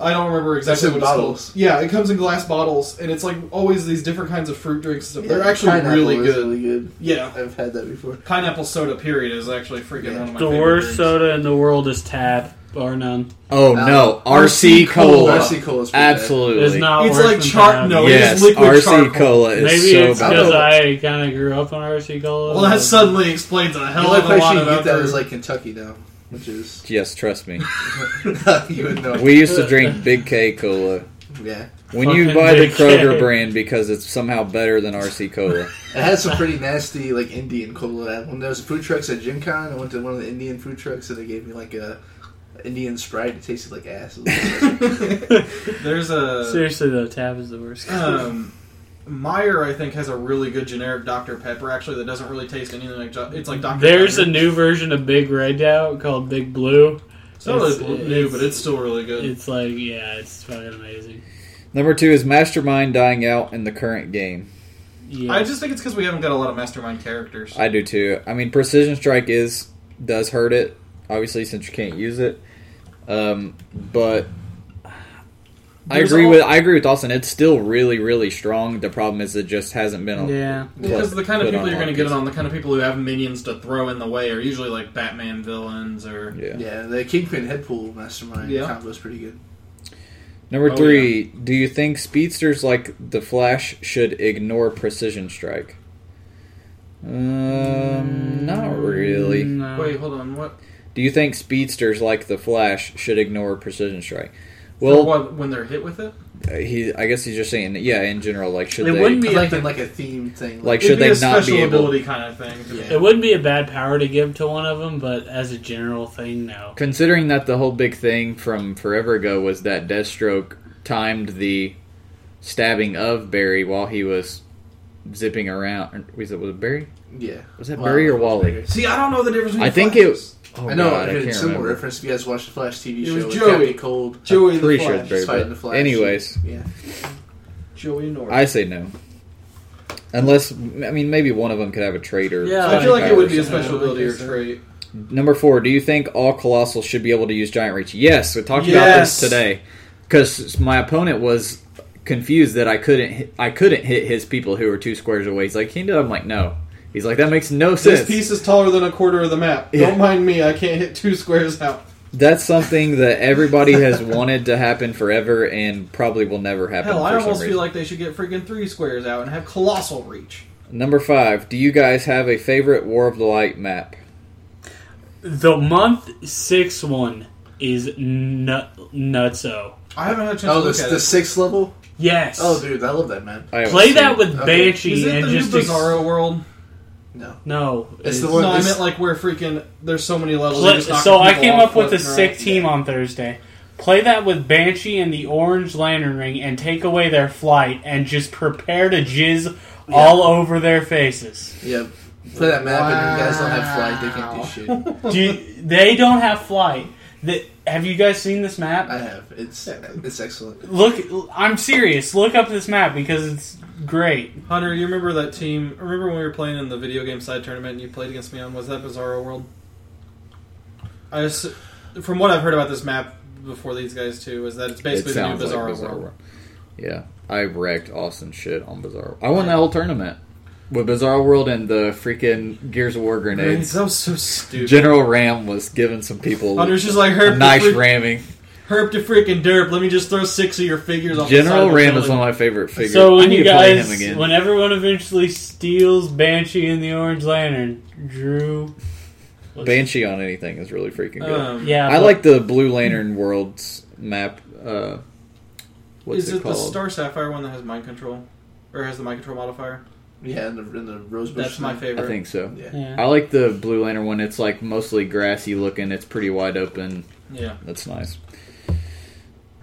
Speaker 4: I don't remember exactly
Speaker 5: in
Speaker 4: what it's
Speaker 5: bottles.
Speaker 4: called. Yeah, it comes in glass bottles, and it's like always these different kinds of fruit drinks and stuff. They're
Speaker 5: Yeah,
Speaker 4: actually
Speaker 5: pineapple
Speaker 4: really
Speaker 5: is
Speaker 4: good.
Speaker 5: Really good.
Speaker 4: Yeah,
Speaker 5: I've had that before.
Speaker 4: pineapple soda. Period is actually freaking
Speaker 5: Yeah.
Speaker 4: one of my
Speaker 6: The
Speaker 4: favorite
Speaker 6: worst
Speaker 4: drinks.
Speaker 6: soda in the world is Tab, bar none.
Speaker 3: Oh
Speaker 5: Uh,
Speaker 3: no,
Speaker 5: RC
Speaker 3: RC Cola.
Speaker 5: RC Cola is pretty bad.
Speaker 3: Absolutely,
Speaker 6: It's not
Speaker 4: It's
Speaker 6: worse
Speaker 4: like
Speaker 6: than
Speaker 4: char-
Speaker 6: Tab.
Speaker 4: no, it is
Speaker 3: Yes,
Speaker 4: liquid
Speaker 3: RC
Speaker 4: charcoal.
Speaker 3: cola is
Speaker 6: Maybe
Speaker 3: so
Speaker 6: it's
Speaker 3: bad.
Speaker 6: because I kind of grew up on RC Cola.
Speaker 4: Well, that suddenly explains a
Speaker 5: The
Speaker 4: hell
Speaker 5: only
Speaker 4: of a
Speaker 5: place you
Speaker 4: lot
Speaker 5: can
Speaker 4: about
Speaker 5: get that
Speaker 4: their-
Speaker 5: is like Kentucky now,
Speaker 4: *laughs*
Speaker 5: which is *laughs*
Speaker 3: Yes, trust me.
Speaker 5: you would know.
Speaker 3: We used to drink Big K Cola.
Speaker 5: yeah,
Speaker 3: When you
Speaker 6: Fucking
Speaker 3: buy the
Speaker 6: Big K.
Speaker 3: Kroger brand because it's somehow better than RC Cola.
Speaker 5: it
Speaker 4: *laughs*
Speaker 5: had some pretty nasty like Indian cola. When there was food trucks at Gen Con, I went to one of the Indian food trucks and they gave me like a Indian Sprite. It tasted like ass. It
Speaker 4: *laughs*
Speaker 5: was-
Speaker 4: There's a
Speaker 6: Seriously though, Tab is the worst.
Speaker 4: um, Meyer, I think, has a really good generic Dr Pepper actually that doesn't really taste anything like jo- it's like Dr.
Speaker 6: *laughs* There's a
Speaker 4: Pepper.
Speaker 6: new version of Big Red out called Big Blue.
Speaker 4: It's not really
Speaker 6: it's-
Speaker 4: new,
Speaker 6: it's-
Speaker 4: but it's still really good.
Speaker 6: It's like, yeah, it's fucking amazing.
Speaker 3: Number two is Mastermind dying out in the current game.
Speaker 6: Yeah.
Speaker 4: I just think it's because we haven't got a lot of mastermind characters.
Speaker 3: I do too. I mean, Precision Strike is does hurt it, obviously, since you can't use it. Um, but I
Speaker 4: There's
Speaker 3: agree
Speaker 4: all-
Speaker 3: with I agree with Dawson. It's still really really strong. The problem is it just hasn't been. on-
Speaker 6: Yeah.
Speaker 4: Because the kind of
Speaker 3: put on
Speaker 4: people you're going to
Speaker 3: one
Speaker 4: get it
Speaker 3: piece.
Speaker 4: on, the kind of people who have minions to throw in the way, are usually like Batman villains or
Speaker 3: Yeah.
Speaker 5: Yeah, the Kingpin Headpool Mastermind
Speaker 4: Yeah.
Speaker 5: combo's pretty good.
Speaker 3: Number
Speaker 4: Oh,
Speaker 3: three, do you think speedsters like the Flash should ignore precision strike? Um, not really.
Speaker 6: No.
Speaker 4: Wait, hold on. What?
Speaker 3: Do you think speedsters like the Flash should ignore precision strike?
Speaker 4: Well,
Speaker 3: Well,
Speaker 4: what, when they're hit with it,
Speaker 3: he I guess he's just saying yeah. In general, like should
Speaker 6: It
Speaker 3: they
Speaker 6: wouldn't
Speaker 5: I
Speaker 6: be
Speaker 5: like
Speaker 6: like
Speaker 5: in like a theme thing.
Speaker 3: like
Speaker 4: It'd
Speaker 3: should
Speaker 4: be
Speaker 3: they
Speaker 4: a
Speaker 3: not
Speaker 4: special
Speaker 3: be able?
Speaker 4: ability kind of thing. to me.
Speaker 5: Yeah.
Speaker 6: It wouldn't be a bad power to give to one of them, but as a general thing, no.
Speaker 3: Considering that the whole big thing from forever ago was that Deathstroke timed the stabbing of Barry while he was zipping around. Was it was it Barry?
Speaker 5: yeah.
Speaker 3: Was that Barry or Wally?
Speaker 4: See, I don't know the difference. Between
Speaker 3: I think it.
Speaker 4: Flashes.
Speaker 3: Oh,
Speaker 5: I know
Speaker 3: God, I
Speaker 5: I did a
Speaker 3: can't
Speaker 5: similar
Speaker 3: remember.
Speaker 5: reference if you guys watched the Flash TV
Speaker 4: It
Speaker 5: show.
Speaker 4: was
Speaker 5: with
Speaker 4: Joey.
Speaker 5: Captain Cold.
Speaker 4: Joey the
Speaker 3: Pretty sure
Speaker 4: Flash.
Speaker 3: it's Barry.
Speaker 5: He's fighting
Speaker 3: But
Speaker 5: the Flash.
Speaker 3: Anyways,
Speaker 5: Yeah.
Speaker 4: Joey Norris.
Speaker 3: I say no. Unless, I mean, maybe one of them could have a trait or.
Speaker 6: Yeah,
Speaker 4: I feel like it would be a
Speaker 6: Yeah.
Speaker 4: special ability or
Speaker 6: Yeah.
Speaker 4: trait.
Speaker 3: Number four. Do you think all colossals should be able to use giant reach? Yes, we talked about this
Speaker 4: Yes.
Speaker 3: today because my opponent was confused that I couldn't hit, I couldn't hit his people who were two squares away. He's like, he did. I'm like, no. He's like, that makes no
Speaker 4: This
Speaker 3: sense.
Speaker 4: piece is taller than a quarter of the map.
Speaker 3: Yeah.
Speaker 4: Don't mind me. I can't hit two squares out.
Speaker 3: That's something that everybody
Speaker 4: *laughs*
Speaker 3: has wanted to happen forever and probably will never happen.
Speaker 4: Hell, I
Speaker 3: for some
Speaker 4: almost
Speaker 3: reason.
Speaker 4: feel like they should get freaking three squares out and have colossal reach.
Speaker 3: Number five. Do you guys have a favorite War of the Light map?
Speaker 6: The month six one is nut nutso.
Speaker 4: I haven't had a chance
Speaker 5: Oh,
Speaker 4: to
Speaker 5: the,
Speaker 4: look at
Speaker 5: the
Speaker 4: it.
Speaker 5: sixth level.
Speaker 6: Yes.
Speaker 5: Oh, dude, I love that man.
Speaker 3: I haven't
Speaker 6: Play
Speaker 3: seen
Speaker 6: that
Speaker 3: it.
Speaker 6: with
Speaker 5: Okay.
Speaker 4: Is
Speaker 6: Banshee
Speaker 4: it
Speaker 6: and
Speaker 4: the
Speaker 6: just
Speaker 4: new
Speaker 6: ex-
Speaker 4: Bizarro world?
Speaker 5: No,
Speaker 6: no.
Speaker 5: It's the
Speaker 6: it's-
Speaker 5: one-
Speaker 4: no, I
Speaker 5: this-
Speaker 4: meant like where freaking there's so many levels.
Speaker 6: Play-
Speaker 4: you're just knocking
Speaker 6: so I
Speaker 4: people
Speaker 6: came
Speaker 4: off
Speaker 6: up with a
Speaker 4: left and
Speaker 6: sick
Speaker 4: right.
Speaker 6: team on Thursday. Play that with Banshee and the Orange Lantern Ring and take away their flight and just prepare to jizz all over their faces.
Speaker 5: yeah. Play that map, and you guys don't have flight. They
Speaker 4: Wow.
Speaker 5: can't do shit.
Speaker 6: Do you, they don't have flight. The, have you guys seen this map?
Speaker 5: I have.
Speaker 4: *laughs*
Speaker 5: It's it's excellent.
Speaker 6: Look, I'm serious. Look up this map because it's great.
Speaker 4: Hunter, you remember that team? Remember when we were playing in the video game side tournament and you played against me on? Was that Bizarro World? I ass- from what I've heard about this map before these guys too is that it's basically
Speaker 3: it
Speaker 4: the new
Speaker 3: sounds
Speaker 4: Bizarro,
Speaker 3: like Bizarro
Speaker 4: World.
Speaker 3: World. Yeah, I wrecked Austin shit on Bizarro. I won that whole tournament with Bizarro World and the freaking Gears of War
Speaker 4: Man,
Speaker 3: grenades.
Speaker 4: that was so stupid.
Speaker 3: General Ram was giving some people
Speaker 4: Hunter's just like
Speaker 3: a
Speaker 4: herp
Speaker 3: nice
Speaker 4: to, freak,
Speaker 3: ramming.
Speaker 4: herp to freaking derp. Let me just throw six of your figures off. the side
Speaker 3: General
Speaker 4: of the
Speaker 3: Ram is
Speaker 4: building.
Speaker 3: one of my favorite figures.
Speaker 6: So
Speaker 3: I
Speaker 6: when
Speaker 3: need
Speaker 6: you
Speaker 3: to play him
Speaker 6: guys,
Speaker 3: again.
Speaker 6: when everyone eventually steals Banshee and the Orange Lantern, Drew.
Speaker 3: Banshee on anything is really freaking good.
Speaker 4: Um,
Speaker 6: Yeah,
Speaker 3: I
Speaker 6: but-
Speaker 3: like the Blue Lantern Worlds map. Uh, what's
Speaker 4: Is
Speaker 3: it,
Speaker 4: it the
Speaker 3: called?
Speaker 4: Star Sapphire one that has mind control, or has the mind control modifier?
Speaker 5: Yeah, in the, in the rosebush.
Speaker 4: That's my
Speaker 5: thing.
Speaker 4: favorite.
Speaker 3: I think so.
Speaker 5: Yeah.
Speaker 6: Yeah.
Speaker 3: I like the Blue Lantern one. It's like mostly grassy looking. It's pretty wide open.
Speaker 4: Yeah.
Speaker 3: That's nice. *sighs*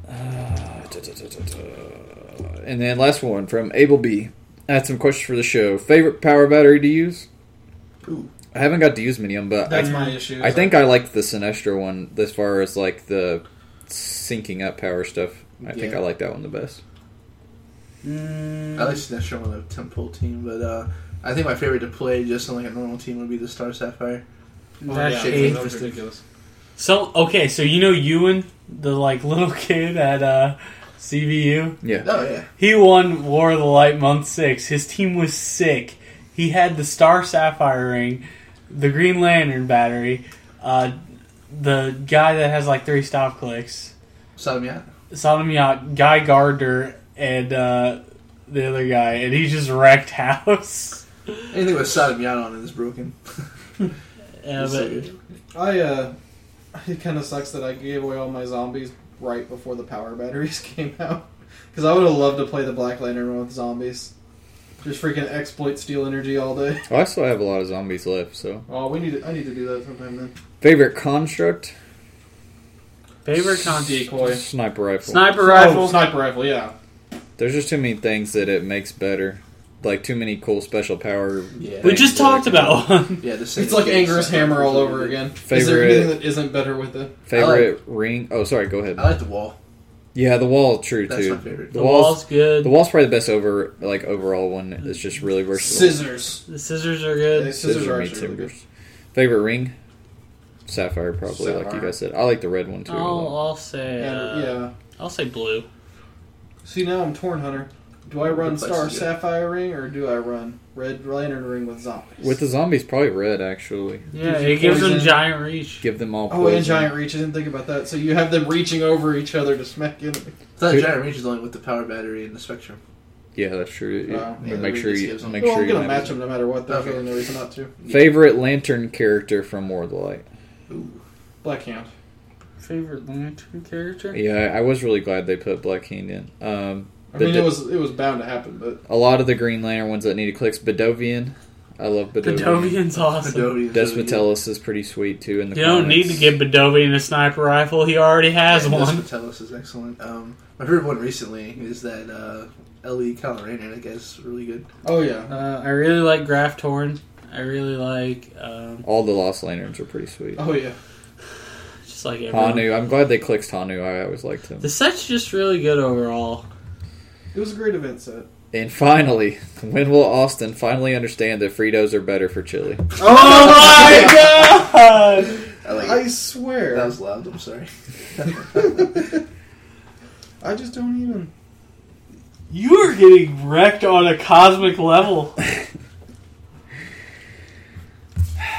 Speaker 3: Uh, da, da, da, da, da. And then last one from Abel B. I had some questions for the show. Favorite power battery to use?
Speaker 5: Ooh.
Speaker 3: I haven't got to use many of 'em, but
Speaker 4: That's
Speaker 3: I,
Speaker 4: my issue.
Speaker 3: I think I like the Sinestro one as far as like the syncing up power stuff. I think
Speaker 5: Yeah.
Speaker 3: I like that one the best.
Speaker 6: Mm,
Speaker 5: I like Sinestro on the Temple team, but uh, I think my favorite to play just on like a normal team would be the Star Sapphire.
Speaker 4: That's
Speaker 6: That's
Speaker 5: yeah,
Speaker 6: eight.
Speaker 5: that was
Speaker 4: ridiculous.
Speaker 6: So okay, so you know Ewan, the like *laughs* little kid at uh, CVU,
Speaker 3: Yeah.
Speaker 5: Oh yeah,
Speaker 6: he won War of the Light month six. His team was sick. He had the Star Sapphire ring, the Green Lantern battery, uh, the guy that has like three stop clicks,
Speaker 5: Samia.
Speaker 6: Sodom Yacht, Guy Gardner, and uh, the other guy, and he just wrecked house.
Speaker 5: Anything with Sadamian on it is broken.
Speaker 6: *laughs* Yeah,
Speaker 5: It's so
Speaker 6: but
Speaker 5: good.
Speaker 4: I uh, *laughs* it kind of sucks that I gave away all my zombies right before the power batteries *laughs* came out because I would have loved to play the Black Lantern one with zombies. Just freaking exploit steel energy all day. *laughs*
Speaker 3: Well, Oh, I still have a lot of zombies left, so.
Speaker 4: Oh, we need to, I need to do that sometime then.
Speaker 3: Favorite construct?
Speaker 6: favorite content.
Speaker 4: Decoy.
Speaker 3: Sniper rifle.
Speaker 6: Sniper
Speaker 4: Oh,
Speaker 6: rifle.
Speaker 4: sniper rifle, yeah.
Speaker 3: There's just too many things that it makes better. Like too many cool special power.
Speaker 5: Yeah.
Speaker 6: we just talked about one.
Speaker 5: Yeah, the same
Speaker 4: It's like
Speaker 5: thing.
Speaker 4: Anger's hammer all over
Speaker 5: Really good.
Speaker 4: again. Is there
Speaker 3: Favorite-
Speaker 4: anything that isn't better with it?
Speaker 3: Favorite ring? Oh, sorry. Go ahead.
Speaker 5: I like the wall.
Speaker 3: yeah, the wall. True
Speaker 5: That's
Speaker 3: too.
Speaker 5: my favorite.
Speaker 3: The
Speaker 6: The wall's
Speaker 3: walls.
Speaker 6: good.
Speaker 3: The wall's probably the best over like overall one. It's just really versatile.
Speaker 4: Scissors.
Speaker 6: The scissors are
Speaker 4: Yeah,
Speaker 6: good.
Speaker 4: scissors are
Speaker 3: meat
Speaker 4: actually really
Speaker 3: timbers. Favorite ring? Sapphire, probably. Like you
Speaker 5: Sapphire.
Speaker 3: guys said, I like the red one too.
Speaker 6: I'll, I'll say.
Speaker 4: And,
Speaker 6: Uh,
Speaker 4: yeah.
Speaker 6: I'll say blue.
Speaker 4: See, now I'm torn, Hunter. Do I run
Speaker 5: Good place
Speaker 4: Star
Speaker 5: to go.
Speaker 4: Sapphire Ring or do I run Red Lantern Ring with zombies?
Speaker 3: With the zombies, probably red. Actually,
Speaker 6: Yeah,
Speaker 4: Gives you
Speaker 6: it gives them
Speaker 4: poison.
Speaker 6: giant reach.
Speaker 3: give them all.
Speaker 4: oh, and
Speaker 3: poison.
Speaker 4: Giant Reach. I didn't think about that. So you have them reaching over each other to smack enemies.
Speaker 5: I thought
Speaker 3: Who-
Speaker 5: Giant Reach is only with the power battery and the spectrum.
Speaker 3: Yeah, that's true.
Speaker 4: Wow.
Speaker 3: But
Speaker 5: Yeah,
Speaker 3: make
Speaker 5: we
Speaker 3: sure
Speaker 5: just
Speaker 3: you
Speaker 5: give them-
Speaker 3: make
Speaker 4: well,
Speaker 3: sure
Speaker 4: I'm
Speaker 3: you
Speaker 4: gonna
Speaker 3: have
Speaker 4: match
Speaker 3: it.
Speaker 4: them no matter what. There's
Speaker 5: Okay.
Speaker 4: really no reason not to.
Speaker 3: Favorite lantern character from War of the Light.
Speaker 5: Ooh.
Speaker 4: Black Hand.
Speaker 6: Favorite lantern character?
Speaker 3: Yeah, I I was really glad they put Black Hand in. Um,
Speaker 4: I
Speaker 3: The
Speaker 4: mean,
Speaker 3: di-
Speaker 4: it was it was bound to happen, but
Speaker 3: a lot of the Green Lantern ones that needed clicks. Bedovian, I love Bedovian.
Speaker 6: Bedovian's awesome.
Speaker 5: Adobe.
Speaker 3: Desmetellus is pretty sweet too. In the
Speaker 6: You don't need
Speaker 3: comics.
Speaker 6: to give Bedovian a sniper rifle. He already has one.
Speaker 5: Desmetellus is excellent. Um, my favorite one recently is that uh, Ellie Calrainer. That guy's really good.
Speaker 4: oh yeah,
Speaker 6: Uh, I really like Graftorn. I really like um,
Speaker 3: all the Lost Lanterns are pretty sweet.
Speaker 4: oh yeah.
Speaker 6: just like everyone.
Speaker 3: Hanu, I'm glad they clicked Hanu. I always liked him.
Speaker 6: The set's just really good overall.
Speaker 4: It was a great event set.
Speaker 3: And finally, *laughs* when will Austin finally understand that Fritos are better for chili?
Speaker 6: *laughs* Oh my god!
Speaker 5: I like
Speaker 4: I
Speaker 5: it.
Speaker 4: swear,
Speaker 5: That was loud. I'm sorry. *laughs*
Speaker 4: I just don't even.
Speaker 6: You are getting wrecked on a cosmic level.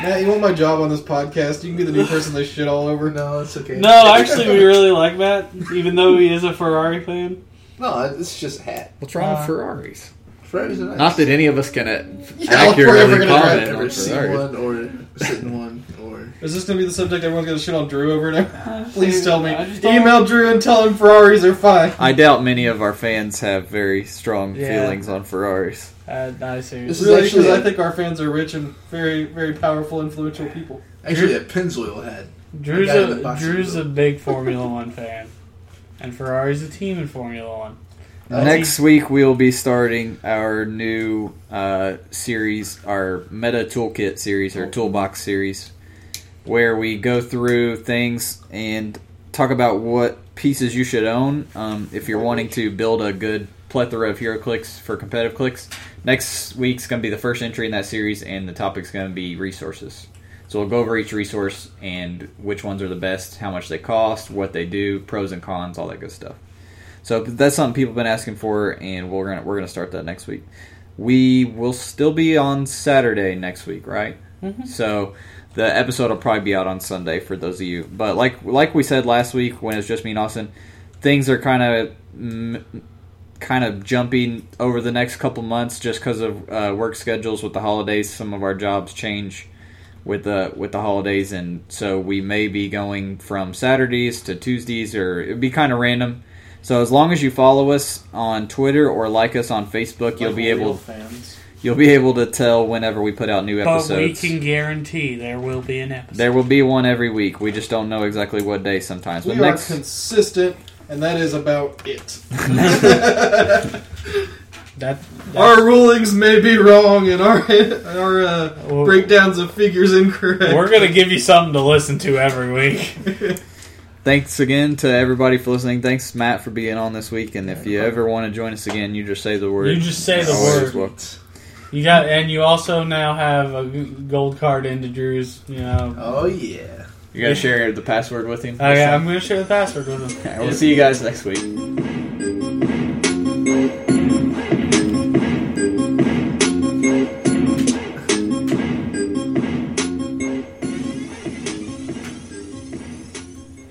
Speaker 4: Matt, you want my job on this podcast? You can be the new person they shit all over.
Speaker 5: No, it's okay.
Speaker 6: No, actually, we really like Matt, even though he is a Ferrari fan.
Speaker 5: *laughs* No, it's just a hat.
Speaker 3: What's wrong
Speaker 6: Uh,
Speaker 3: with Ferraris?
Speaker 5: Ferraris are nice.
Speaker 3: Not that any of us can uh,
Speaker 4: Yeah, we're
Speaker 3: accurately
Speaker 4: never gonna drive
Speaker 3: comment
Speaker 5: I've
Speaker 3: on
Speaker 5: ever seen
Speaker 3: Ferraris.
Speaker 5: one or sit in one or.
Speaker 4: Is this gonna be the subject everyone's gonna shit on Drew over now? *laughs* Please tell me.
Speaker 6: I just don't-
Speaker 4: Email Drew and tell him Ferraris are fine.
Speaker 3: I doubt many of our fans have very strong
Speaker 6: Yeah.
Speaker 3: feelings on Ferraris.
Speaker 6: Uh, no, seriously.
Speaker 5: This is
Speaker 4: Really,
Speaker 5: actually
Speaker 4: because I
Speaker 5: a-
Speaker 4: think our fans are rich and very, very powerful, influential people.
Speaker 5: Actually, a Pennzoil hat.
Speaker 6: Drew's
Speaker 5: I got it in the
Speaker 6: a
Speaker 5: box
Speaker 6: Drew's a
Speaker 5: as well.
Speaker 6: big Formula One fan, and Ferrari's a team in Formula One. Uh,
Speaker 3: Next week, we'll be starting our new uh, series, our Meta Toolkit series, our Toolbox series, where we go through things and talk about what pieces you should own um, if you're wanting to build a good plethora of hero clicks for competitive clicks. Next week's going to be the first entry in that series, and the topic's going to be resources. So we'll go over each resource and which ones are the best, how much they cost, what they do, pros and cons, all that good stuff. So that's something people have been asking for, and we're gonna we're gonna start that next week. We will still be on Saturday next week, right?
Speaker 4: Mm-hmm.
Speaker 3: So the episode will probably be out on Sunday for those of you. But like like we said last week when it was just me and Austin, things are kind of mm, kind of jumping over the next couple months just because of uh, work schedules with the holidays. Some of our jobs change with the with the holidays, and so we may be going from Saturdays to Tuesdays, or it'd be kind of random. So as long as you follow us on Twitter or like us on Facebook, you'll
Speaker 4: Like
Speaker 3: be
Speaker 4: real
Speaker 3: able
Speaker 4: fans.
Speaker 3: you'll be able to tell whenever we put out new episodes.
Speaker 6: But we can guarantee there will be an episode.
Speaker 3: There will be one every week. We just don't know exactly what day sometimes.
Speaker 4: We
Speaker 3: But
Speaker 4: are
Speaker 3: next,
Speaker 4: consistent, and that is about it.
Speaker 6: That, that's,
Speaker 4: Our rulings may be wrong, and our *laughs* our uh, breakdowns of figures incorrect.
Speaker 6: We're gonna give you something to listen to every week.
Speaker 3: thanks again to everybody for listening. Thanks, Matt, for being on this week. And if you ever want to join us again, you just say the word.
Speaker 6: You just say the
Speaker 3: Always
Speaker 6: word.
Speaker 3: welcome.
Speaker 6: You got, and you also now have a g- gold card into Drew's. You know,
Speaker 5: Oh yeah.
Speaker 3: You gotta share the password with him.
Speaker 6: okay, I'm gonna share the password with him.
Speaker 3: All right, we'll see you guys next week.